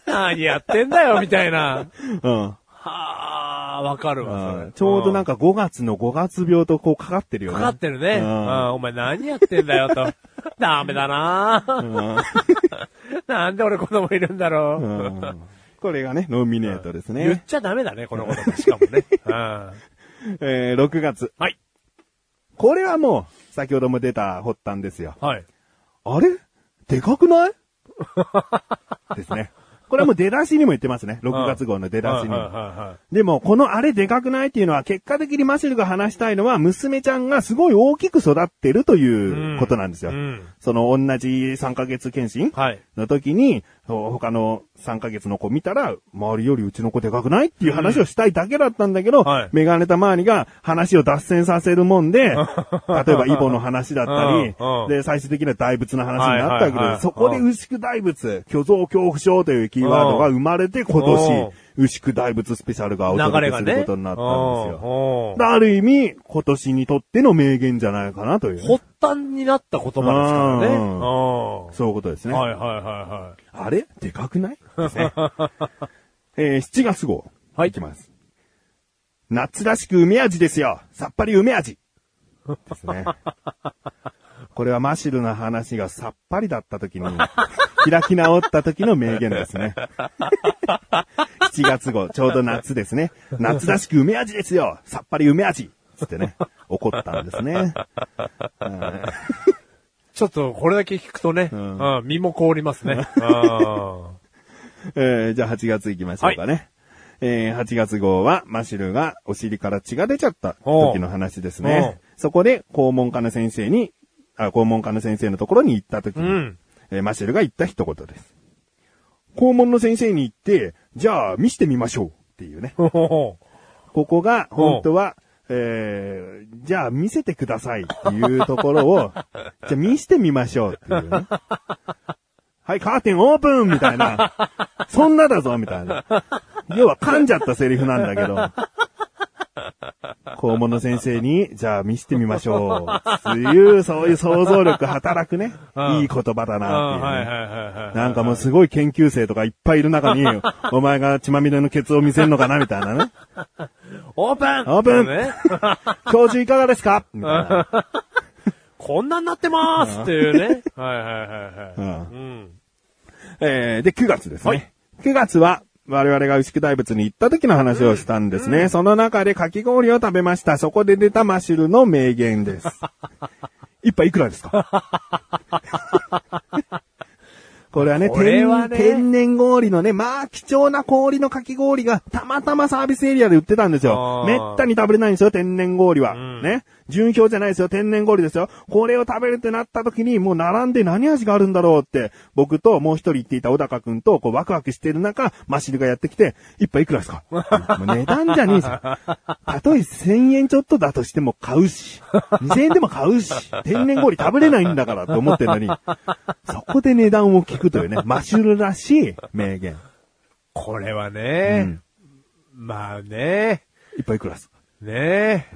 B: 何やってんだよ、みたいな。
C: うん。
B: はあ、わかるわ、そ
C: うん
B: れ。
C: ちょうどなん
B: か、
C: か5月の5月病とこうかかってるよね。
B: かかってるね。
C: う
B: うんん。お前何やってんだよ、と。ダメだな
C: うん
B: なんで俺子供いるんだろう。
C: うん これがね、ノミネートです
B: 言っ
C: ね。
B: ちゃダメだね、このことしかもね。うん。は
C: えー6月。
B: い。
C: これはもう、先ほども出た発端ですよ。
B: はい。
C: あれでかくない ですね。これはもう出だしにも言ってますね。6月号の出だしに
B: はいはい
C: も。
B: はいはい。
C: でも、このあれでかくないっていうのは、結果的にマシルが話したいのは、娘ちゃんがすごい大きく育ってるということなんですよ
B: う。ん。
C: その同じ3ヶ月検診
B: はい。
C: の時に、ほ他の3ヶ月の子見たら、周りよりうちの子でかくないっていう話をしたいだけだったんだけど、
B: んはい
C: メガネた周りが話を脱線させ るもんで、例えばイボの話だった
B: うんうん
C: り、で、最終的には大仏の話になったけど、
B: はいはいはい
C: そこで牛久大仏、虚像恐怖症というキーワードが生まれて今年、牛久大仏スペシャルがお
B: 流
C: 届
B: れ
C: け
B: が
C: する
B: ね。
C: ことになったんですよ。
B: よ
C: ある意味、今年にとっての名言じゃないかなというね、
B: 発端になった言葉ですからね。
C: う
B: うんん。
C: そういうことですね。
B: はいはいは
C: あれでかくないですね。えー7月号。
B: はい
C: きます。夏らしく梅味ですよ。さっぱり梅味。ですね。これはマシルの話がさっぱりだった 時に、開き直った時の名言ですね。7月号、ちょうど夏ですね。夏らしく梅味ですよ。さっぱり梅味。つってね、怒ったんですね。
B: い。ちょっとこれだけ聞くとね、うんん、身も凍ります ね。うん
C: えーじゃあ8月行きましょうかね。えー8月号は、マシルがお尻から血が出ちゃった時の話ですね
B: お。
C: そこで、肛門科の先生に、あ、肛門科の先生のところに行った時に、
B: うん
C: えーマシルが言った一言です。肛門の先生に行って、じゃあ見してみましょうっていうね。
B: ほほほ
C: ここが、本当は、えー、じゃあ見せてくださいっていうところ を、じゃあ見してみましょうっていうね。はい、カーテンオープンみたいな。そん なだぞみたいな。要は噛んじゃったセリフなんだけど。校門の先生に、じゃあ見せてみましょう。という、そういう想像力働くね。
B: うん
C: いい言葉だ
B: あ
C: なってい
B: はいは
C: うね、
B: いはいはい。
C: なんかもうすごい研究生とかいっぱいいる 中に、お前が血まみれのケツを見せるのかなみたいなね。
B: オープン
C: オープン
B: ね
C: 教授いかがですかみたい な。
B: こんなになってますっていうね。はいはいはいは
C: う
B: い。うん。
C: えーで、9月ですね。
B: はい
C: 9月は、我々が牛久大仏に行った時の話をしたんですね。その中でかき氷を食べました。そこで出たマシュルの名 言です。一杯いくらですかこれはね
B: これはね
C: 天、天然氷のね、まあ貴重な氷のかき氷がたまたまサービスエリアで売ってたんですよ
B: あ。ー
C: めったに食べれないんですよ、天然氷は。
B: ん
C: ね。純氷じゃないですよ、天然氷ですよ。これを食べるってなった時に、もう並んで何味があるんだろうって、僕ともう一人行っていた小高くんと、こうワクワクしてる中、マシルがやってきて、一杯いく らですかもう値段じゃねえさ。たとえ1000円ちょっとだとしても買うし、2000円でも買うし、天然氷食べれないんだからと思ってるのに、 そこで値段を聞くと いうね、マシュルらしい名言。
B: これは
C: う
B: ね
C: ん、
B: まあね、
C: いっぱいいくらです。
B: ね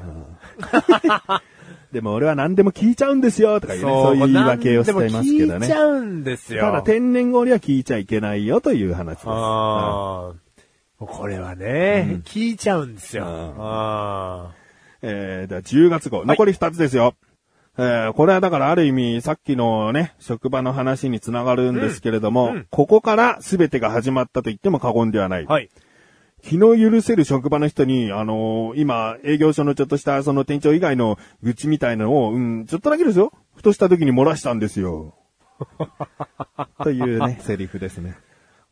C: でも俺は何でも聞いちゃうんですよとかいう,、ね、そういう言い訳をしてますけど
B: でも聞い
C: ね
B: ち。ゃうんですよ。
C: ただ天然氷は聞いちゃいけないよという話です。
B: ああ。これはね、聞いちゃうんですよ。
C: うん
B: あ
C: えー、では10月号、残り2つですよ。えー、これはだからある意味、さっきのね、職場の話につながるんですけれども、ここから全てが始まったと言っても過言ではない。
B: あ。はい。
C: 気の許せる職場の人に、あのー今、営業所のちょっとした、その店長以外の愚痴みたいのを、うん、ちょっとだけですよ。ふとした時に漏らしたんですよ。 というね、セリフですね。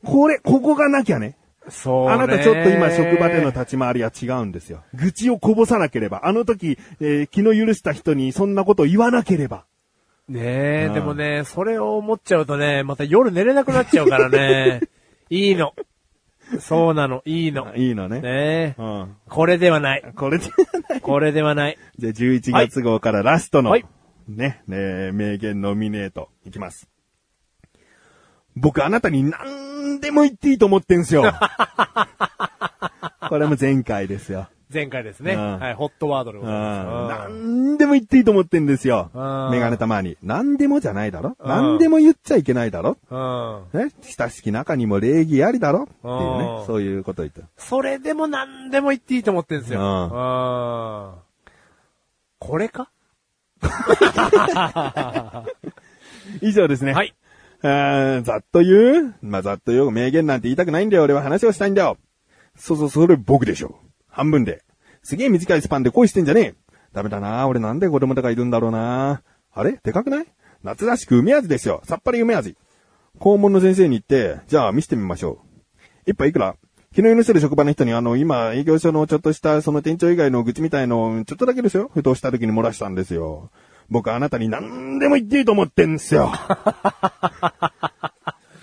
C: これ、ここがなきゃね。
B: そうね。
C: あなたちょっと今職場での立ち回りは違うんですよ。愚痴をこぼさなければ。あの時、えー気の許した人にそんなことを言わなければ。
B: ねえ、
C: うん
B: でもね、それを思っちゃうとね、また夜寝れなくなっちゃうからね。 いいの。そうなの、いいの。
C: いいのね。
B: ねえ
C: う。ん。
B: これではない。
C: これで、
B: これではない。
C: じゃあ11月号からラストの、
B: はい
C: ね、ね、名言ノミネート、いきます。僕あなたに何でも言っていいと思ってん すよ。これも前回ですよ。
B: 前回ですね。
C: うん
B: はい、ホットワードでご
C: うん。
B: ざいます。うん
C: 何でも言っていいと思ってんですよ。
B: うん
C: メガネたまに。何でもじゃないだろ
B: ん
C: 何でも言っちゃいけないだろ
B: うん。
C: ね、親しき中にも礼儀ありだろっていう
B: う
C: ね、
B: ん
C: そういうこと言った。
B: それでも何でも言っていいと思ってるんですよ。
C: う
B: うん。これか
C: 以上ですね。
B: はい。
C: えーざっと言うまあ、ざっと言う名言なんて言いたくないんだよ。俺は話をしたいんだよ。そうそう、それ僕でしょ。半分で。すげえ短いスパンで恋してんじゃねえ。ダメだな。俺なんで子供とかいるんだろうな。あれでかくない夏らしく梅味ですよ。さっぱり梅味。校門の先生に行って、じゃあ見せてみましょう。一杯いくら昨日許せる職場の人に、あの、今、営業所のちょっとした、その店長以外の愚痴みたいのを、ちょっとだけですよ。ふとした時に漏らしたんですよ。僕あなたに何でも言っていいと思ってん すよ。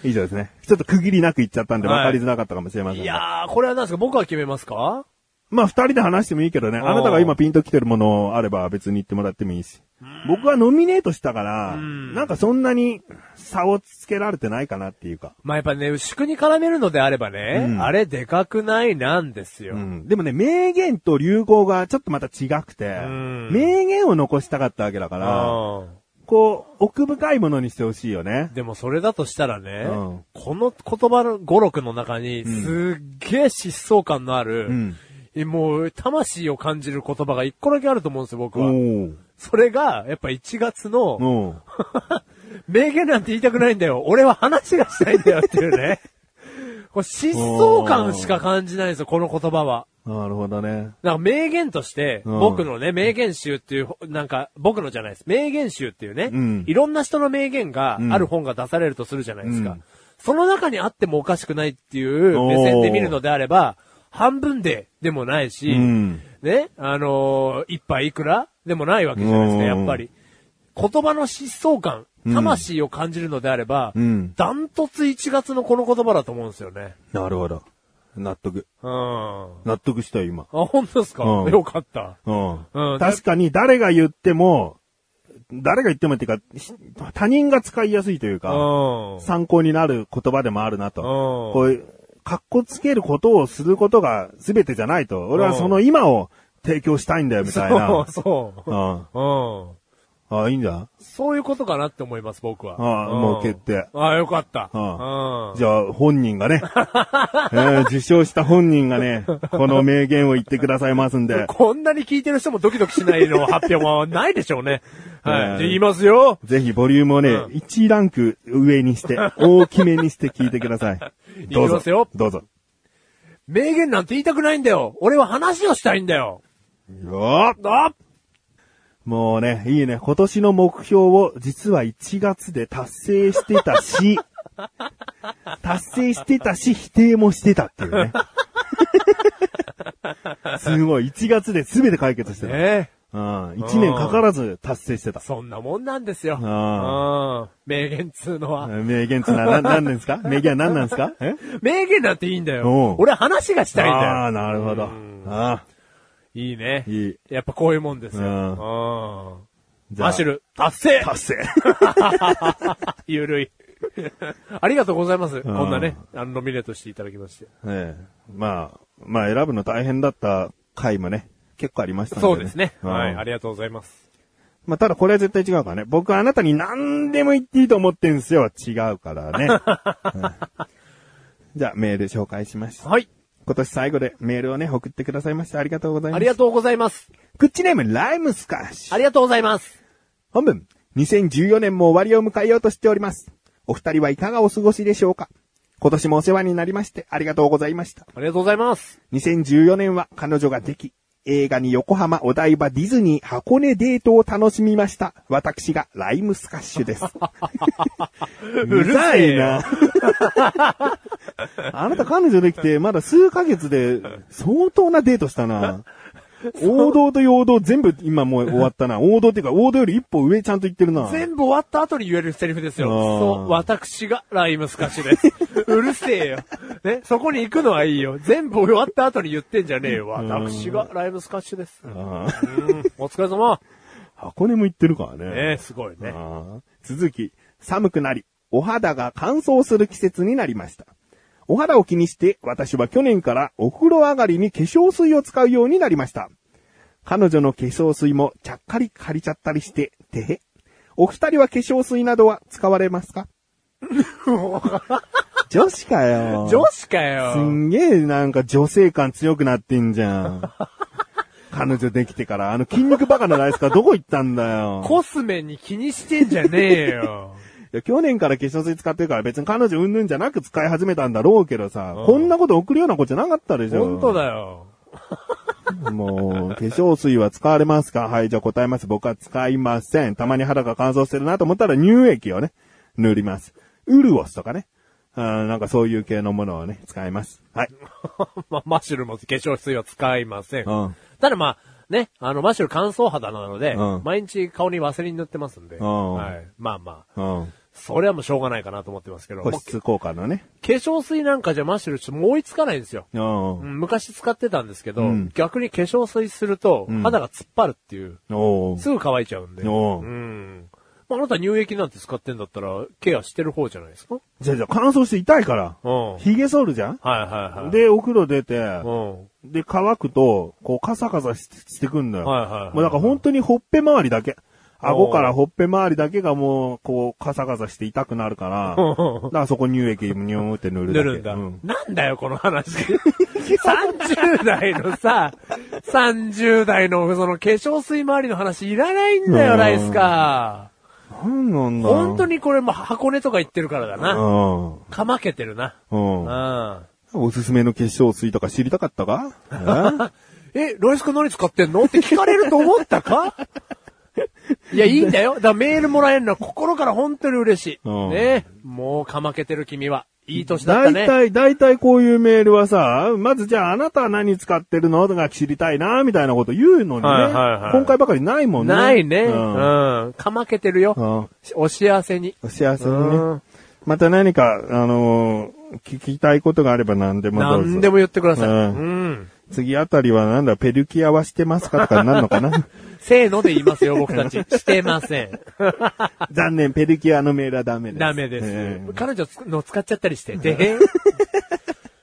C: 以上ですね。ちょっと区切りなく言っちゃったんで、
B: はい
C: 分かりづらかったかもしれません、
B: い
C: が
B: やー、これは何ですか僕は決めますか
C: まあ、二人で話してもいいけどね。
B: ん
C: あなたが今ピンと来てるものあれば別に言ってもらってもいいし。僕はノミネートしたから、
B: ん
C: なんかそんなに差をつけられてないかなっていうか。
B: まあ、やっぱね、牛久に絡めるのであればね、
C: うん
B: あれでかくないなんですよ。
C: うん。でもね、名言と流行がちょっとまた違くて、
B: ん
C: 名言を残したかったわけだから、
B: うん
C: こう、奥深いものにしてほしいよね。
B: でもそれだとしたらね、
C: うん
B: この言葉の語録の中に、すっげえ疾走感のあ
C: う
B: る
C: ん、
B: えもう、魂を感じる言葉が一個だけあると思うんですよ、僕
C: お
B: は。
C: ー
B: それが、やっぱ1月の、
C: おー
B: 名言なんて言いたくないんだよ。俺は話がしたいんだよっていう ね。これ疾走感しか感じないんですよ、この言葉は。
C: なるほどね。
B: なんか名言として、
C: うん
B: 僕のね、名言集っていう、なんか、僕のじゃないです。名言集っていうね、
C: うん
B: いろんな人の名言がある本が出されるとするじゃないですか。
C: うん
B: その中にあってもおかしくないっていう目線で見るのであれば、半分ででもないし、
C: うん
B: ね、あのー一杯いくらでもないわけじゃないですか、
C: うん
B: やっぱり。言葉の疾走感、魂を感じるのであれば、
C: うん
B: ダントツ1月のこの言葉だと思うんですよね。
C: なるほど。納得。
B: うん。あ、
C: 納得したよ、今。
B: 本当ですか、
C: うん
B: よかった。
C: う。
B: うんん
C: 確かに誰が言っても、誰が言ってもっていうか、ひ他人が使いやすいというか、
B: うん。
C: 参考になる言葉でもあるなと。
B: うん
C: こういう、格好つけることをすることが全てじゃないと。俺はその今を提供したいんだよ、みたいな。
B: そう、 そう。
C: あ
B: うん。
C: あ、あいいんじゃん
B: そういうことかなって思います、僕は。
C: ああ
B: ん
C: もう決定
B: ああ、よかった。
C: あ
B: うん。
C: じゃあ、本人 がね、えー受賞した本人がね、この名言を言ってくださいますんで、
B: こんなに聞いてる人もドキドキしないの発表はないでしょうね。はい。
C: ね
B: じゃあ言いますよ。
C: ぜひボリュームをね、
B: うん
C: 1ランク上にして、大きめにして聞いてください。ど
B: い
C: う
B: き
C: ぞ。
B: ますよ
C: どうぞ。
B: 名言なんて言いたくないんだよ。俺は話をしたいんだよ。
C: よー
B: あ
C: もうね、いいね。今年の目標を実は1月で達成してたし、 達成してたし、否定もしてたっていうね。すごい。1月で全て解決してた。
B: ねえ。
C: うん、1年かからず達成してた。
B: そんなもんなんですよ。
C: あ
B: うん。名言っつうのは。
C: 名言つな、な、何なんです か名言は何なんですかえ
B: 名言なんていいんだ
C: おう
B: よ。俺は話がしたいんだ
C: あ
B: よ。
C: あ、なるほど。ああ、
B: いいね。
C: いい。
B: やっぱこういうもんですよ。
C: う
B: うん
C: ん。じゃあ
B: マシュル、達成
C: 達成。
B: ゆるい。ありがとうございます。こ
C: ん
B: んなね、あの、ノミネートしていただきまして。
C: ええ。まあ、まあ選ぶの大変だった回もね、結構ありましたんで、ね。
B: そうですね。はい、あ
C: れ。
B: りがとうございます。
C: まあただこれは絶対違うからね。僕はあなたに何でも言っていいと思ってんすよ。違うからね。うんじゃあメール紹介しました。
B: はい、
C: 今年最後でメールをね、送ってくださいましてありがとうございます。
B: ありがとうございます。
C: クッチネーム、ライムスカッシュ
B: ありがとうございます。
C: 本文、2014年も終わりを迎えようとしております。お二人はいかがお過ごしでしょうか今年もお世話になりましてありがとうございました。
B: ありがとうございます。
C: 2014年は彼女ができ、映画に横浜、お台場、ディズニー、箱根デートを楽しみました。私がライムスカッシュです。
B: う
C: うるさいな。 あなた彼女できて、まだ数ヶ月で相当なデートしたな。王道と陽道全部今もう終わったな。王道っていうか王道より一歩上ちゃんと行ってるな。
B: 全部終わった後に言えるセリフですよ。
C: あー
B: そう、私がライムスカッシュです。 うるせえよ。ね、そこに行くのはいいよ。全部終わった後に言ってんじゃねえよ。私がライムスカッシュです。うん
C: あー
B: お疲れ様。
C: 箱根も行ってるからね。
B: ねすごいね。
C: あー 続き、寒くなり、お肌が乾燥する季節になりました。お肌を気にして、私は去年からお風呂上がりに化粧水を使うようになりました。彼女の化粧水もちゃっかり借りちゃったりして、てへ。お二人は化粧水などは使われます か女子かよ。
B: 女子かよ。
C: すんげえなんか女性感強くなってんじゃん。彼女できてから、あの筋肉バカなライスカーどこ行ったんだよ。
B: コスメに気にしてんじゃねえよ。
C: いや、去年から化粧水使ってるから別に彼女うんぬんじゃなく使い始めたんだろうけどさ、
B: うん
C: こんなこと送るような子じゃなかったでしょ。
B: 本当だよ。
C: もう、化粧水は使われますかはい、じゃあ答えます。僕は使いません。たまに肌が乾燥してるなと思ったら乳液をね、塗ります。ウルオスとかね。あーなんかそういう系のものをね、使います。はい。
B: まあ、マッシュルも化粧水は使いません。
C: うん
B: ただまあ、ね、あの、マッシュル乾燥肌なので、
C: うん
B: 毎日顔にワセリン塗ってますんで、
C: ん
B: はい、まあまあ、
C: うん。
B: それはもうしょうがないかなと思ってますけど、もう
C: 保
B: 化
C: 湿効果のね。
B: 粧水なんかじゃマッシュルちょっともう追いつかないんですよ。
C: うん。
B: うん昔使ってたんですけど、
C: うん
B: 逆に化粧水すると、
C: ん
B: 肌が突っ張るっていう、
C: おー
B: すぐ乾いちゃうんで。
C: おう
B: うん。まあ、あなた乳液なんて使ってんだったら、ケアしてる方じゃないですかうん。
C: じゃあじゃあ乾燥して痛いから。
B: はい
C: 髭剃るじゃん
B: はいはい。、
C: で、お風呂出て、
B: うん。
C: で、乾くと、こう、カサカサししてくんだよ。
B: はいはいはい
C: もうだから本当にほっぺ周りだけ。顎からほっぺ周りだけがもう、こう、カサカサして痛くなる から、だからそこ乳液、にューって塗るだ
B: 塗
C: け。
B: るんだ。
C: うん
B: なんだよ、この話。30代のさ、30代のその化粧水周りの話いらないんだ
C: う
B: よ、
C: ん
B: ライスカ
C: なんなん
B: ー。
C: だ
B: 本当
C: に
B: にこれもう箱根とか行ってるからだな。
C: う。
B: かまけてるな。うん
C: うん。
B: ん。
C: おすすめの化粧水とか知りたかっ たかえ
B: え、ライスカー何使ってんのって聞かれると思ったかいや、いいんだよ。だからメールもらえるのは心から本当に嬉しい。
C: うん
B: ねもうかまけてる君は。いい年だっ
C: だ
B: た
C: い
B: ね。
C: たい、だいたいこういうメールはさ、まずじゃああなたは何使ってるのとか知りたいな、みたいなこと言うのにね、
B: はいはいはい
C: 今回ばかりないもんね。
B: ないね、う
C: うん
B: ん。かまけてるよ。
C: うん
B: お幸せに。
C: お幸せに
B: う
C: ね
B: ん。
C: また何か、あのー聞きたいことがあれば何でもどうぞ。
B: 何でも言ってください。う。
C: うんん次あたりはなんだ、ペルキアはしてますかとかになるのか な
B: せーので言いますよ、僕たち。 してません。
C: 残念、ペルキアのメールはダメです。
B: ダメです。
C: ええ
B: 彼女つの使っちゃったりして。で へん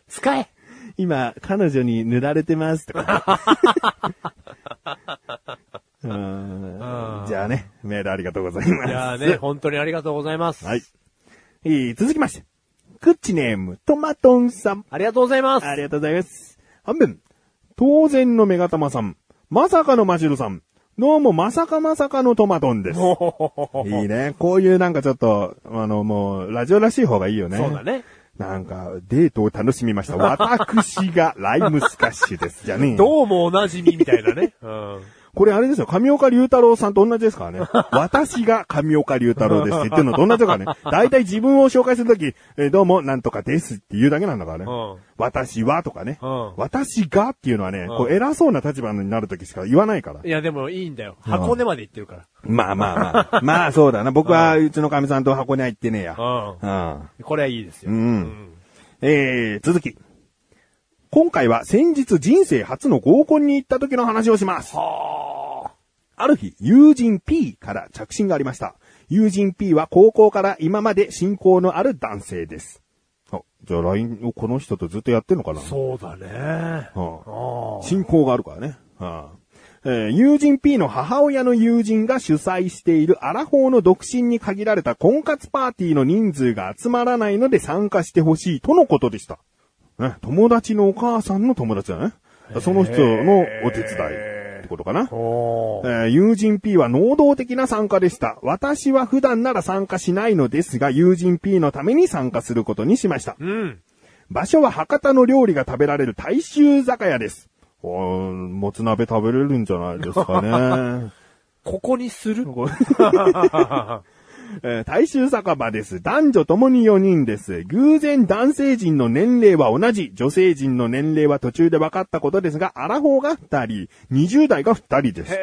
B: 使え
C: 今、彼女に塗られてますとか。ゃあね、メールありがとうございます。
B: いやーね、本当にありがとうございます。
C: はい。えー続きまして。クッチネーム、トマトンさん。
B: ありがとうございます。
C: ありがとうございます。半分。当然のメガタマさん。まさかのマシュルさん。どうもまさかまさかのトマトンです。
B: ほほほほほ
C: いいね。こういうなんかちょっと、あの、もう、ラジオらしい方がいいよ ね。
B: そうだね。
C: なんか、デートを楽しみました。私がライムスカッシュです。じゃねえ。
B: どうもおなじみみたいなね。うん。
C: これあれですよ。上岡龍太郎さんと同じですからね。 私が上岡龍太郎ですって言ってるのと同じだからね。大体自分を紹介するとき、えーどうもなんとかですって言うだけなんだからね。
B: うん
C: 私はとかね。
B: うん
C: 私がっていうのはね、こう偉そうな立場になるときしか言わないから。
B: いや、でもいいんだよ。箱根まで行ってるから。
C: まあまあまあ。 まあそうだな。僕はうちの神さんと箱には行ってねえや。
B: う
C: うん
B: ん。これはいいですよ。
C: うん。えー、続き。今回は先日人生初の合コンに行った時の話をします。ある日、友人 P から着信がありました。友人 P は高校から今まで親交のある男性です。あ、じゃあ LINE をこの人とずっとやってんのかな
B: そうだね。
C: はあ
B: あ
C: 信仰があるからね。はあえー友人 P の母親の友人が主催しているアラフォーの独身に限られた婚活パーティーの人数が集まらないので参加してほしいとのことでした。ね、友達のお母さんの友達だね。その人のお手伝いってことかな
B: あ。。おー
C: えー友人 P は能動的な参加でした。私は普段なら参加しないのですが、友人 P のために参加することにしました。
B: うん。
C: 場所は博多の料理が食べられる大衆酒屋です。おーもつ鍋食べれるんじゃないですかね。
B: ここにする、
C: えー大衆酒場です。男女ともに4人です。偶然男性陣の年齢は同じ。女性陣の年齢は途中で分かったことですが、アラフォーが2人、20代が2人です。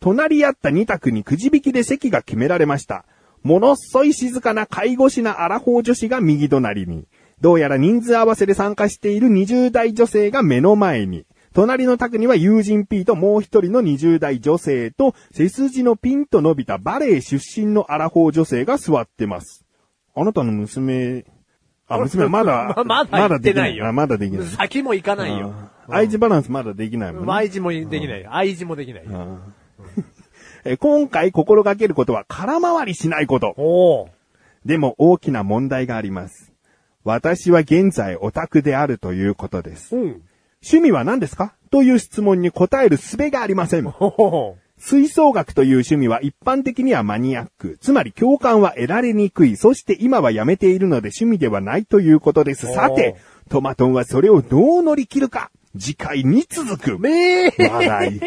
C: 隣り合った2択にくじ引きで席が決められました。ものっそい静かな介護士なアラフォー女子が右隣に。どうやら人数合わせで参加している20代女性が目の前に。隣の卓には友人 P ともう一人の20代女性と背筋のピンと伸びたバレエ出身のアラフォー女性が座ってます。あなたの娘、あ、娘はまだ
B: まだ行ってないよ。
C: あまだできない。
B: 先も行かないよ。
C: あ愛知バランスまだできないもんね。
B: 愛知もできない。愛知もできない。
C: えー今回心がけることは空回りしないこと。
B: おー
C: でも大きな問題があります。私は現在オタクであるということです。
B: うん。
C: 趣味は何ですかという質問に答える術がありません。
B: ほほほ
C: 吹奏楽という趣味は一般的にはマニアック。つまり共感は得られにくい。そして今はやめているので趣味ではないということです。
B: おー
C: さて、トマトンはそれをどう乗り切るか次回に続く。
B: め ー
C: 話題。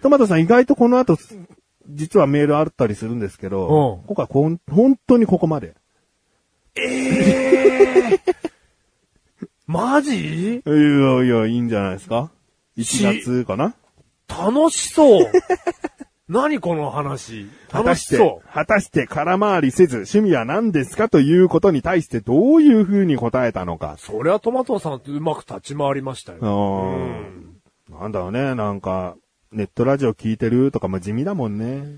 C: トマトさん意外とこの後、実はメールあったりするんですけど
B: うん、
C: 今回こん本当にここまで。
B: マジ
C: いやいや、いいんじゃないですか ?1
B: し
C: 月かな
B: 楽し そう。何この話。
C: 果た
B: 楽
C: し
B: してそ、
C: 果たして空回りせず趣味は何ですかということに対してどういう風に答えたのか
B: う。。そりゃトマトさんってうまく立ち回りました
C: う
B: よ。
C: ーんなんだろうね、なんか、ネットラジオ聞いてるとかも地味だもんね。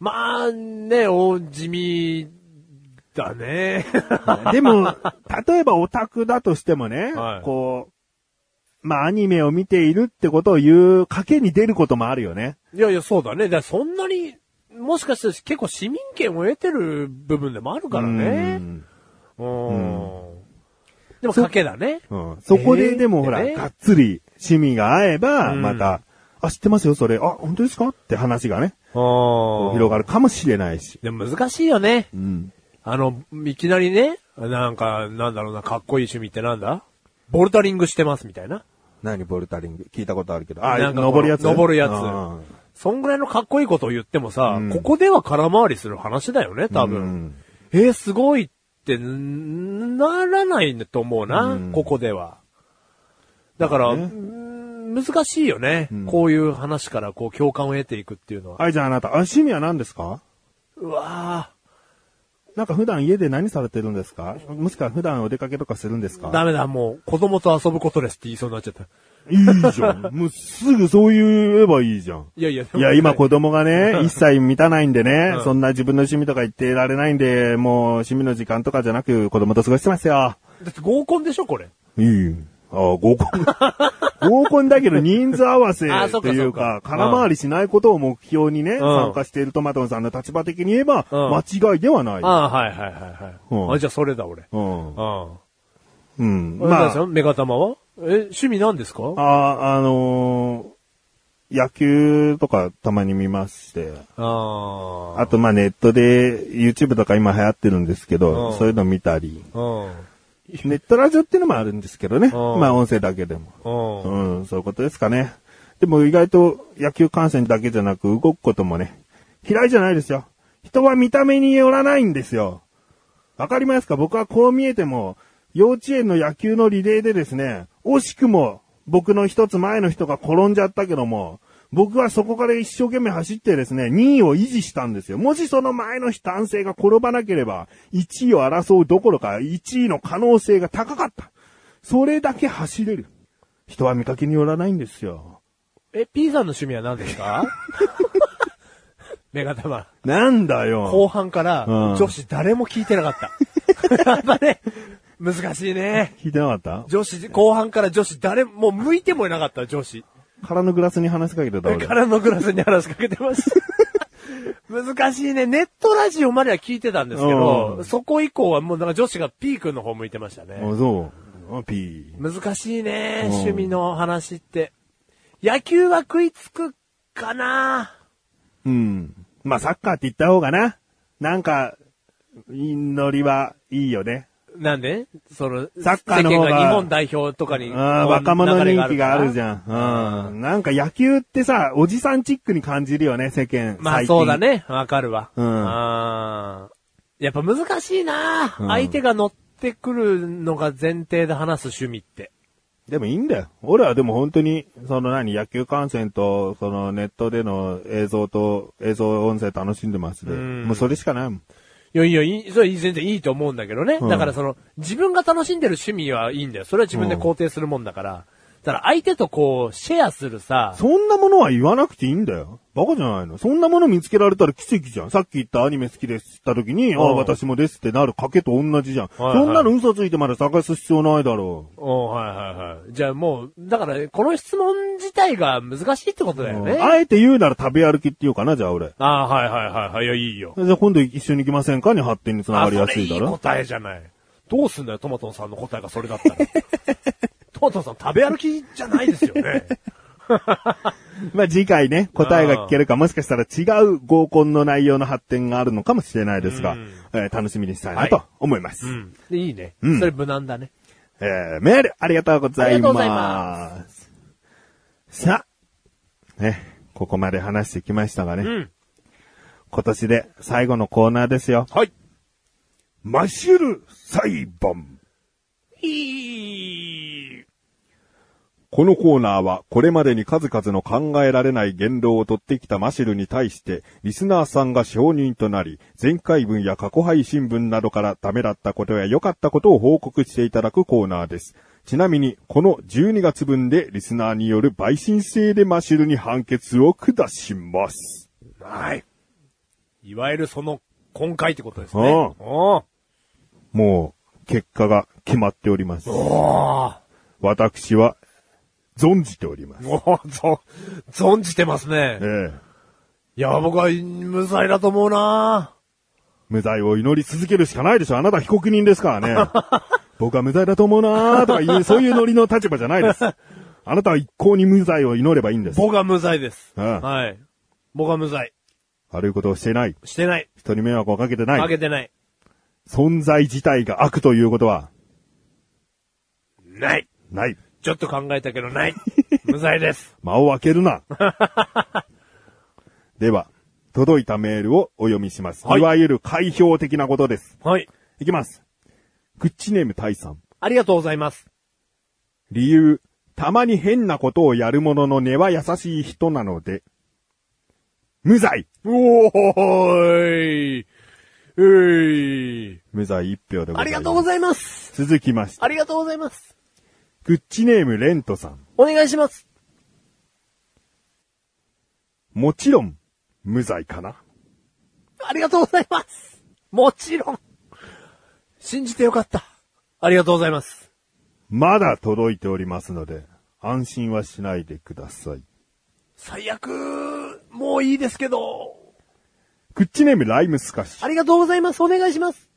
B: まあね、お地味だね。
C: でも、例えばオタクだとしても ね、
B: はい
C: こう、まあアニメを見ているってことを言う賭けに出ることもあるよね。
B: いやいや、そうだね。だからそんなに、もしかしたら結構市民権を得てる部分でもあるから
C: う
B: ね。
C: ん
B: うん。でも賭けだね。
C: うんそこ
B: え
C: で
B: ー
C: でもほら、
B: えー
C: がっつり趣味が合えば、
B: うん
C: また、あ、知ってますよ、それ。あ、本当ですかって話がね、
B: あ
C: 広がるかもしれないし。
B: でも難しいよね。
C: うん。
B: あの、いきなりね、なんか、なんだろうな、かっこいい趣味ってなんだボルタリングしてますみたいな。
C: 何、ボルタリング聞いたことあるけど。あ、
B: なんか
C: 登るやつ
B: 登るやつ
C: あ
B: そんぐらいのかっこいいことを言ってもさ、
C: うん
B: ここでは空回りする話だよね、多
C: う
B: 分。
C: ん
B: えー、すごいって、んならないと思うな、
C: うん
B: ここでは。だから、
C: ね
B: うん難しいよね、
C: ん
B: こういう話からこう共感を得ていくっていうのは。
C: ーはい、じゃああなた、あ趣味は何ですか
B: うわ
C: なんか普段家で何されてるんですかもしくは普段お出かけとかするんですか
B: ぁ、ダメだ、もう、子供と遊ぶことですって言いそうになっちゃった。
C: いいじゃ ん。もうすぐそう言えばいいじゃん。
B: いやいや、
C: いや、今
B: こ
C: 子供がね、一切満たないんでね、
B: うん
C: そんな自分の趣味とか言ってられないんで、もう趣味の時間とかじゃなく子供と過ごしてますよ。
B: だって合コンでしょ、これ。
C: いい。ああ、 合コン。合コンだけど人数合わせ
B: あそっ
C: と
B: か
C: い
B: そうっか
C: か、空回りしないことを目標にね、参加しているトマトンさんの立場的に言えば、
B: うん
C: 間違いではない。
B: ああ、はいはいはいはい。
C: うん
B: あ、じゃあそれだ、俺。
C: うん。
B: うん。
C: うん。
B: ま
C: ま
B: あ、メガ玉はえ、趣味なんですか
C: あ、あ、あのー野球とかたまに見まして、
B: あ
C: あとまあネットで YouTube とか今流行ってるんですけど、
B: うん
C: そういうの見たり、
B: あ。うん。
C: ネットラジオっていうのもあるんですけどね、
B: うん
C: まあ音声だけでも。
B: うん。
C: うん、そういうことですかね。でも意外と野球観戦だけじゃなく動くこともね、嫌いじゃないですよ。人は見た目によらないんですよ。わかりますか僕はこう見えても、幼稚園の野球のリレーでですね、惜しくも僕の一つ前の人が転んじゃったけども、僕はそこから一生懸命走ってですね、2位を維持したんですよ。もしその前の日男性が転ばなければ、1位を争うどころか、1位の可能性が高かった。それだけ走れる。人は見かけによらないんですよ。
B: え、P さんの趣味は何です かメガ玉。
C: なんだ
B: 後
C: よ。
B: 半から、
C: うん
B: 女子誰も聞いてなかった。やっぱね、難しいね。
C: 聞いてなかった
B: 女子、後半から女子誰も、もう向いてもいなかった、女子。
C: 空のグラスに話しかけてた俺。
B: 空のグラスに話しかけてま した。難しいね。ネットラジオまでは聞いてたんですけど、
C: うん
B: そこ以降はもうなんか女子がピークの方向いてましたね。
C: あ、そう。あ、ピー。
B: 難しいね、
C: うん
B: 趣味の話って。野球は食いつくかな
C: うん。まあ、サッカーって言った方がな。なんか、いいノリはいいよね。
B: なんでその、
C: サッカーの方が
B: 世間が日本代表とかに、
C: うん、
B: こう
C: 若者人気があるじ
B: ん。
C: ゃん。うん。なんか野球ってさ、おじさんチックに感じるよね、世間。
B: まあ
C: 最近
B: そうだ。ね、わかるわ。
C: うん
B: あーやっぱ難しいな、
C: うん
B: 相手が乗ってくるのが前提で話す趣味って。
C: でもいいんだよ。俺はでも本当に、その何、野球観戦と、そのネットでの映像と、映像音声楽しんでますで。
B: うん
C: もうそれしかないもん。
B: いやいや、いい、それ全然いいと思うんだけどね。
C: うん
B: だからその、自分が楽しんでる趣味はいいんだよ。それは自分で肯定するもんだから。ただ相手とこう、シェアするさ、
C: そんなものは言わなくていいんだよ。バカじゃないの。そんなもの見つけられたら奇跡じゃん。さっき言ったアニメ好きですって言った時に、ああ、私もですってなる賭けと同じじゃん。
B: はい
C: そんなの嘘ついてまで探す必要ないだろ
B: おはいはいはい。じゃあもう、だから、この質問自体が難しいってことだ
C: う。
B: よ
C: うん
B: ね。
C: あえて言うなら食べ歩きって言うかな、じゃあ俺。
B: ああ、はいはいはいはい。いや、いいよ。
C: じゃあ今度一緒に行きませんかに発展につな
B: あ
C: がりやすいだ
B: それいい
C: ろ。
B: 答えじゃない。どうすんだよ、トマトンさんの答えがそれだ ったら。トマトンさん食べ歩きじゃないですよね。
C: まあ次回ね、答えが聞けるか、もしかしたら違う合コンの内容の発展があるのかもしれないですが、えー楽しみにしたいなと思います。
B: うん。でいいね。
C: うん
B: それ無難だね。
C: えーメールありがとうござ
B: あり
C: い
B: がとうござい
C: ま。
B: ます
C: さあ、ね、ここまで話してきましたがね、
B: うん。
C: 今年で最後のコーナーですよ。
B: はい。
C: マッシュル裁判。
B: いい。
C: このコーナーはこれまでに数々の考えられない言動を取ってきたマシルに対して、リスナーさんが証人となり、前回文や過去配信文などからダメだったことや良かったことを報告していただくコーナーです。ちなみに、この12月分でリスナーによる陪審制でマシルに判決を下します。
B: はい。いわゆるその、今回ってことです
C: う
B: ね。
C: ん
B: おー
C: もう、結果が決まっております。
B: おー
C: 私は、存じております。
B: おーぞ、存じてますね。
C: ええ、
B: いや、僕は無罪だと思うな
C: 無罪を祈り続けるしかないでしょ。あなた被告人ですから ね。僕は無罪だと思うなーとかいう、そういうノリの立場じゃない です。あなたは一向に無罪を祈ればいいんです。
B: 僕は無罪です。
C: うん
B: はい。僕は無罪。
C: 悪いことをしてない。
B: してない。
C: 人に迷惑をかけてな
B: 負
C: い。
B: けてない。
C: 存在自体が悪ということは、
B: ない。
C: ない。
B: ちょっと考えたけど ない。無罪です。
C: 間を開け るな。では、届いたメールをお読みします。、
B: はいい
C: わゆる開票的なことです。
B: はい。
C: いきます。クッチネームタイさん。
B: ありがとうございます。
C: 理由、たまに変なことをやるものの根は優しい人なので、無罪
B: おーい。えい。
C: 無罪一票でございます。
B: ありがとうございます。
C: 続きまして、
B: ありがとうございます。
C: グッチネームレントさん。
B: お願いします。
C: もちろん、無罪かな。
B: ありがとうございます。もちろん。信じてよかった。ありがとうございます。
C: まだ届いておりますので、安心はしないでください。
B: 最悪、もういいですけど、
C: クッチネームライムスカシ。
B: ありがとうございます。お願いします。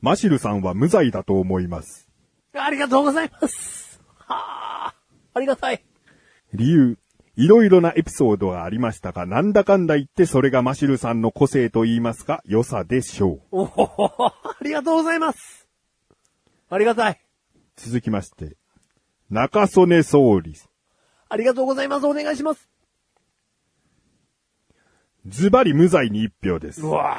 C: マシルさんは無罪だと思います。
B: ありがとうございます。はあ、ありがたい。
C: 理由。いろいろなエピソードがありましたが、なんだかんだ言ってそれがマシルさんの個性と言いますか、良さでしょう。
B: おほほほ、ありがとうございます。ありがたい。
C: 続きまして、中曽根総理。
B: ありがとうございます。お願いします。
C: ズバリ無罪に一票です。
B: わ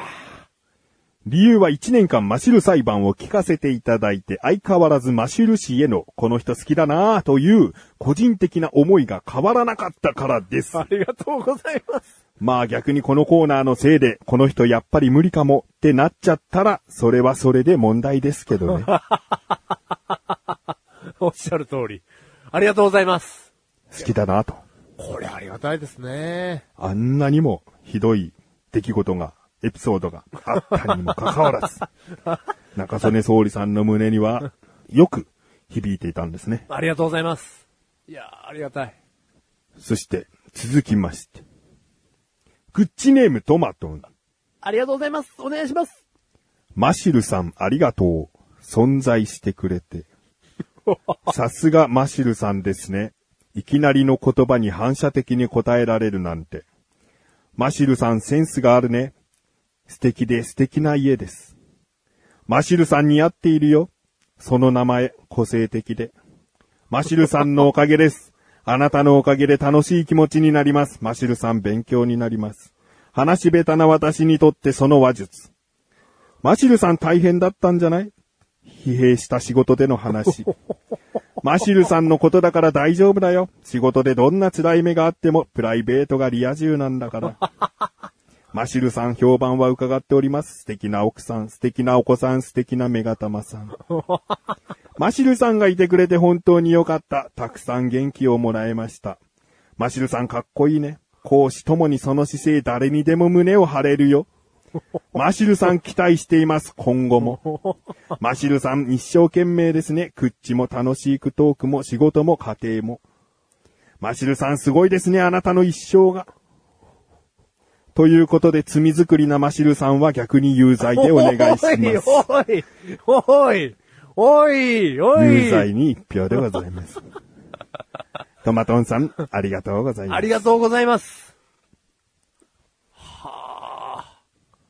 C: 理由は1年間マシル裁判を聞かせていただいて、相変わらずマシル氏への、この人好きだなぁという、個人的な思いが変わらなかったからです。
B: ありがとうございます。
C: まあ逆にこのコーナーのせいで、この人やっぱり無理かもってなっちゃったら、それはそれで問題ですけどね。
B: おっしゃる通り。ありがとうございます。
C: 好きだなぁと。
B: これありがたいですね。
C: あんなにもひどい出来事が、エピソードがあったにもかかわらず、中曽根総理さんの胸には、よく響いていたんですね。
B: ありがとうございます。いやーありがたい。
C: そして、続きまして。グッチネームトマトン。
B: ありがとうございます。お願いします。
C: マシルさんありがとう。存在してくれて。さすがマシルさんですね。いきなりの言葉に反射的に答えられるなんて。マシルさんセンスがあるね。素敵で素敵な家です。マシルさんに合っているよ。その名前、個性的で。マシルさんのおかげです。あなたのおかげで楽しい気持ちになります。マシルさん勉強になります。話し下手な私にとってその話術。マシルさん大変だったんじゃない疲弊した仕事での話。マシルさんのことだから大丈夫だよ。仕事でどんな辛い目があっても、プライベートがリア充なんだから。マシルさん評判は伺っております。素敵な奥さん、素敵なお子さん、素敵なメガタマさん。マシルさんがいてくれて本当に良かった。たくさん元気をもらえました。マシルさんかっこいいね。講師ともにその姿勢誰にでも胸を張れる よ。マシルさん期待しています、今後 も。マシルさん一生懸命ですね。クッチも楽しくトークも仕事も家庭も。マシルさんすごいですね、あなたの一生が。ということで、罪作りなマシルさんは逆に有罪 でお願いします。
B: おい、おい、おい、お
C: 有
B: い、おい。
C: 罪に一票でござ います。トマトンさん、ありがとうござい
B: あ
C: ます
B: り。がとうございます。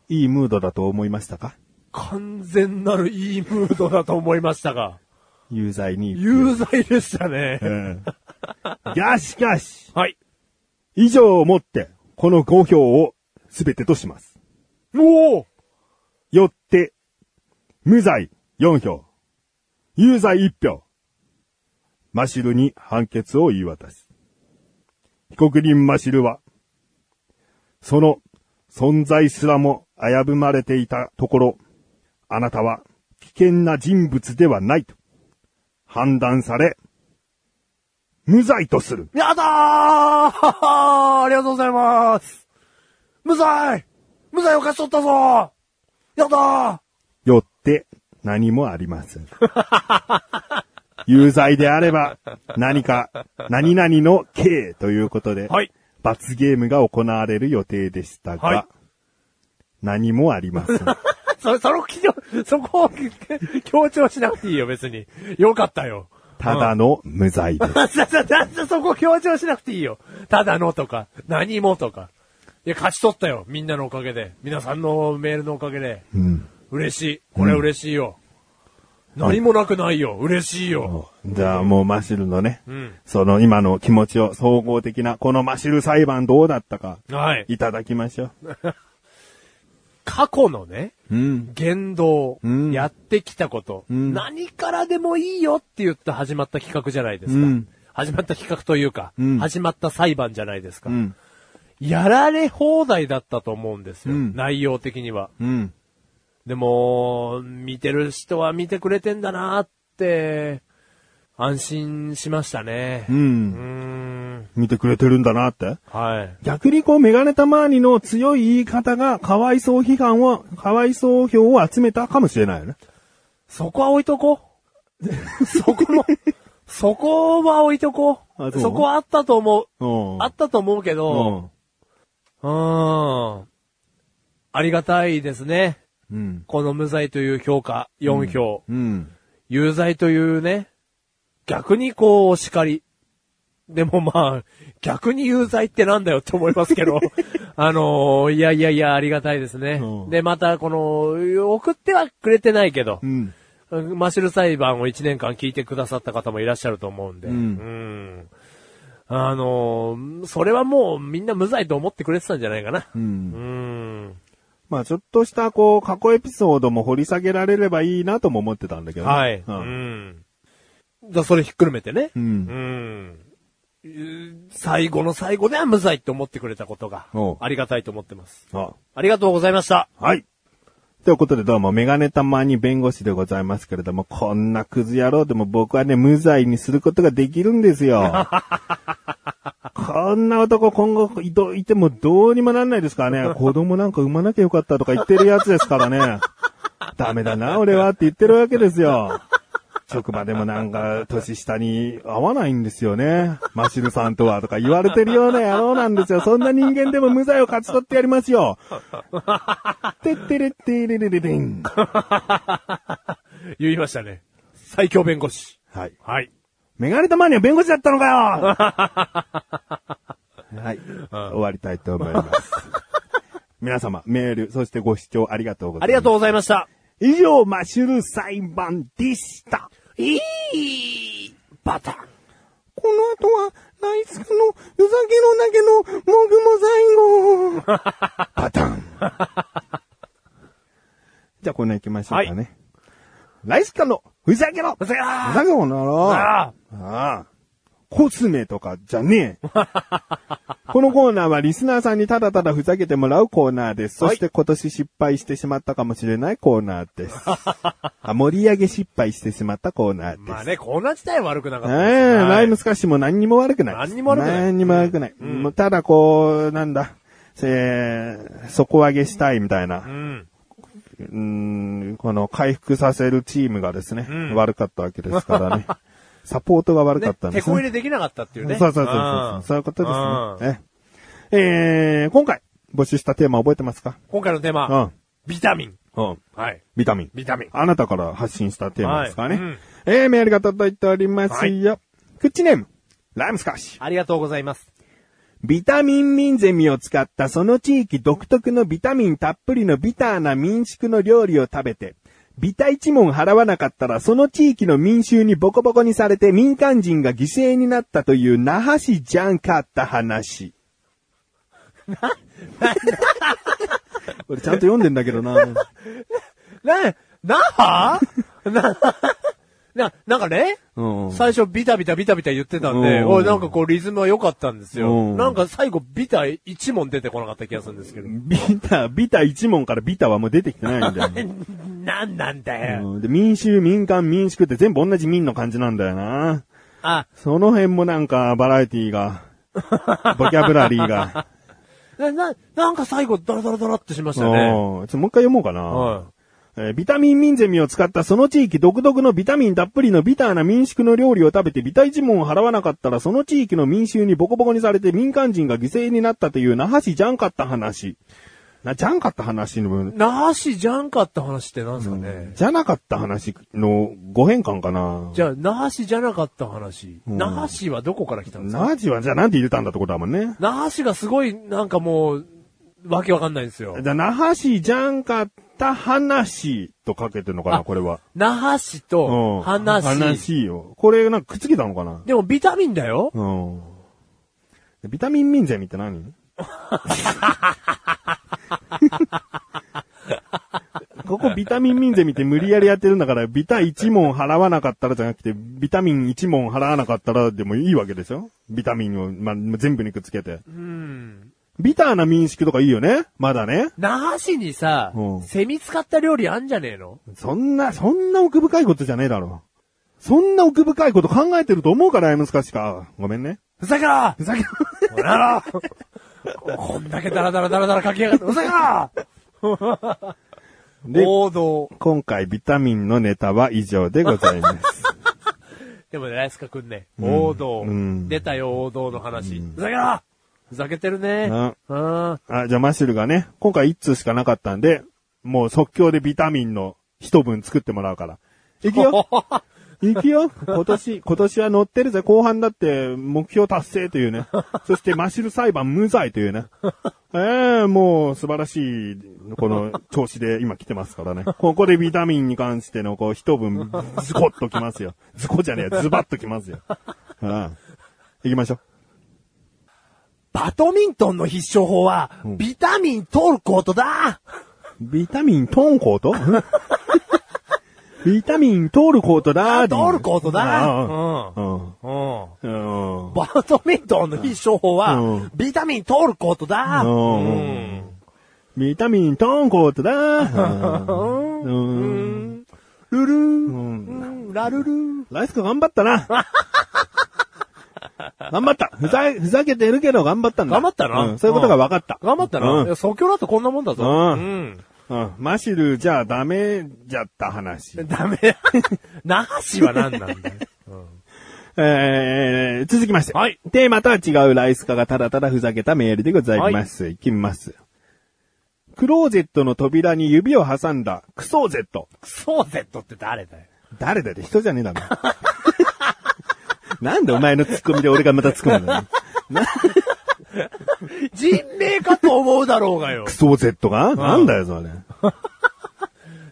C: いいムードだと思いましたか
B: 完全なるいいムードだと思いましたが、
C: 有罪に一票。
B: 有罪でしたね。
C: うんがしかし
B: はい。
C: 以上をもって、この5票を全てとします。
B: おお
C: よって、無罪4票、有罪1票、マシルに判決を言い渡す。被告人マシルは、その存在すらも危ぶまれていたところ、あなたは危険な人物ではないと判断され、無罪とする。
B: やだーははーありがとうございます無罪無罪を勝ち取ったぞやだー
C: よって何もありません。有罪であれば何か何々の刑ということで、
B: はい
C: 罰ゲームが行われる予定でしたが、
B: はい
C: 何もあり ません。
B: そ、その基準、そこを 強調しなくていいよ、別に。よかったよ。
C: ただの無 罪です。
B: だ、だ、だ、だそこ強調しなくていいよ。ただのとか、何もとか。いや、勝ち取ったよ。みんなのおかげで。皆さんのメールのおかげで。
C: うん
B: 嬉しい。これ嬉しいよ。何もなくないよ。嬉しいよ。
C: じゃあもうマシルのね、
B: ん
C: その今の気持ちを総合的な、このマシル裁判どうだったか、
B: はい。
C: いただきましょう。
B: 過去のね、
C: うん。
B: 言動、
C: うん
B: やってきたこと、
C: ん
B: 何からでもいいよって言って始まった企画じゃないですか。
C: うん
B: 始まった企画というか、
C: ん
B: 始まった裁判じゃないですか、
C: うん。
B: やられ放題だったと思うんですよ。
C: うん
B: 内容的には。
C: うん。
B: でも、見てる人は見てくれてんだなって、安心しましたね。
C: う
B: うーん。
C: ん。見てくれてるんだなって
B: はい。
C: 逆にこう、メガネたまーにの強い言い方が、かわいそう批判を、かわいそう票を集めたかもしれないよね。
B: そこは置いとこう。そこの、そこは置いとこ
C: あ
B: う。
C: そう
B: そこはあったと思う。
C: うん。
B: あったと思うけど、うーん。ありがたいですね。
C: うん。うん。
B: この無罪という評価、4票。
C: うん。
B: 有罪というね、逆にこう、お叱り。でもまあ、逆に有罪ってなんだよって思いますけど、 あのーいやいやいや、ありがたいですね。
C: うん
B: で、また、この、送ってはくれてないけど、
C: うん。
B: マシュル裁判を1年間聞いてくださった方もいらっしゃると思うんで。
C: うん
B: んあのーそれはもうみんな無罪と思ってくれてたんじゃないかな。
C: う。
B: うんん。
C: まあちょっとした、こう、過去エピソードも掘り下げられればいいなとも思ってたんだけどね。
B: はい。
C: う。
B: うんん。じゃあそれひっくるめてねう
C: う。。
B: んん。うん最後の最後では無罪って思ってくれたことが
C: おう、
B: ありがたいと思ってます。
C: あ、
B: ありがとうございました。
C: はい。ということでどうも、メガネたまに弁護士でございますけれども、こんなクズ野郎でも僕はね、無罪にすることができるんですよ。こんな男今後いどいてもどうにもなんないですからね。子供なんか産まなきゃよかったとか言ってるやつですからね。ダメだな、俺はって言ってるわけですよ。職場でもなんか、年下に合わないんですよね。マシルさんとはとか言われてるような野郎なんですよ。そんな人間でも無罪を勝ち取ってやりますよ。てってれってれれれれん。
B: 言いましたね。最強弁護士。
C: はい。
B: はい。
C: メガネたまには弁護士だったのかよ はい。終わりたいと思います。 皆様、メール、そしてご視聴ありがとうござ
B: あ
C: います。
B: りがとうございました。
C: 以上、マッシュル裁判でした。
B: いいバタン。
C: この後は、大好きの、うざけろだけど、もぐも最後。 パターン。じゃあ、こんな行きましょうかね。ライスカの、ふざけろふ
B: ざけろ
C: ざけろなろ
B: あ
C: ああ。コスメとかじゃね え。このコーナーはリスナーさんにただただふざけてもらうコーナーです。そして今年失敗してしまったかもしれないコーナーです。 あ盛り上げ失敗してしまったコーナーです。
B: まあね、コーナー自体は悪くなかっ
C: ええ
B: たですはい
C: ライムスカッシュも何にも悪くない。
B: 何にも悪くない
C: 何にも悪くない。もうただこう、なんだ、えー、底上げしたいみたいな
B: う、ん。
C: うーん、この回復させるチームがですね、
B: うん
C: 悪かったわけですから ね。サポートが悪か
B: ね
C: ったんで
B: 手
C: す
B: こ入
C: ね。
B: れできなかったっていうね。
C: そうそうそう
B: ああ
C: そう。そういうことですね。ええー今回募集したテーマ覚えてますか
B: 今回のテーマ、
C: うん
B: ビタミン。
C: うん。
B: はい。
C: ビタミン。
B: ビタミン。
C: あなたから発信したテーマですからね。
B: はいうん
C: えー、メールが届いておりますよ。クッチネーム、ライムスカッシュ。
B: ありがとうございます。
C: ビタミンミンゼミを使ったその地域独特のビタミンたっぷりのビターな民宿の料理を食べて、ビタ一文払わなかったらその地域の民衆にボコボコにされて民間人が犠牲になったという那覇市じゃんかった話。 俺ちゃんと読んでんだけどな。
B: ね、なはな、な、なんかね、
C: うんうん
B: 最初ビタビタビタビタ言ってたん
C: う
B: で、
C: ん
B: おい、なんかこうリズムは良かったんです
C: う
B: よ。
C: ん
B: なんか最後ビタ一問出てこなかった気がするんですけど。
C: ビタ、ビタ一文からビタはもう出てきて ないんだよ。
B: なんなんだよ。
C: うんで民衆、民間、民宿って全部同じ民の感じなんだよな。
B: あ、
C: その辺もなんかバラエティ ーが、ボキャブラリーが。
B: な、な、なんか最後ダラダラダラってしましたね。
C: おーちょもう一回読もうかな。
B: は
C: えービタミンミンゼミを使ったその地域独特のビタミンたっぷりのビターな民宿の料理を食べてビタ一文を払わなかったらその地域の民衆にボコボコにされて民間人が犠牲になったという那覇市じゃんかった話。な、じゃんかった話
B: い。
C: の分、
B: なしじゃんかった話ってなんですかね。
C: じゃなかった話の語変換かな。
B: じゃあ、那覇市じゃなかった話。
C: うん
B: 那覇市はどこから来たんです
C: 那
B: か
C: 覇市はじゃあなんて入れたんだってことだもんね。
B: 那覇市がすごい、なんかもう、わけわかんないんですよ。
C: じゃあ那覇市じゃんかった話とかけてんのかな、
B: あ
C: これは。
B: 那覇市と話。
C: 話よ。これ、なんかくっつけたのかな
B: でもビタミンだよ
C: うん。ビタミンミンゼミっ て何ここビタミンミンゼミって無理やりやってるんだから、ビタ1問払わなかったらじゃなくて、ビタミン1問払わなかったらでもいいわけでしょビタミンを、まあ、全部にくっつけて。
B: うん。
C: ビターな民宿とかいいよねまだね。
B: 那覇市にさ
C: うん、
B: セミ使った料理あんじゃねえの
C: そんな、そんな奥深いことじゃねえだろ。そんな奥深いこと考えてると思うから、ライムスカッシュか。ごめんね。
B: ふざけろ
C: ふざけ
B: ほらろこんだけダラダラダラダラ書きやがって、ふざけ
C: で
B: ろ、王道。
C: 今回ビタミンのネタは以上でございます。
B: でもね、ライスカくんね、王道、
C: うん
B: 出たよ、王道の話。ふざけろふざけてるね。
C: な
B: うん。
C: あ、じゃあマシュルがね、今回1通しかなかったんで、もう即興でビタミンの一分作ってもらうから。いく よいくよ今年、今年は乗ってるぜ。後半だって目標達成というね。そしてマシュル裁判無罪というね。ええもう素晴らしい、この調子で今来てますからね。ここでビタミンに関してのこう一分ズコッときますよ。ズコじゃねえやズバッときますよ。うん。行きましょう。
B: バドミントンの必勝法は、ビタミン取ることだ
C: ビタミントンコートビタミントールコートだーって言う
B: 取ることだ
C: ああうん
B: うん。
C: うん
B: バドミントンの必勝法
C: う
B: は
C: ん、
B: ビタミン取ることだ
C: うん
B: うん
C: ビタミントンコートだーうんうん
B: ルルー
C: うん
B: うんラルルー
C: ライス君頑張ったな 頑張ったふざふざけてるけど頑張ったんだ。
B: 頑張ったな
C: うんそういうことが分かった。
B: 頑張った
C: うん
B: な。いや即興だとこんなもんだぞ。
C: うん
B: ん。
C: うんマシルじゃあダメじゃった話。
B: ダメ。 流しは何なんだよ。
C: えー、続きまして。
B: はい
C: テーマとは違うライスカがただただふざけたメールでございます。い、きます。クローゼットの扉に指を挟んだクソーゼット。
B: クソーゼットって誰だよ。
C: 誰だって人じゃねえだろ。なんでお前のツッコミで俺がまた突っ込むの
B: 人名かと思うだろうがよ
C: ク。ソーゼットがなんだよ、それ。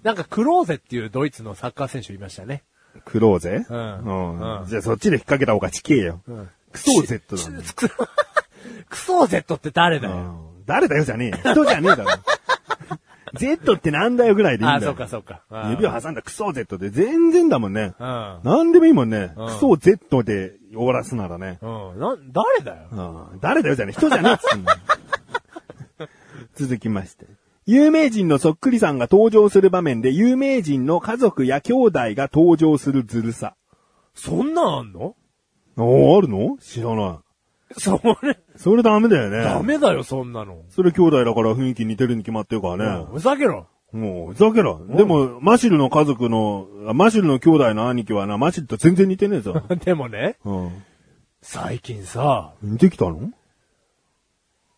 B: なんかクローゼっていうドイツのサッカー選手いましたね。
C: クローゼ
B: うん
C: うんじゃあそっちで引っ掛けた方がちけえよ。クソーゼットだ、ね
B: ククソーゼットって誰だ
C: う
B: よ。
C: ん誰だよじゃねえよ。人じゃねえだろ。Z ってなんだよぐらいでいいんだよ。
B: あ、そうかそうか。うん
C: 指を挟んだクソ Z で全然だもんね。
B: うん。
C: なんでもいいもんね。
B: うん
C: クソ Z で終わらすならね。
B: うん。な、誰だよ。
C: うん誰だよじゃねえ。人じゃねえっつうんだよ続きまして。有名人のそっくりさんが登場する場面で有名人の家族や兄弟が登場するずるさ。
B: そんなんあんの
C: おーあるの知らな
B: それ、
C: い。それダメだよね。
B: ダメだよ、そんなの。
C: それ兄弟だから雰囲気似てるに決まってるからね。
B: ふざけろ。
C: もう、ふざけろ。でも、マシルの家族の、あマシルの兄弟の兄貴はな、マシルと全然似てねえぞ。
B: でもね、
C: うん。
B: 最近さ、
C: 似てきたの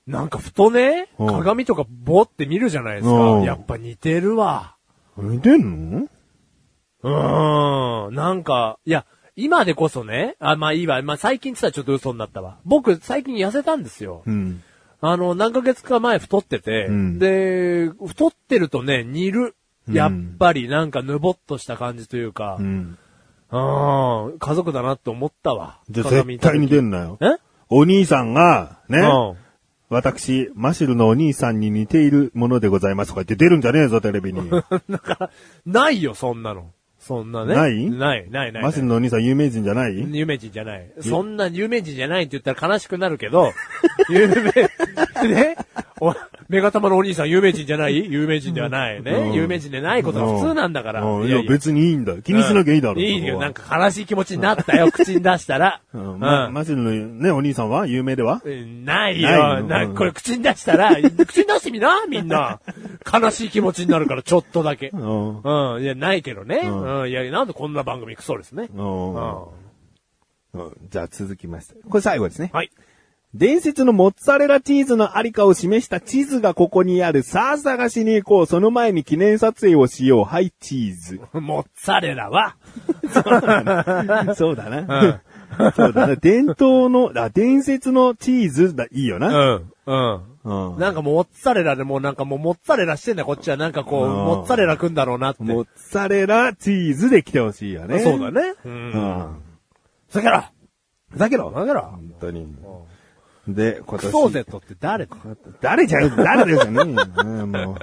B: なんかふとね、
C: うん
B: 鏡とかぼって見るじゃないですか。
C: うん
B: やっぱ似てるわ。
C: 似てんの
B: うーん。なんか、いや、今でこそね、あ、まあいいわ。まあ最近って言ったらちょっと嘘になったわ。僕、最近痩せたんですよ。
C: うん。
B: あの、何ヶ月か前太ってて、
C: うん
B: で、太ってるとね、似る。やっぱりなんかぬぼっとした感じというか、
C: うん。
B: うん、家族だなって思ったわ。
C: じゃあ
B: 鏡
C: 絶
B: 見た
C: 対
B: 時
C: 似てんなよ。
B: え
C: お兄さんが、ね、
B: うん。
C: 私、マシルのお兄さんに似ているものでございますとか言って出るんじゃねえぞ、テレ ビに。
B: だから、ないよ、そんなの。そんなね。
C: ない
B: ない、ない、ない。
C: マシルのお兄さん有名人じゃない
B: 有名人じゃない。そんな有名人じゃないって言ったら悲しくなるけ ど、有名、 ねお、メガ玉のお兄さん有名人じゃない有名人ではない。ね、
C: うん
B: 有名人でないことが普通なんだから。
C: うんいや、別にいいんだよ。気にしなきゃいいだろ。
B: いい
C: そこ
B: よ、
C: は
B: なんか悲しい気持ちになった よ、口に出したら。
C: う
B: うんん。
C: まマシルのね、お兄さんは有名では
B: うんない
C: ない
B: よ。
C: の
B: な
C: うん
B: これ口に出したら、 口に出してみな、みんな。悲しい気持ちになるから、ちょっとだけ。
C: うん。
B: うん。いや、ないけどね。
C: ん
B: うん。いや、なんでこんな番組クソですね。
C: うん
B: うん。
C: うんじゃあ続きまして。これ最後ですね。
B: はい。
C: 伝説のモッツァレラチーズのありかを示した地図がここにある。さあ探しに行こう。その前に記念撮影をしよう。はい、チー ズ。
B: モッツァレラは、
C: そうだな。そ うだな。伝統の、あ、伝説のチーズだ、いいよ
B: う
C: な。
B: ん。うん。
C: うん
B: なんかもうモッツァレラでもうなんかもうモッツァレラしてんだよこっちはなんかこう、
C: うん
B: モッツァレラくんだろうなって。
C: モッツァレラチーズで来てほしいよね。
B: そうだ。ね。う。
C: うんん。
B: ふざけろ
C: だけど、
B: ふざけろ
C: 本当に。で、今
B: ク
C: 年。
B: ソーゼットって誰だ
C: 誰じゃ、誰ですよね。うんもう。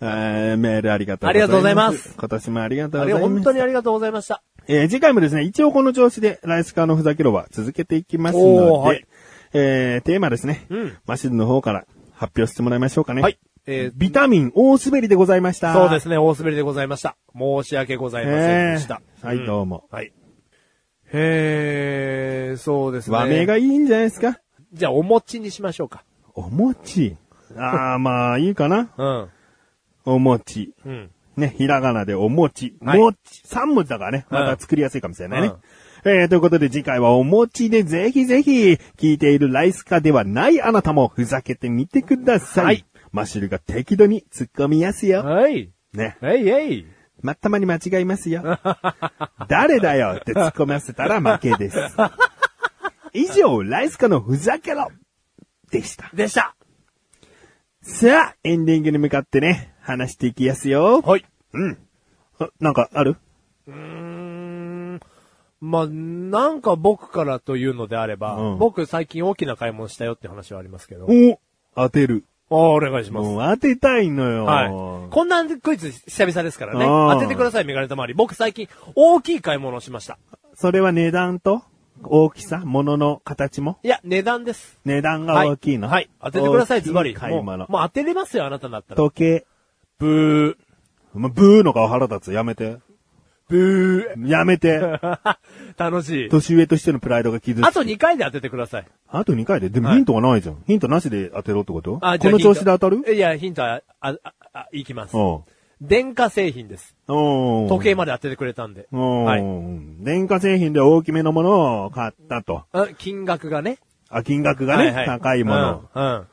C: えーメールありがとう
B: ありがとうございます。
C: 今年もありがとう
B: あ
C: ご
B: れ
C: ざいま
B: 本
C: す
B: 当。にありがとうございました。
C: えー次回もですね、一応この調子で、ライスカーのふざけろは続けていきますので、
B: おーはい
C: えーテーマですね、
B: うん
C: マシンの方から発表してもらいましょうかね。
B: はい。えー
C: ビタミン大滑りでございました。。
B: そうですすね、大滑りでございました。申し訳ございません
C: え
B: でした。
C: ー、はい、どうも。
B: はい。へー、そうですね。
C: 和名がいいんじゃないですか
B: じゃあ、お餅にしましょうか。
C: お餅。あー、まあ、いいかな。
B: うん。
C: お餅。
B: うん。
C: ね、ひらがなでお餅。
B: はい
C: もち。三文字だからね。また作りやすいかもしれないね。
B: うん
C: えー、ということで次回はお餅でぜひぜひ、聞いているライスカではないあなたもふざけてみてください。
B: はい
C: マッシュルが適度に突っ込みやすよ。
B: はい。
C: ね。
B: えいえい。
C: まったまに間違いますよ。誰だよって突っ込ませたら負けです。以上、ライスカのふざけろでした。
B: でした。
C: さあ、エンディングに向かってね、話していきやすよ。
B: はい。
C: うん。あなんかある
B: まあ、なんか僕からというのであれば、
C: うん
B: 僕最近大きな買い物したよって話はありますけど。
C: お当てる。
B: あお願いします。
C: もう当てたいのよ。
B: はい。こんなクイズ久々ですからね。
C: あー
B: 当ててください、メガネたまわり。僕最近大きい買い物をしました。
C: それは値段と大きさ、物の形も
B: いや、値段です。
C: 値段が
B: はい
C: 大きいの。
B: はい。当ててくださ
C: 大
B: い、
C: き
B: ズバリ。
C: 買い
B: もう
C: 物。
B: もう当てれますよ、あなただったら。
C: 時計。
B: ブー。
C: まブーの顔腹立つ。やめて。
B: ブ
C: やめて。
B: ー。 楽しい。
C: 年上としてのプライドが傷つく
B: あと2回で当ててください。
C: あと2回で。でも
B: はい
C: ヒントがないじゃん。ヒントなしで当てろってことこ
B: あじゃあ
C: の
B: ヒント
C: 調子で当たる
B: いや、ヒントは、あ、あ、あいきます。
C: お
B: 電化製品です。
C: うん。
B: 時計まで当ててくれたんで。
C: うん。
B: はい。
C: 電化製品で大きめのものを買ったと。
B: あ金額がね。
C: あ、金額がね、
B: はは
C: 高いもの。。
B: うん。うん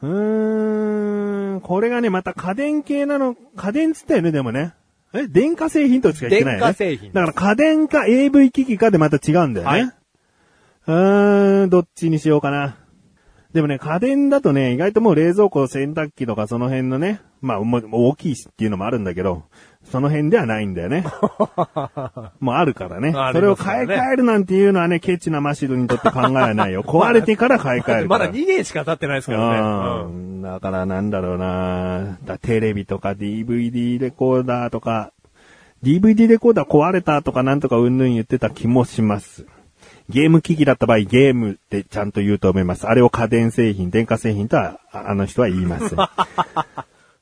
C: うーん、これがね、また家電系なの、家電つったよね、でもね。え、電化製品としか言ってないよね。
B: 電化製品
C: だから家電か AV 機器かでまた違うんだよね。
B: はいう
C: ーん、どっちにしようかな。でもね、家電だとね、意外ともう冷蔵庫、洗濯機とかその辺のね、まあ、もう大きいしっていうのもあるんだけど、その辺ではないん だよね。もうあるからね。
B: ありますからね
C: それを買い替えるなんていうのはね、ケチなマシドにとって考えはな いよ。壊れてから買い替えるか
B: ま
C: ら。
B: だ2年しか経ってないですから
C: う
B: ね。
C: んだからなんだろうなだテレビとか DVD レコーダーとか、DVD レコーダー壊れたとかなんとかうんぬん言ってた気もします。ゲーム機器だった場合、ゲームってちゃんと言うと思います。あれを家電製品、電化製品とは、ああの人は言いま せん。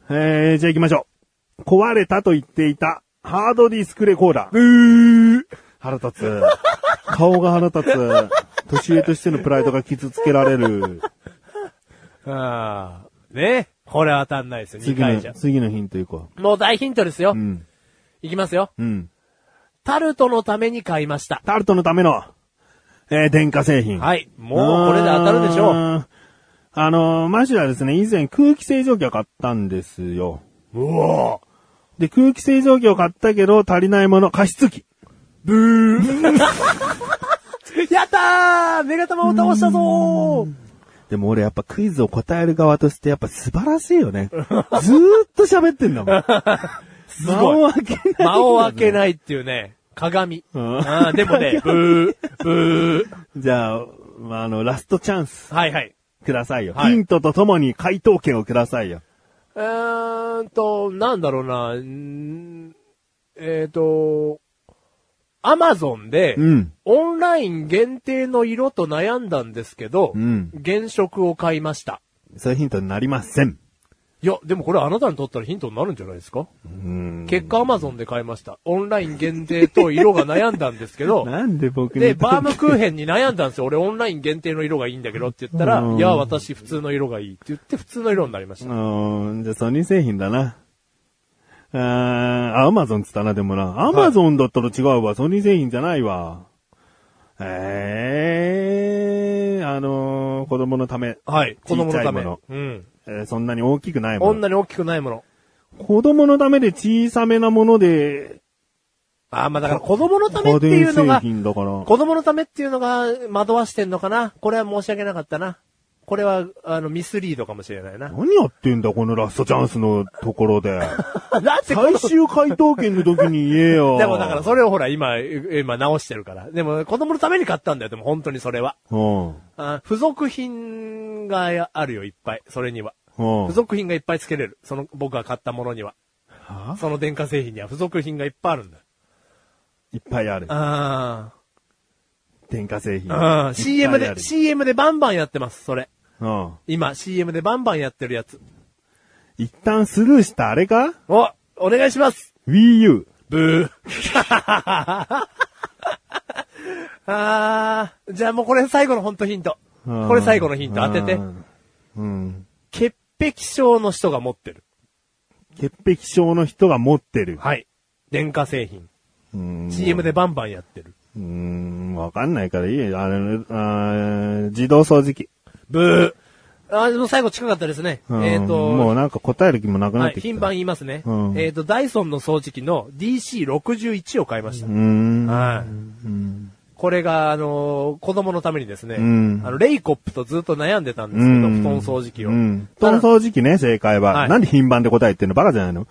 C: えー、じゃあ行きましょう。壊れたと言っていた、ハードディスクレコーダー。腹立つ。顔が腹立つ。年上としてのプライドが傷つけられる。
B: うん。あーね。これ当たんないですよ、2
C: 次
B: 回じ
C: の、
B: ゃ。
C: 次のヒント行こ
B: もう大ヒントですよ
C: う。う。ん。
B: いきますよ。
C: うん。
B: タルトのために買いました。
C: タルトのための、えー、電化製品。
B: はい。もうこれで当たるでしょう。
C: う。あのー、マシュはですね、以前空気清浄機を買ったんですよ。
B: うお
C: で、空気清浄機を買ったけど、足りないもの、加湿器。
B: ブー。やったーメガ玉を倒したぞー
C: でも俺やっぱクイズを答える側としてやっぱ素晴らしいよ ね。ずーっと喋ってんだもん。
B: す
C: 間
B: ごい。
C: を開けない。
B: 間を開けないっていうね、鏡。
C: うん
B: あーでもね、ブー、ブー。
C: じゃあ、まあ、あの、ラストチャンス
B: はいはい。
C: くださいよ。
B: はい
C: ヒントとともに回答権をくださいよ。
B: えーんと、なんだろうな、うーんえーと、アマゾンで、
C: うん
B: オンライン限定の色と悩んだんですけど、
C: うん
B: 原色を買いました。
C: そういうヒントになりません。
B: いや、でもこれあなたにとったらヒントになるんじゃないですか
C: うん
B: 結果アマゾンで買いました。オンライン限定と色が悩んだんですけど、
C: なんで僕に。
B: で、バームクーヘンに悩んだんですよ。俺オンライン限定の色がいいんだけどって言ったら、
C: うん
B: いや、私普通の色がいいって言って普通の色になりまし
C: う
B: た。
C: ーん、じゃあソニー製品だな。あーあ、アマゾンつったな、でもな。アマゾンだったら違うわ。ソニー製品じゃないわ。ええー、あのー子供のため。
B: はい。子供のため。
C: 小さいも
B: うん。
C: えーそんなに大きくない
B: こ
C: も
B: ん
C: の。
B: なに大きくないもの。
C: 子供のためで小さめなもので、
B: ああ、まあだから子供のため
C: 家
B: ってい
C: 電
B: うの
C: 製
B: が、
C: 品だから。
B: 子供のためっていうのが惑わしてんのかなこれは申し訳なかったな。これは、あの、ミスリードかもしれない な。
C: 何やってんだ、このラストチャンスのとこ ろで。
B: だってこの
C: 最終回答権の時に言え よ。
B: でもだからそれをほら今、今直してるから。でも子供のために買ったんだよ、でも本当にそれは。
C: うん。
B: あ付属品があるよ、いっぱい。それには。
C: うん
B: 付。属品がいっぱいつけれる。その、僕が買ったものには。
C: は
B: その電化製品には付属品がいっぱいあるんだ。
C: いっぱいある。
B: あ
C: 電化製品。
B: あ。うん。CM
C: いっぱいあ
B: で、
C: る
B: CM でバンバンやってます、それ。
C: うん。
B: 今、CM でバンバンやってるやつ。
C: 一旦スルーしたあれか
B: お、お願いします
C: ?Wii U。
B: ブー。 あー、じゃあもうこれ最後の本当ヒント。これ最後のヒント当てて
C: う。んうん。
B: 潔癖症の人が持ってる。
C: 潔癖症の人が持ってる。
B: はい。電化製品。
C: うん
B: CM でバンバンやってる。
C: うーん、わかんないからいいよ。あれ、あー自動掃除機。
B: ブー。あ、でも最後近かったですね。
C: うん
B: えっ、と、
C: もうなんか答える気もなくな
B: は
C: っ
B: い、
C: てき
B: 頻
C: た。
B: 繁言いますね。
C: うん
B: えっ、と、ダイソンの掃除機の DC61 を買いました。
C: うーん。
B: はい。
C: うん
B: これが、あのー子供のためにですね、
C: うん
B: あの、レイコップとずっと悩んでたんですけど、布団掃除機を。
C: うん布
B: た
C: 団
B: だ
C: 掃除機ね、正解は。
B: はい
C: なんで頻繁で答えってんのバカじゃないの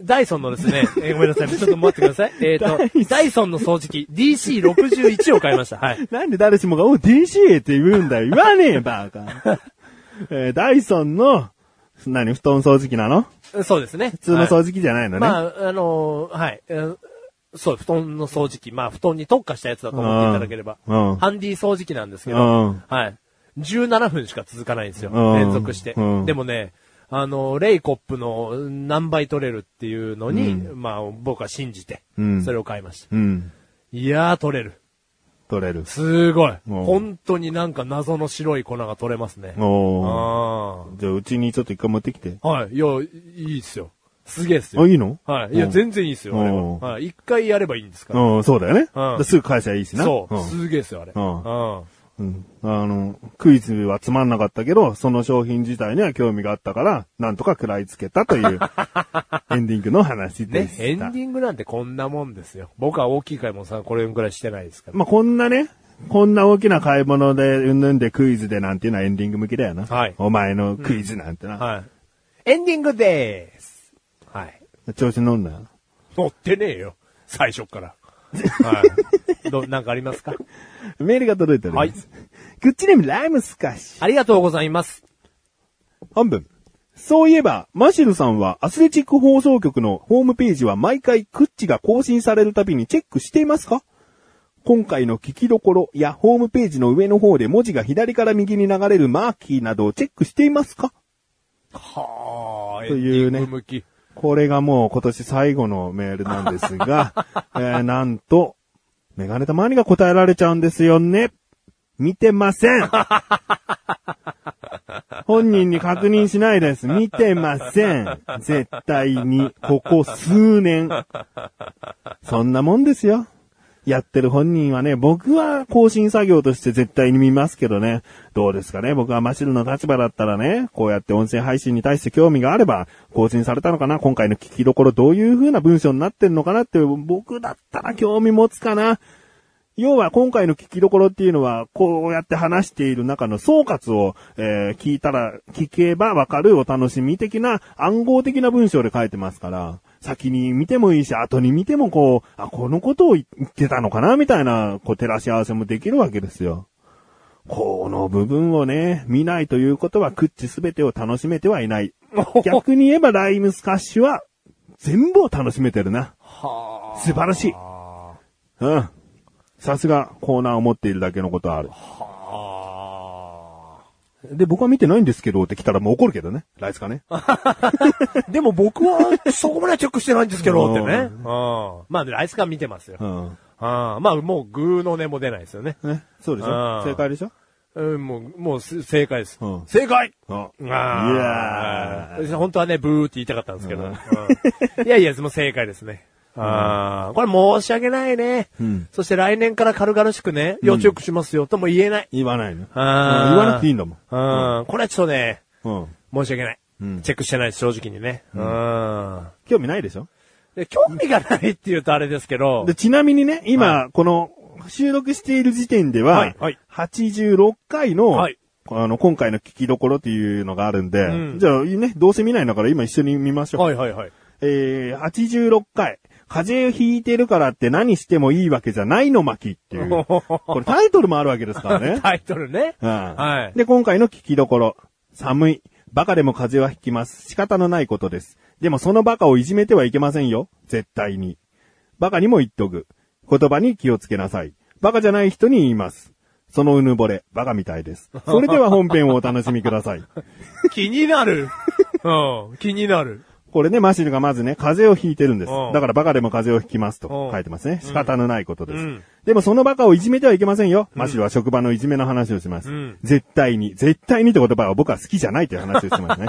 B: ダイソンのですね、えーごめんなさい、ちょっと待ってくだ さい。えっ、と、ダイソンの掃除機 DC61 を買いました。はい。
C: なんで誰しもが、お、DC って言うんだよ。言わねえよ、バカ。 えーダイソンの、何、布団掃除機なの
B: そうですね。普
C: 普通の掃除機じゃないのね。
B: まあ、あのーはい。えーそう、布団の掃除機。まあ、布団に特化したやつだと思っていただければ。
C: うん
B: ハンディ掃除機なんですけど、
C: うん
B: はい。17分しか続かないんですよ。
C: うん
B: 連続して。
C: うん
B: でもね、あの、レイコップの何倍取れるっていうのに、まあ、僕は信じて
C: うん、
B: それを買いました。
C: うん。
B: いやー、取れる。
C: 取れる。
B: すごい。
C: うん
B: 本当になんか謎の白い粉が取れますね。
C: お
B: あ
C: ーじゃあ、うちにちょっと一回持ってきて。
B: ーはい。いや、いいっすよ。すげえっす
C: あ、
B: よ。
C: いいの
B: はい。いや、
C: うん
B: 全然いいっすよ、あれ
C: うん
B: は。はい。一回やればいいんですから。
C: うん、そうだよね。
B: うん
C: すぐ返せばいいしな。
B: そう。
C: ん
B: すげえっすよ、あれ。
C: う
B: う
C: ん
B: ん
C: うん。あの、クイズはつまんなかったけど、その商品自体には興味があったから、なんとか食らいつけたと いう、エンディングの話で
B: ね、
C: した。
B: エンディングなんてこんなもんですよ。僕は大きい買い物さ、これぐらいしてないですから。
C: まあ、こんなね、こんな大きな買い物で、うんぬんでクイズでなんていうのはエンディング向きだよな。
B: はい
C: お前のクイズなんてな。
B: はい。エンディングでーす。はい。
C: 調子乗んなよ。
B: 乗ってねえよ。最初から。はい。ど、なんかありますか
C: メールが届いております。
B: はい
C: グッチネームライムスカッシュ。
B: ありがとうございます。
C: 本文。そういえば、マシルさんはアスレチック放送局のホームページは毎回クッチが更新されるたびにチェックしていますか今回の聞きどころやホームページの上の方で文字が左から右に流れるマーキーなどをチェックしていますか
B: はー
C: というね
B: エンディング向き。
C: これがもう今年最後のメールなんですが、えーなんと、メガネたまにが答えられちゃうんですよね。見てません。本人に確認しないです。見てません。絶対に、ここ数年。そんなもんですよ。やってる本人はね、僕は更新作業として絶対に見ますけどね。どうですかね僕はマシルの立場だったらね、こうやって音声配信に対して興味があれば、更新されたのかな今回の聞きどころどういう風な文章になってんのかなって、僕だったら興味持つかな。要は今回の聞きどころっていうのは、こうやって話している中の総括を、えー聞いたら、聞けばわかるお楽しみ的な暗号的な文章で書いてますから、先に見てもいいし、後に見てもこう、あ、このことを言ってたのかなみたいな、こう照らし合わせもできるわけですよ。この部分をね、見ないということは、クッチすべてを楽しめてはいない。逆に言えば、ライムスカッシュは、全部を楽しめてるな。
B: は
C: 素晴らしい。
B: あ。
C: うん。さすが、コーナーを持っているだけのことはある。
B: は
C: で、僕は見てないんですけどって来たらもう怒るけどね。ライスかね。
B: あ。でも僕は、そこまでチェックしてないんですけど、ってね。
C: う
B: うん。まあ、ライスカ見てますよ。
C: う
B: うん。
C: ん。
B: まあ、もう、グーの音も出ないですよね。
C: ね。そうでしょ
B: うん
C: 正解でしょ
B: うん、もう、もうす、正解です。
C: うん
B: 正解
C: あ
B: あ
C: いやー
B: あ。本当はね、ブーって言いたかったんですけど。うんいやいや、もう正解ですね。ああ。これ申し訳ないね。
C: うん
B: そして来年から軽々しくね、要チェックしますよとも言えない。
C: 言わないの。
B: あー
C: うん言わなくていいんだもん。
B: うん。これはちょっとね、
C: うん。
B: 申し訳ない。
C: うん
B: チェックしてないです、正直にね。うん。
C: 興味ないでしょ
B: で、興味がないって言うとあれですけど
C: で、、ちなみにね、今、この、収録している時点で
B: は
C: はい
B: はい、
C: 86回の、
B: はい
C: あの、今回の聞きどころっていうのがあるんで、
B: うん
C: じゃあね、どうせ見ないんだから今一緒に見ましょう。
B: はいはいはい。
C: えー、86回、風邪ひいてるからって何してもいいわけじゃないの巻っ ていう。これタイトルもあるわけですからね。
B: タイトルね。
C: うん
B: はい
C: で、今回の聞きどころ。寒い。バカでも風邪はひきます。仕方のないことです。でもそのバカをいじめてはいけませんよ。絶対に。バカにも言っとく。言葉に気をつけなさい。バカじゃない人に言います。そのうぬぼれ、バカみたいです。それでは本編をお楽しみください。
B: 気にな る。うん。気になる。
C: これね、マシルがまずね、風邪をひいてるんです
B: う。ん
C: だからバカでも風邪をひきますと
B: うん
C: 書いてますね。仕方のないことです。
B: うん
C: でもそのバカをいじめてはいけませんよ。マシルは職場のいじめの話をします。
B: うん
C: 絶対に、絶対にって言葉は僕は好きじゃないという話をしてますね。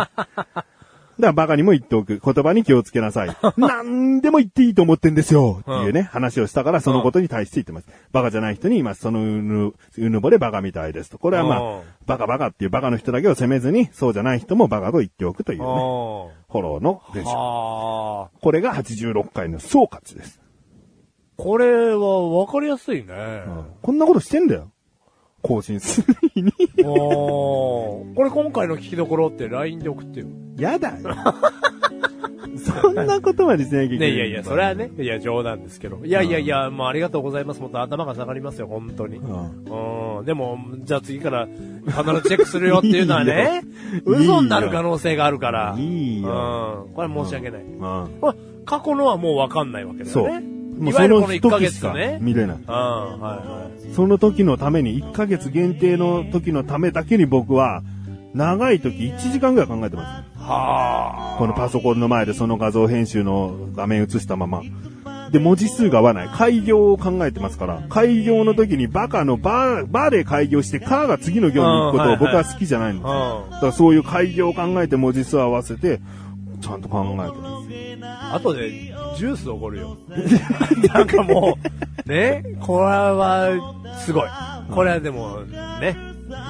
C: だからバカにも言っておく。言葉に気をつけな さい。何でも言っていいと思ってんですよっていうね、話をしたからそのことに対して言ってます。バカじゃない人に今そのうぬ、うぬぼれバカみたいですと。これはま
B: うん
C: あ、バカバカっていうバカの人だけを責めずに、そうじゃない人もバカと言っておくという
B: あ
C: ね、フォローの文
B: あ。
C: 章。
B: ああ。
C: これが86回の総括です。
B: これはわかりやすいね。
C: こんなことしてんだよ。更新する日に。
B: おーこれ今回の聞きどころって LINE で送ってよ。
C: やだよ。そんなことまでしなきゃいけな
B: ね、
C: い。
B: いやいや、それはね、いや、冗談ですけど。いやいやいや、もうありがとうございます。もっと頭が下がりますよ、本当に。
C: ん
B: うん。でも、じゃあ次から必ずチェックするよっていうのはね、
C: いいよ
B: 嘘になる可能性があるから。
C: いいよ
B: うん。これは申し訳ない。
C: うん。
B: これ過去のはもうわかんないわけだ
C: そう。
B: よね。
C: も
B: いうわ
C: そ
B: ゆるこ
C: の
B: の1ヶ
C: 時し
B: 月
C: か
B: ね。
C: 見れない。
B: うん、はいはい。
C: その時のために、1ヶ月限定の時のためだけに僕は、長い時1時間ぐらい考えてます。
B: はあ。
C: このパソコンの前でその画像編集の画面映したまま。で、文字数が合わない。開業を考えてますから、開業の時にバカのバー、バーで開業して、カーが次の行に行くことを僕は好きじゃないんで
B: う
C: す。
B: ん
C: だからそういう開業を考えて文字数を合わせて、ちゃんと考えてます。
B: あとで、ジュースおごるよ。 なんかもう、ね、これは、すごい。これはでも、ね、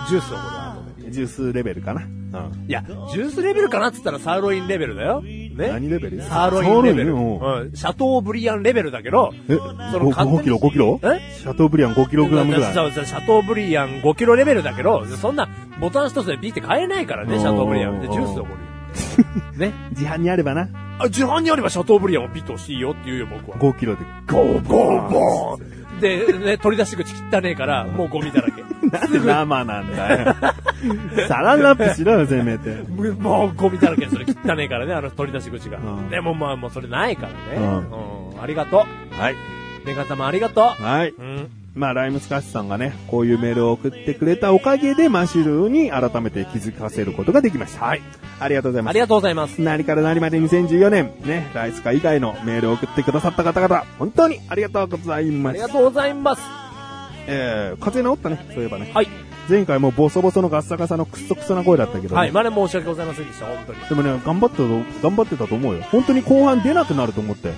B: ジュースおごるわ。後で
C: ジュースレベルかな。うん。
B: いや、ジュースレベルかなっつったらサーロインレベルだよ。ね。
C: 何レベル
B: サーロインレベル。
C: サーロインうん
B: うん。シャトーブリアンレベルだけど、
C: え、
B: その
C: 5,
B: 簡単に
C: キロ、5キロ
B: え
C: シャトーブリアン5キログラムぐらい。
B: そうそうシャトーブリアン5キロレベルだけど、そんなボタン一つでビーって買えないからね、シャトーブリアン。で、
C: うん
B: ジュースおごるよ。 ね。
C: 自販にあればな。
B: あ、自販にあればシャトーブリアンをピッと押していいよって言うよ、僕は。
C: 5キロで、ゴーゴーゴー
B: で、ね、取り出し口汚ねえから、もうゴミだらけ。
C: なんで生なん だよ。サランラップしろよ、せめて。
B: もうもうゴミだらけ、それ汚ねえからね、あの取り出し口が。
C: うん
B: でもまあもうそれないからね。
C: う
B: うん。ありがとう。
C: はい。
B: メガ様ありがと
C: はい。
B: う。うん。
C: まあ、ライムスカッシュさんがね、こういうメールを送ってくれたおかげで、マシュルに改めて気づかせることができました。はい。ありがとうございます
B: あり。がとうございます。
C: 何から何まで2014年、ね、ライスカ以外のメールを送ってくださった方々、本当にありがとうござい
B: あ
C: ま
B: り
C: す。
B: がとうございます。
C: えー、風邪治ったね、そういえばね。
B: はい。
C: 前回もボソボソのガッサガサのクッソクソな声だったけど、ね、
B: はい。まだ申し訳ございませんでした、本当に。
C: でもね、頑張ってたと、頑張ってたと思うよ。本当に後半出なくなると思ったよ。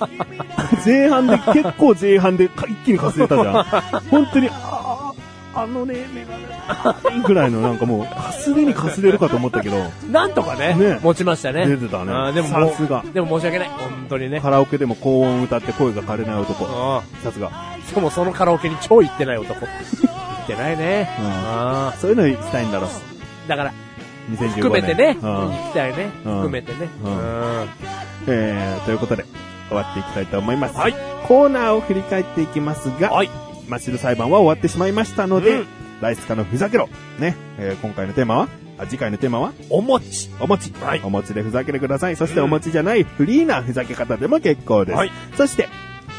C: 前半で、結構前半でか一気にかすれたじゃん。本当に、ああ、あのね、メガネあー、ぐらいのなんかもう、かすれにかすれるかと思ったけど、
B: なんとかね、
C: ね
B: 持ちましたね。
C: 出てたね
B: あーでももう
C: さすが
B: でも申し訳ない。本当にね。
C: カラオケでも高音歌って声が枯れない男。
B: う
C: さすが。
B: ん。しかもそのカラオケに超行ってない男。行ってないね。
C: うん
B: あ
C: そういうのしたいんだろう。
B: ーだから、
C: 2015年。
B: 含めてね、
C: う
B: 行
C: ん
B: きたいね。
C: うん
B: 含めてね。
C: う
B: うん
C: えーということで、終わっていきたいと思います。はい。コーナーを振り返っていきますが、
B: はい。
C: マシル裁判は終わってしまいましたので、
B: うん
C: ライスカのふざけろ。ね。えー今回のテーマはあ、次回のテーマは
B: お餅。
C: お餅。
B: はい
C: お餅でふざけてください。そしてお餅じゃないフリーなふざけ方でも結構です。
B: はい
C: そして、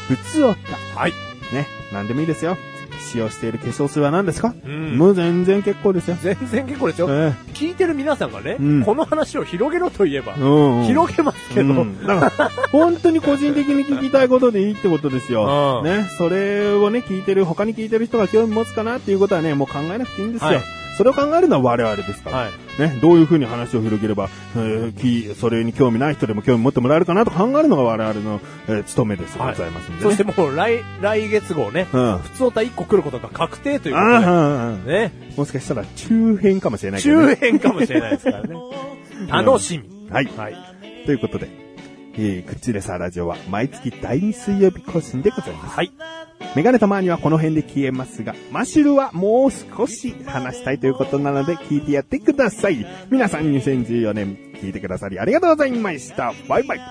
C: 普通おた。
B: はい。
C: ね。何でもいいですよ。使用している化粧水は何ですか、
B: うん
C: もう全然結構ですよ。
B: 全然結構ですよ。
C: え
B: 聞いてる皆さんがね、
C: うん
B: この話を広げろと言えば
C: え、うんうん
B: 広げますけど、
C: うんだから、本当に個人的に聞きたいことでいいってことです
B: う
C: よ。
B: ん
C: ね、それをね、聞いてる、他に聞いてる人が興味持つかなっていうことはね、もう考えなくていいんですよ。
B: はい
C: それを考えるのは我々ですから。
B: はい
C: ね、どういうふうに話を広げれば、えーき、それに興味ない人でも興味持ってもらえるかなと考えるのが我々の、えー務めです。
B: はい
C: ございますんで、ね。
B: そしてもう来、来月号ね、
C: うん。あ
B: 普通歌1個来ることが確定という
C: あ
B: こ
C: うんうん
B: とで、ね、
C: もしかしたら中編かもしれないけど、ね。
B: 中編かもしれないですからね。楽しみ。
C: はい
B: はい。
C: ということで、えー、クッチレサーラジオは毎月第2水曜日更新でございます。
B: はい。
C: メガネたまにはこの辺で消えますが、マシュルはもう少し話したいということなので聞いてやってください。皆さん2014年聞いてくださりありがとうございました。バイバイ。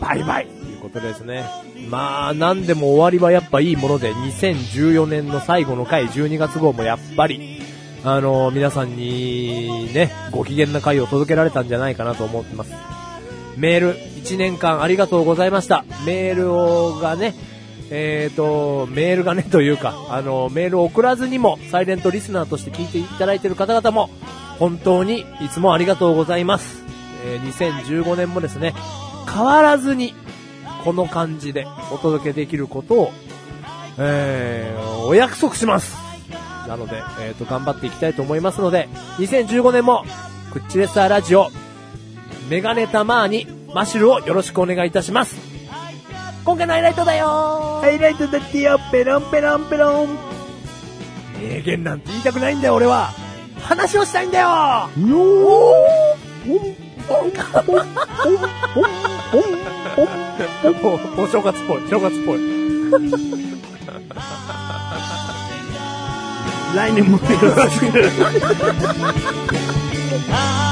C: バイバイ。
B: ということですね。まあ、なんでも終わりはやっぱいいもので、2014年の最後の回、12月号もやっぱり、あの皆さんにね、ご機嫌な回を届けられたんじゃないかなと思ってます。メール、1年間ありがとうございました。メールをがね、えーと、メールがねというか、あの、メールを送らずにも、サイレントリスナーとして聞いていただいている方々も、本当にいつもありがとうございます。えー2015年もですね、変わらずに、この感じでお届けできることを、えー、お約束しますなので、えー、と、頑張っていきたいと思いますので、2015年も、クッチレスターラジオ、メガネたまーに、マシュルをよろしくお願いいたします。今回のハイライトだよ
A: ハイライトだってよ、ペロンペロンペロン。
B: 名言なんて言いたくないんだよ、俺は。話をしたいんだよもう、お正月っぽい、正月っぽい。
C: 来年もよろしく。
D: 「あ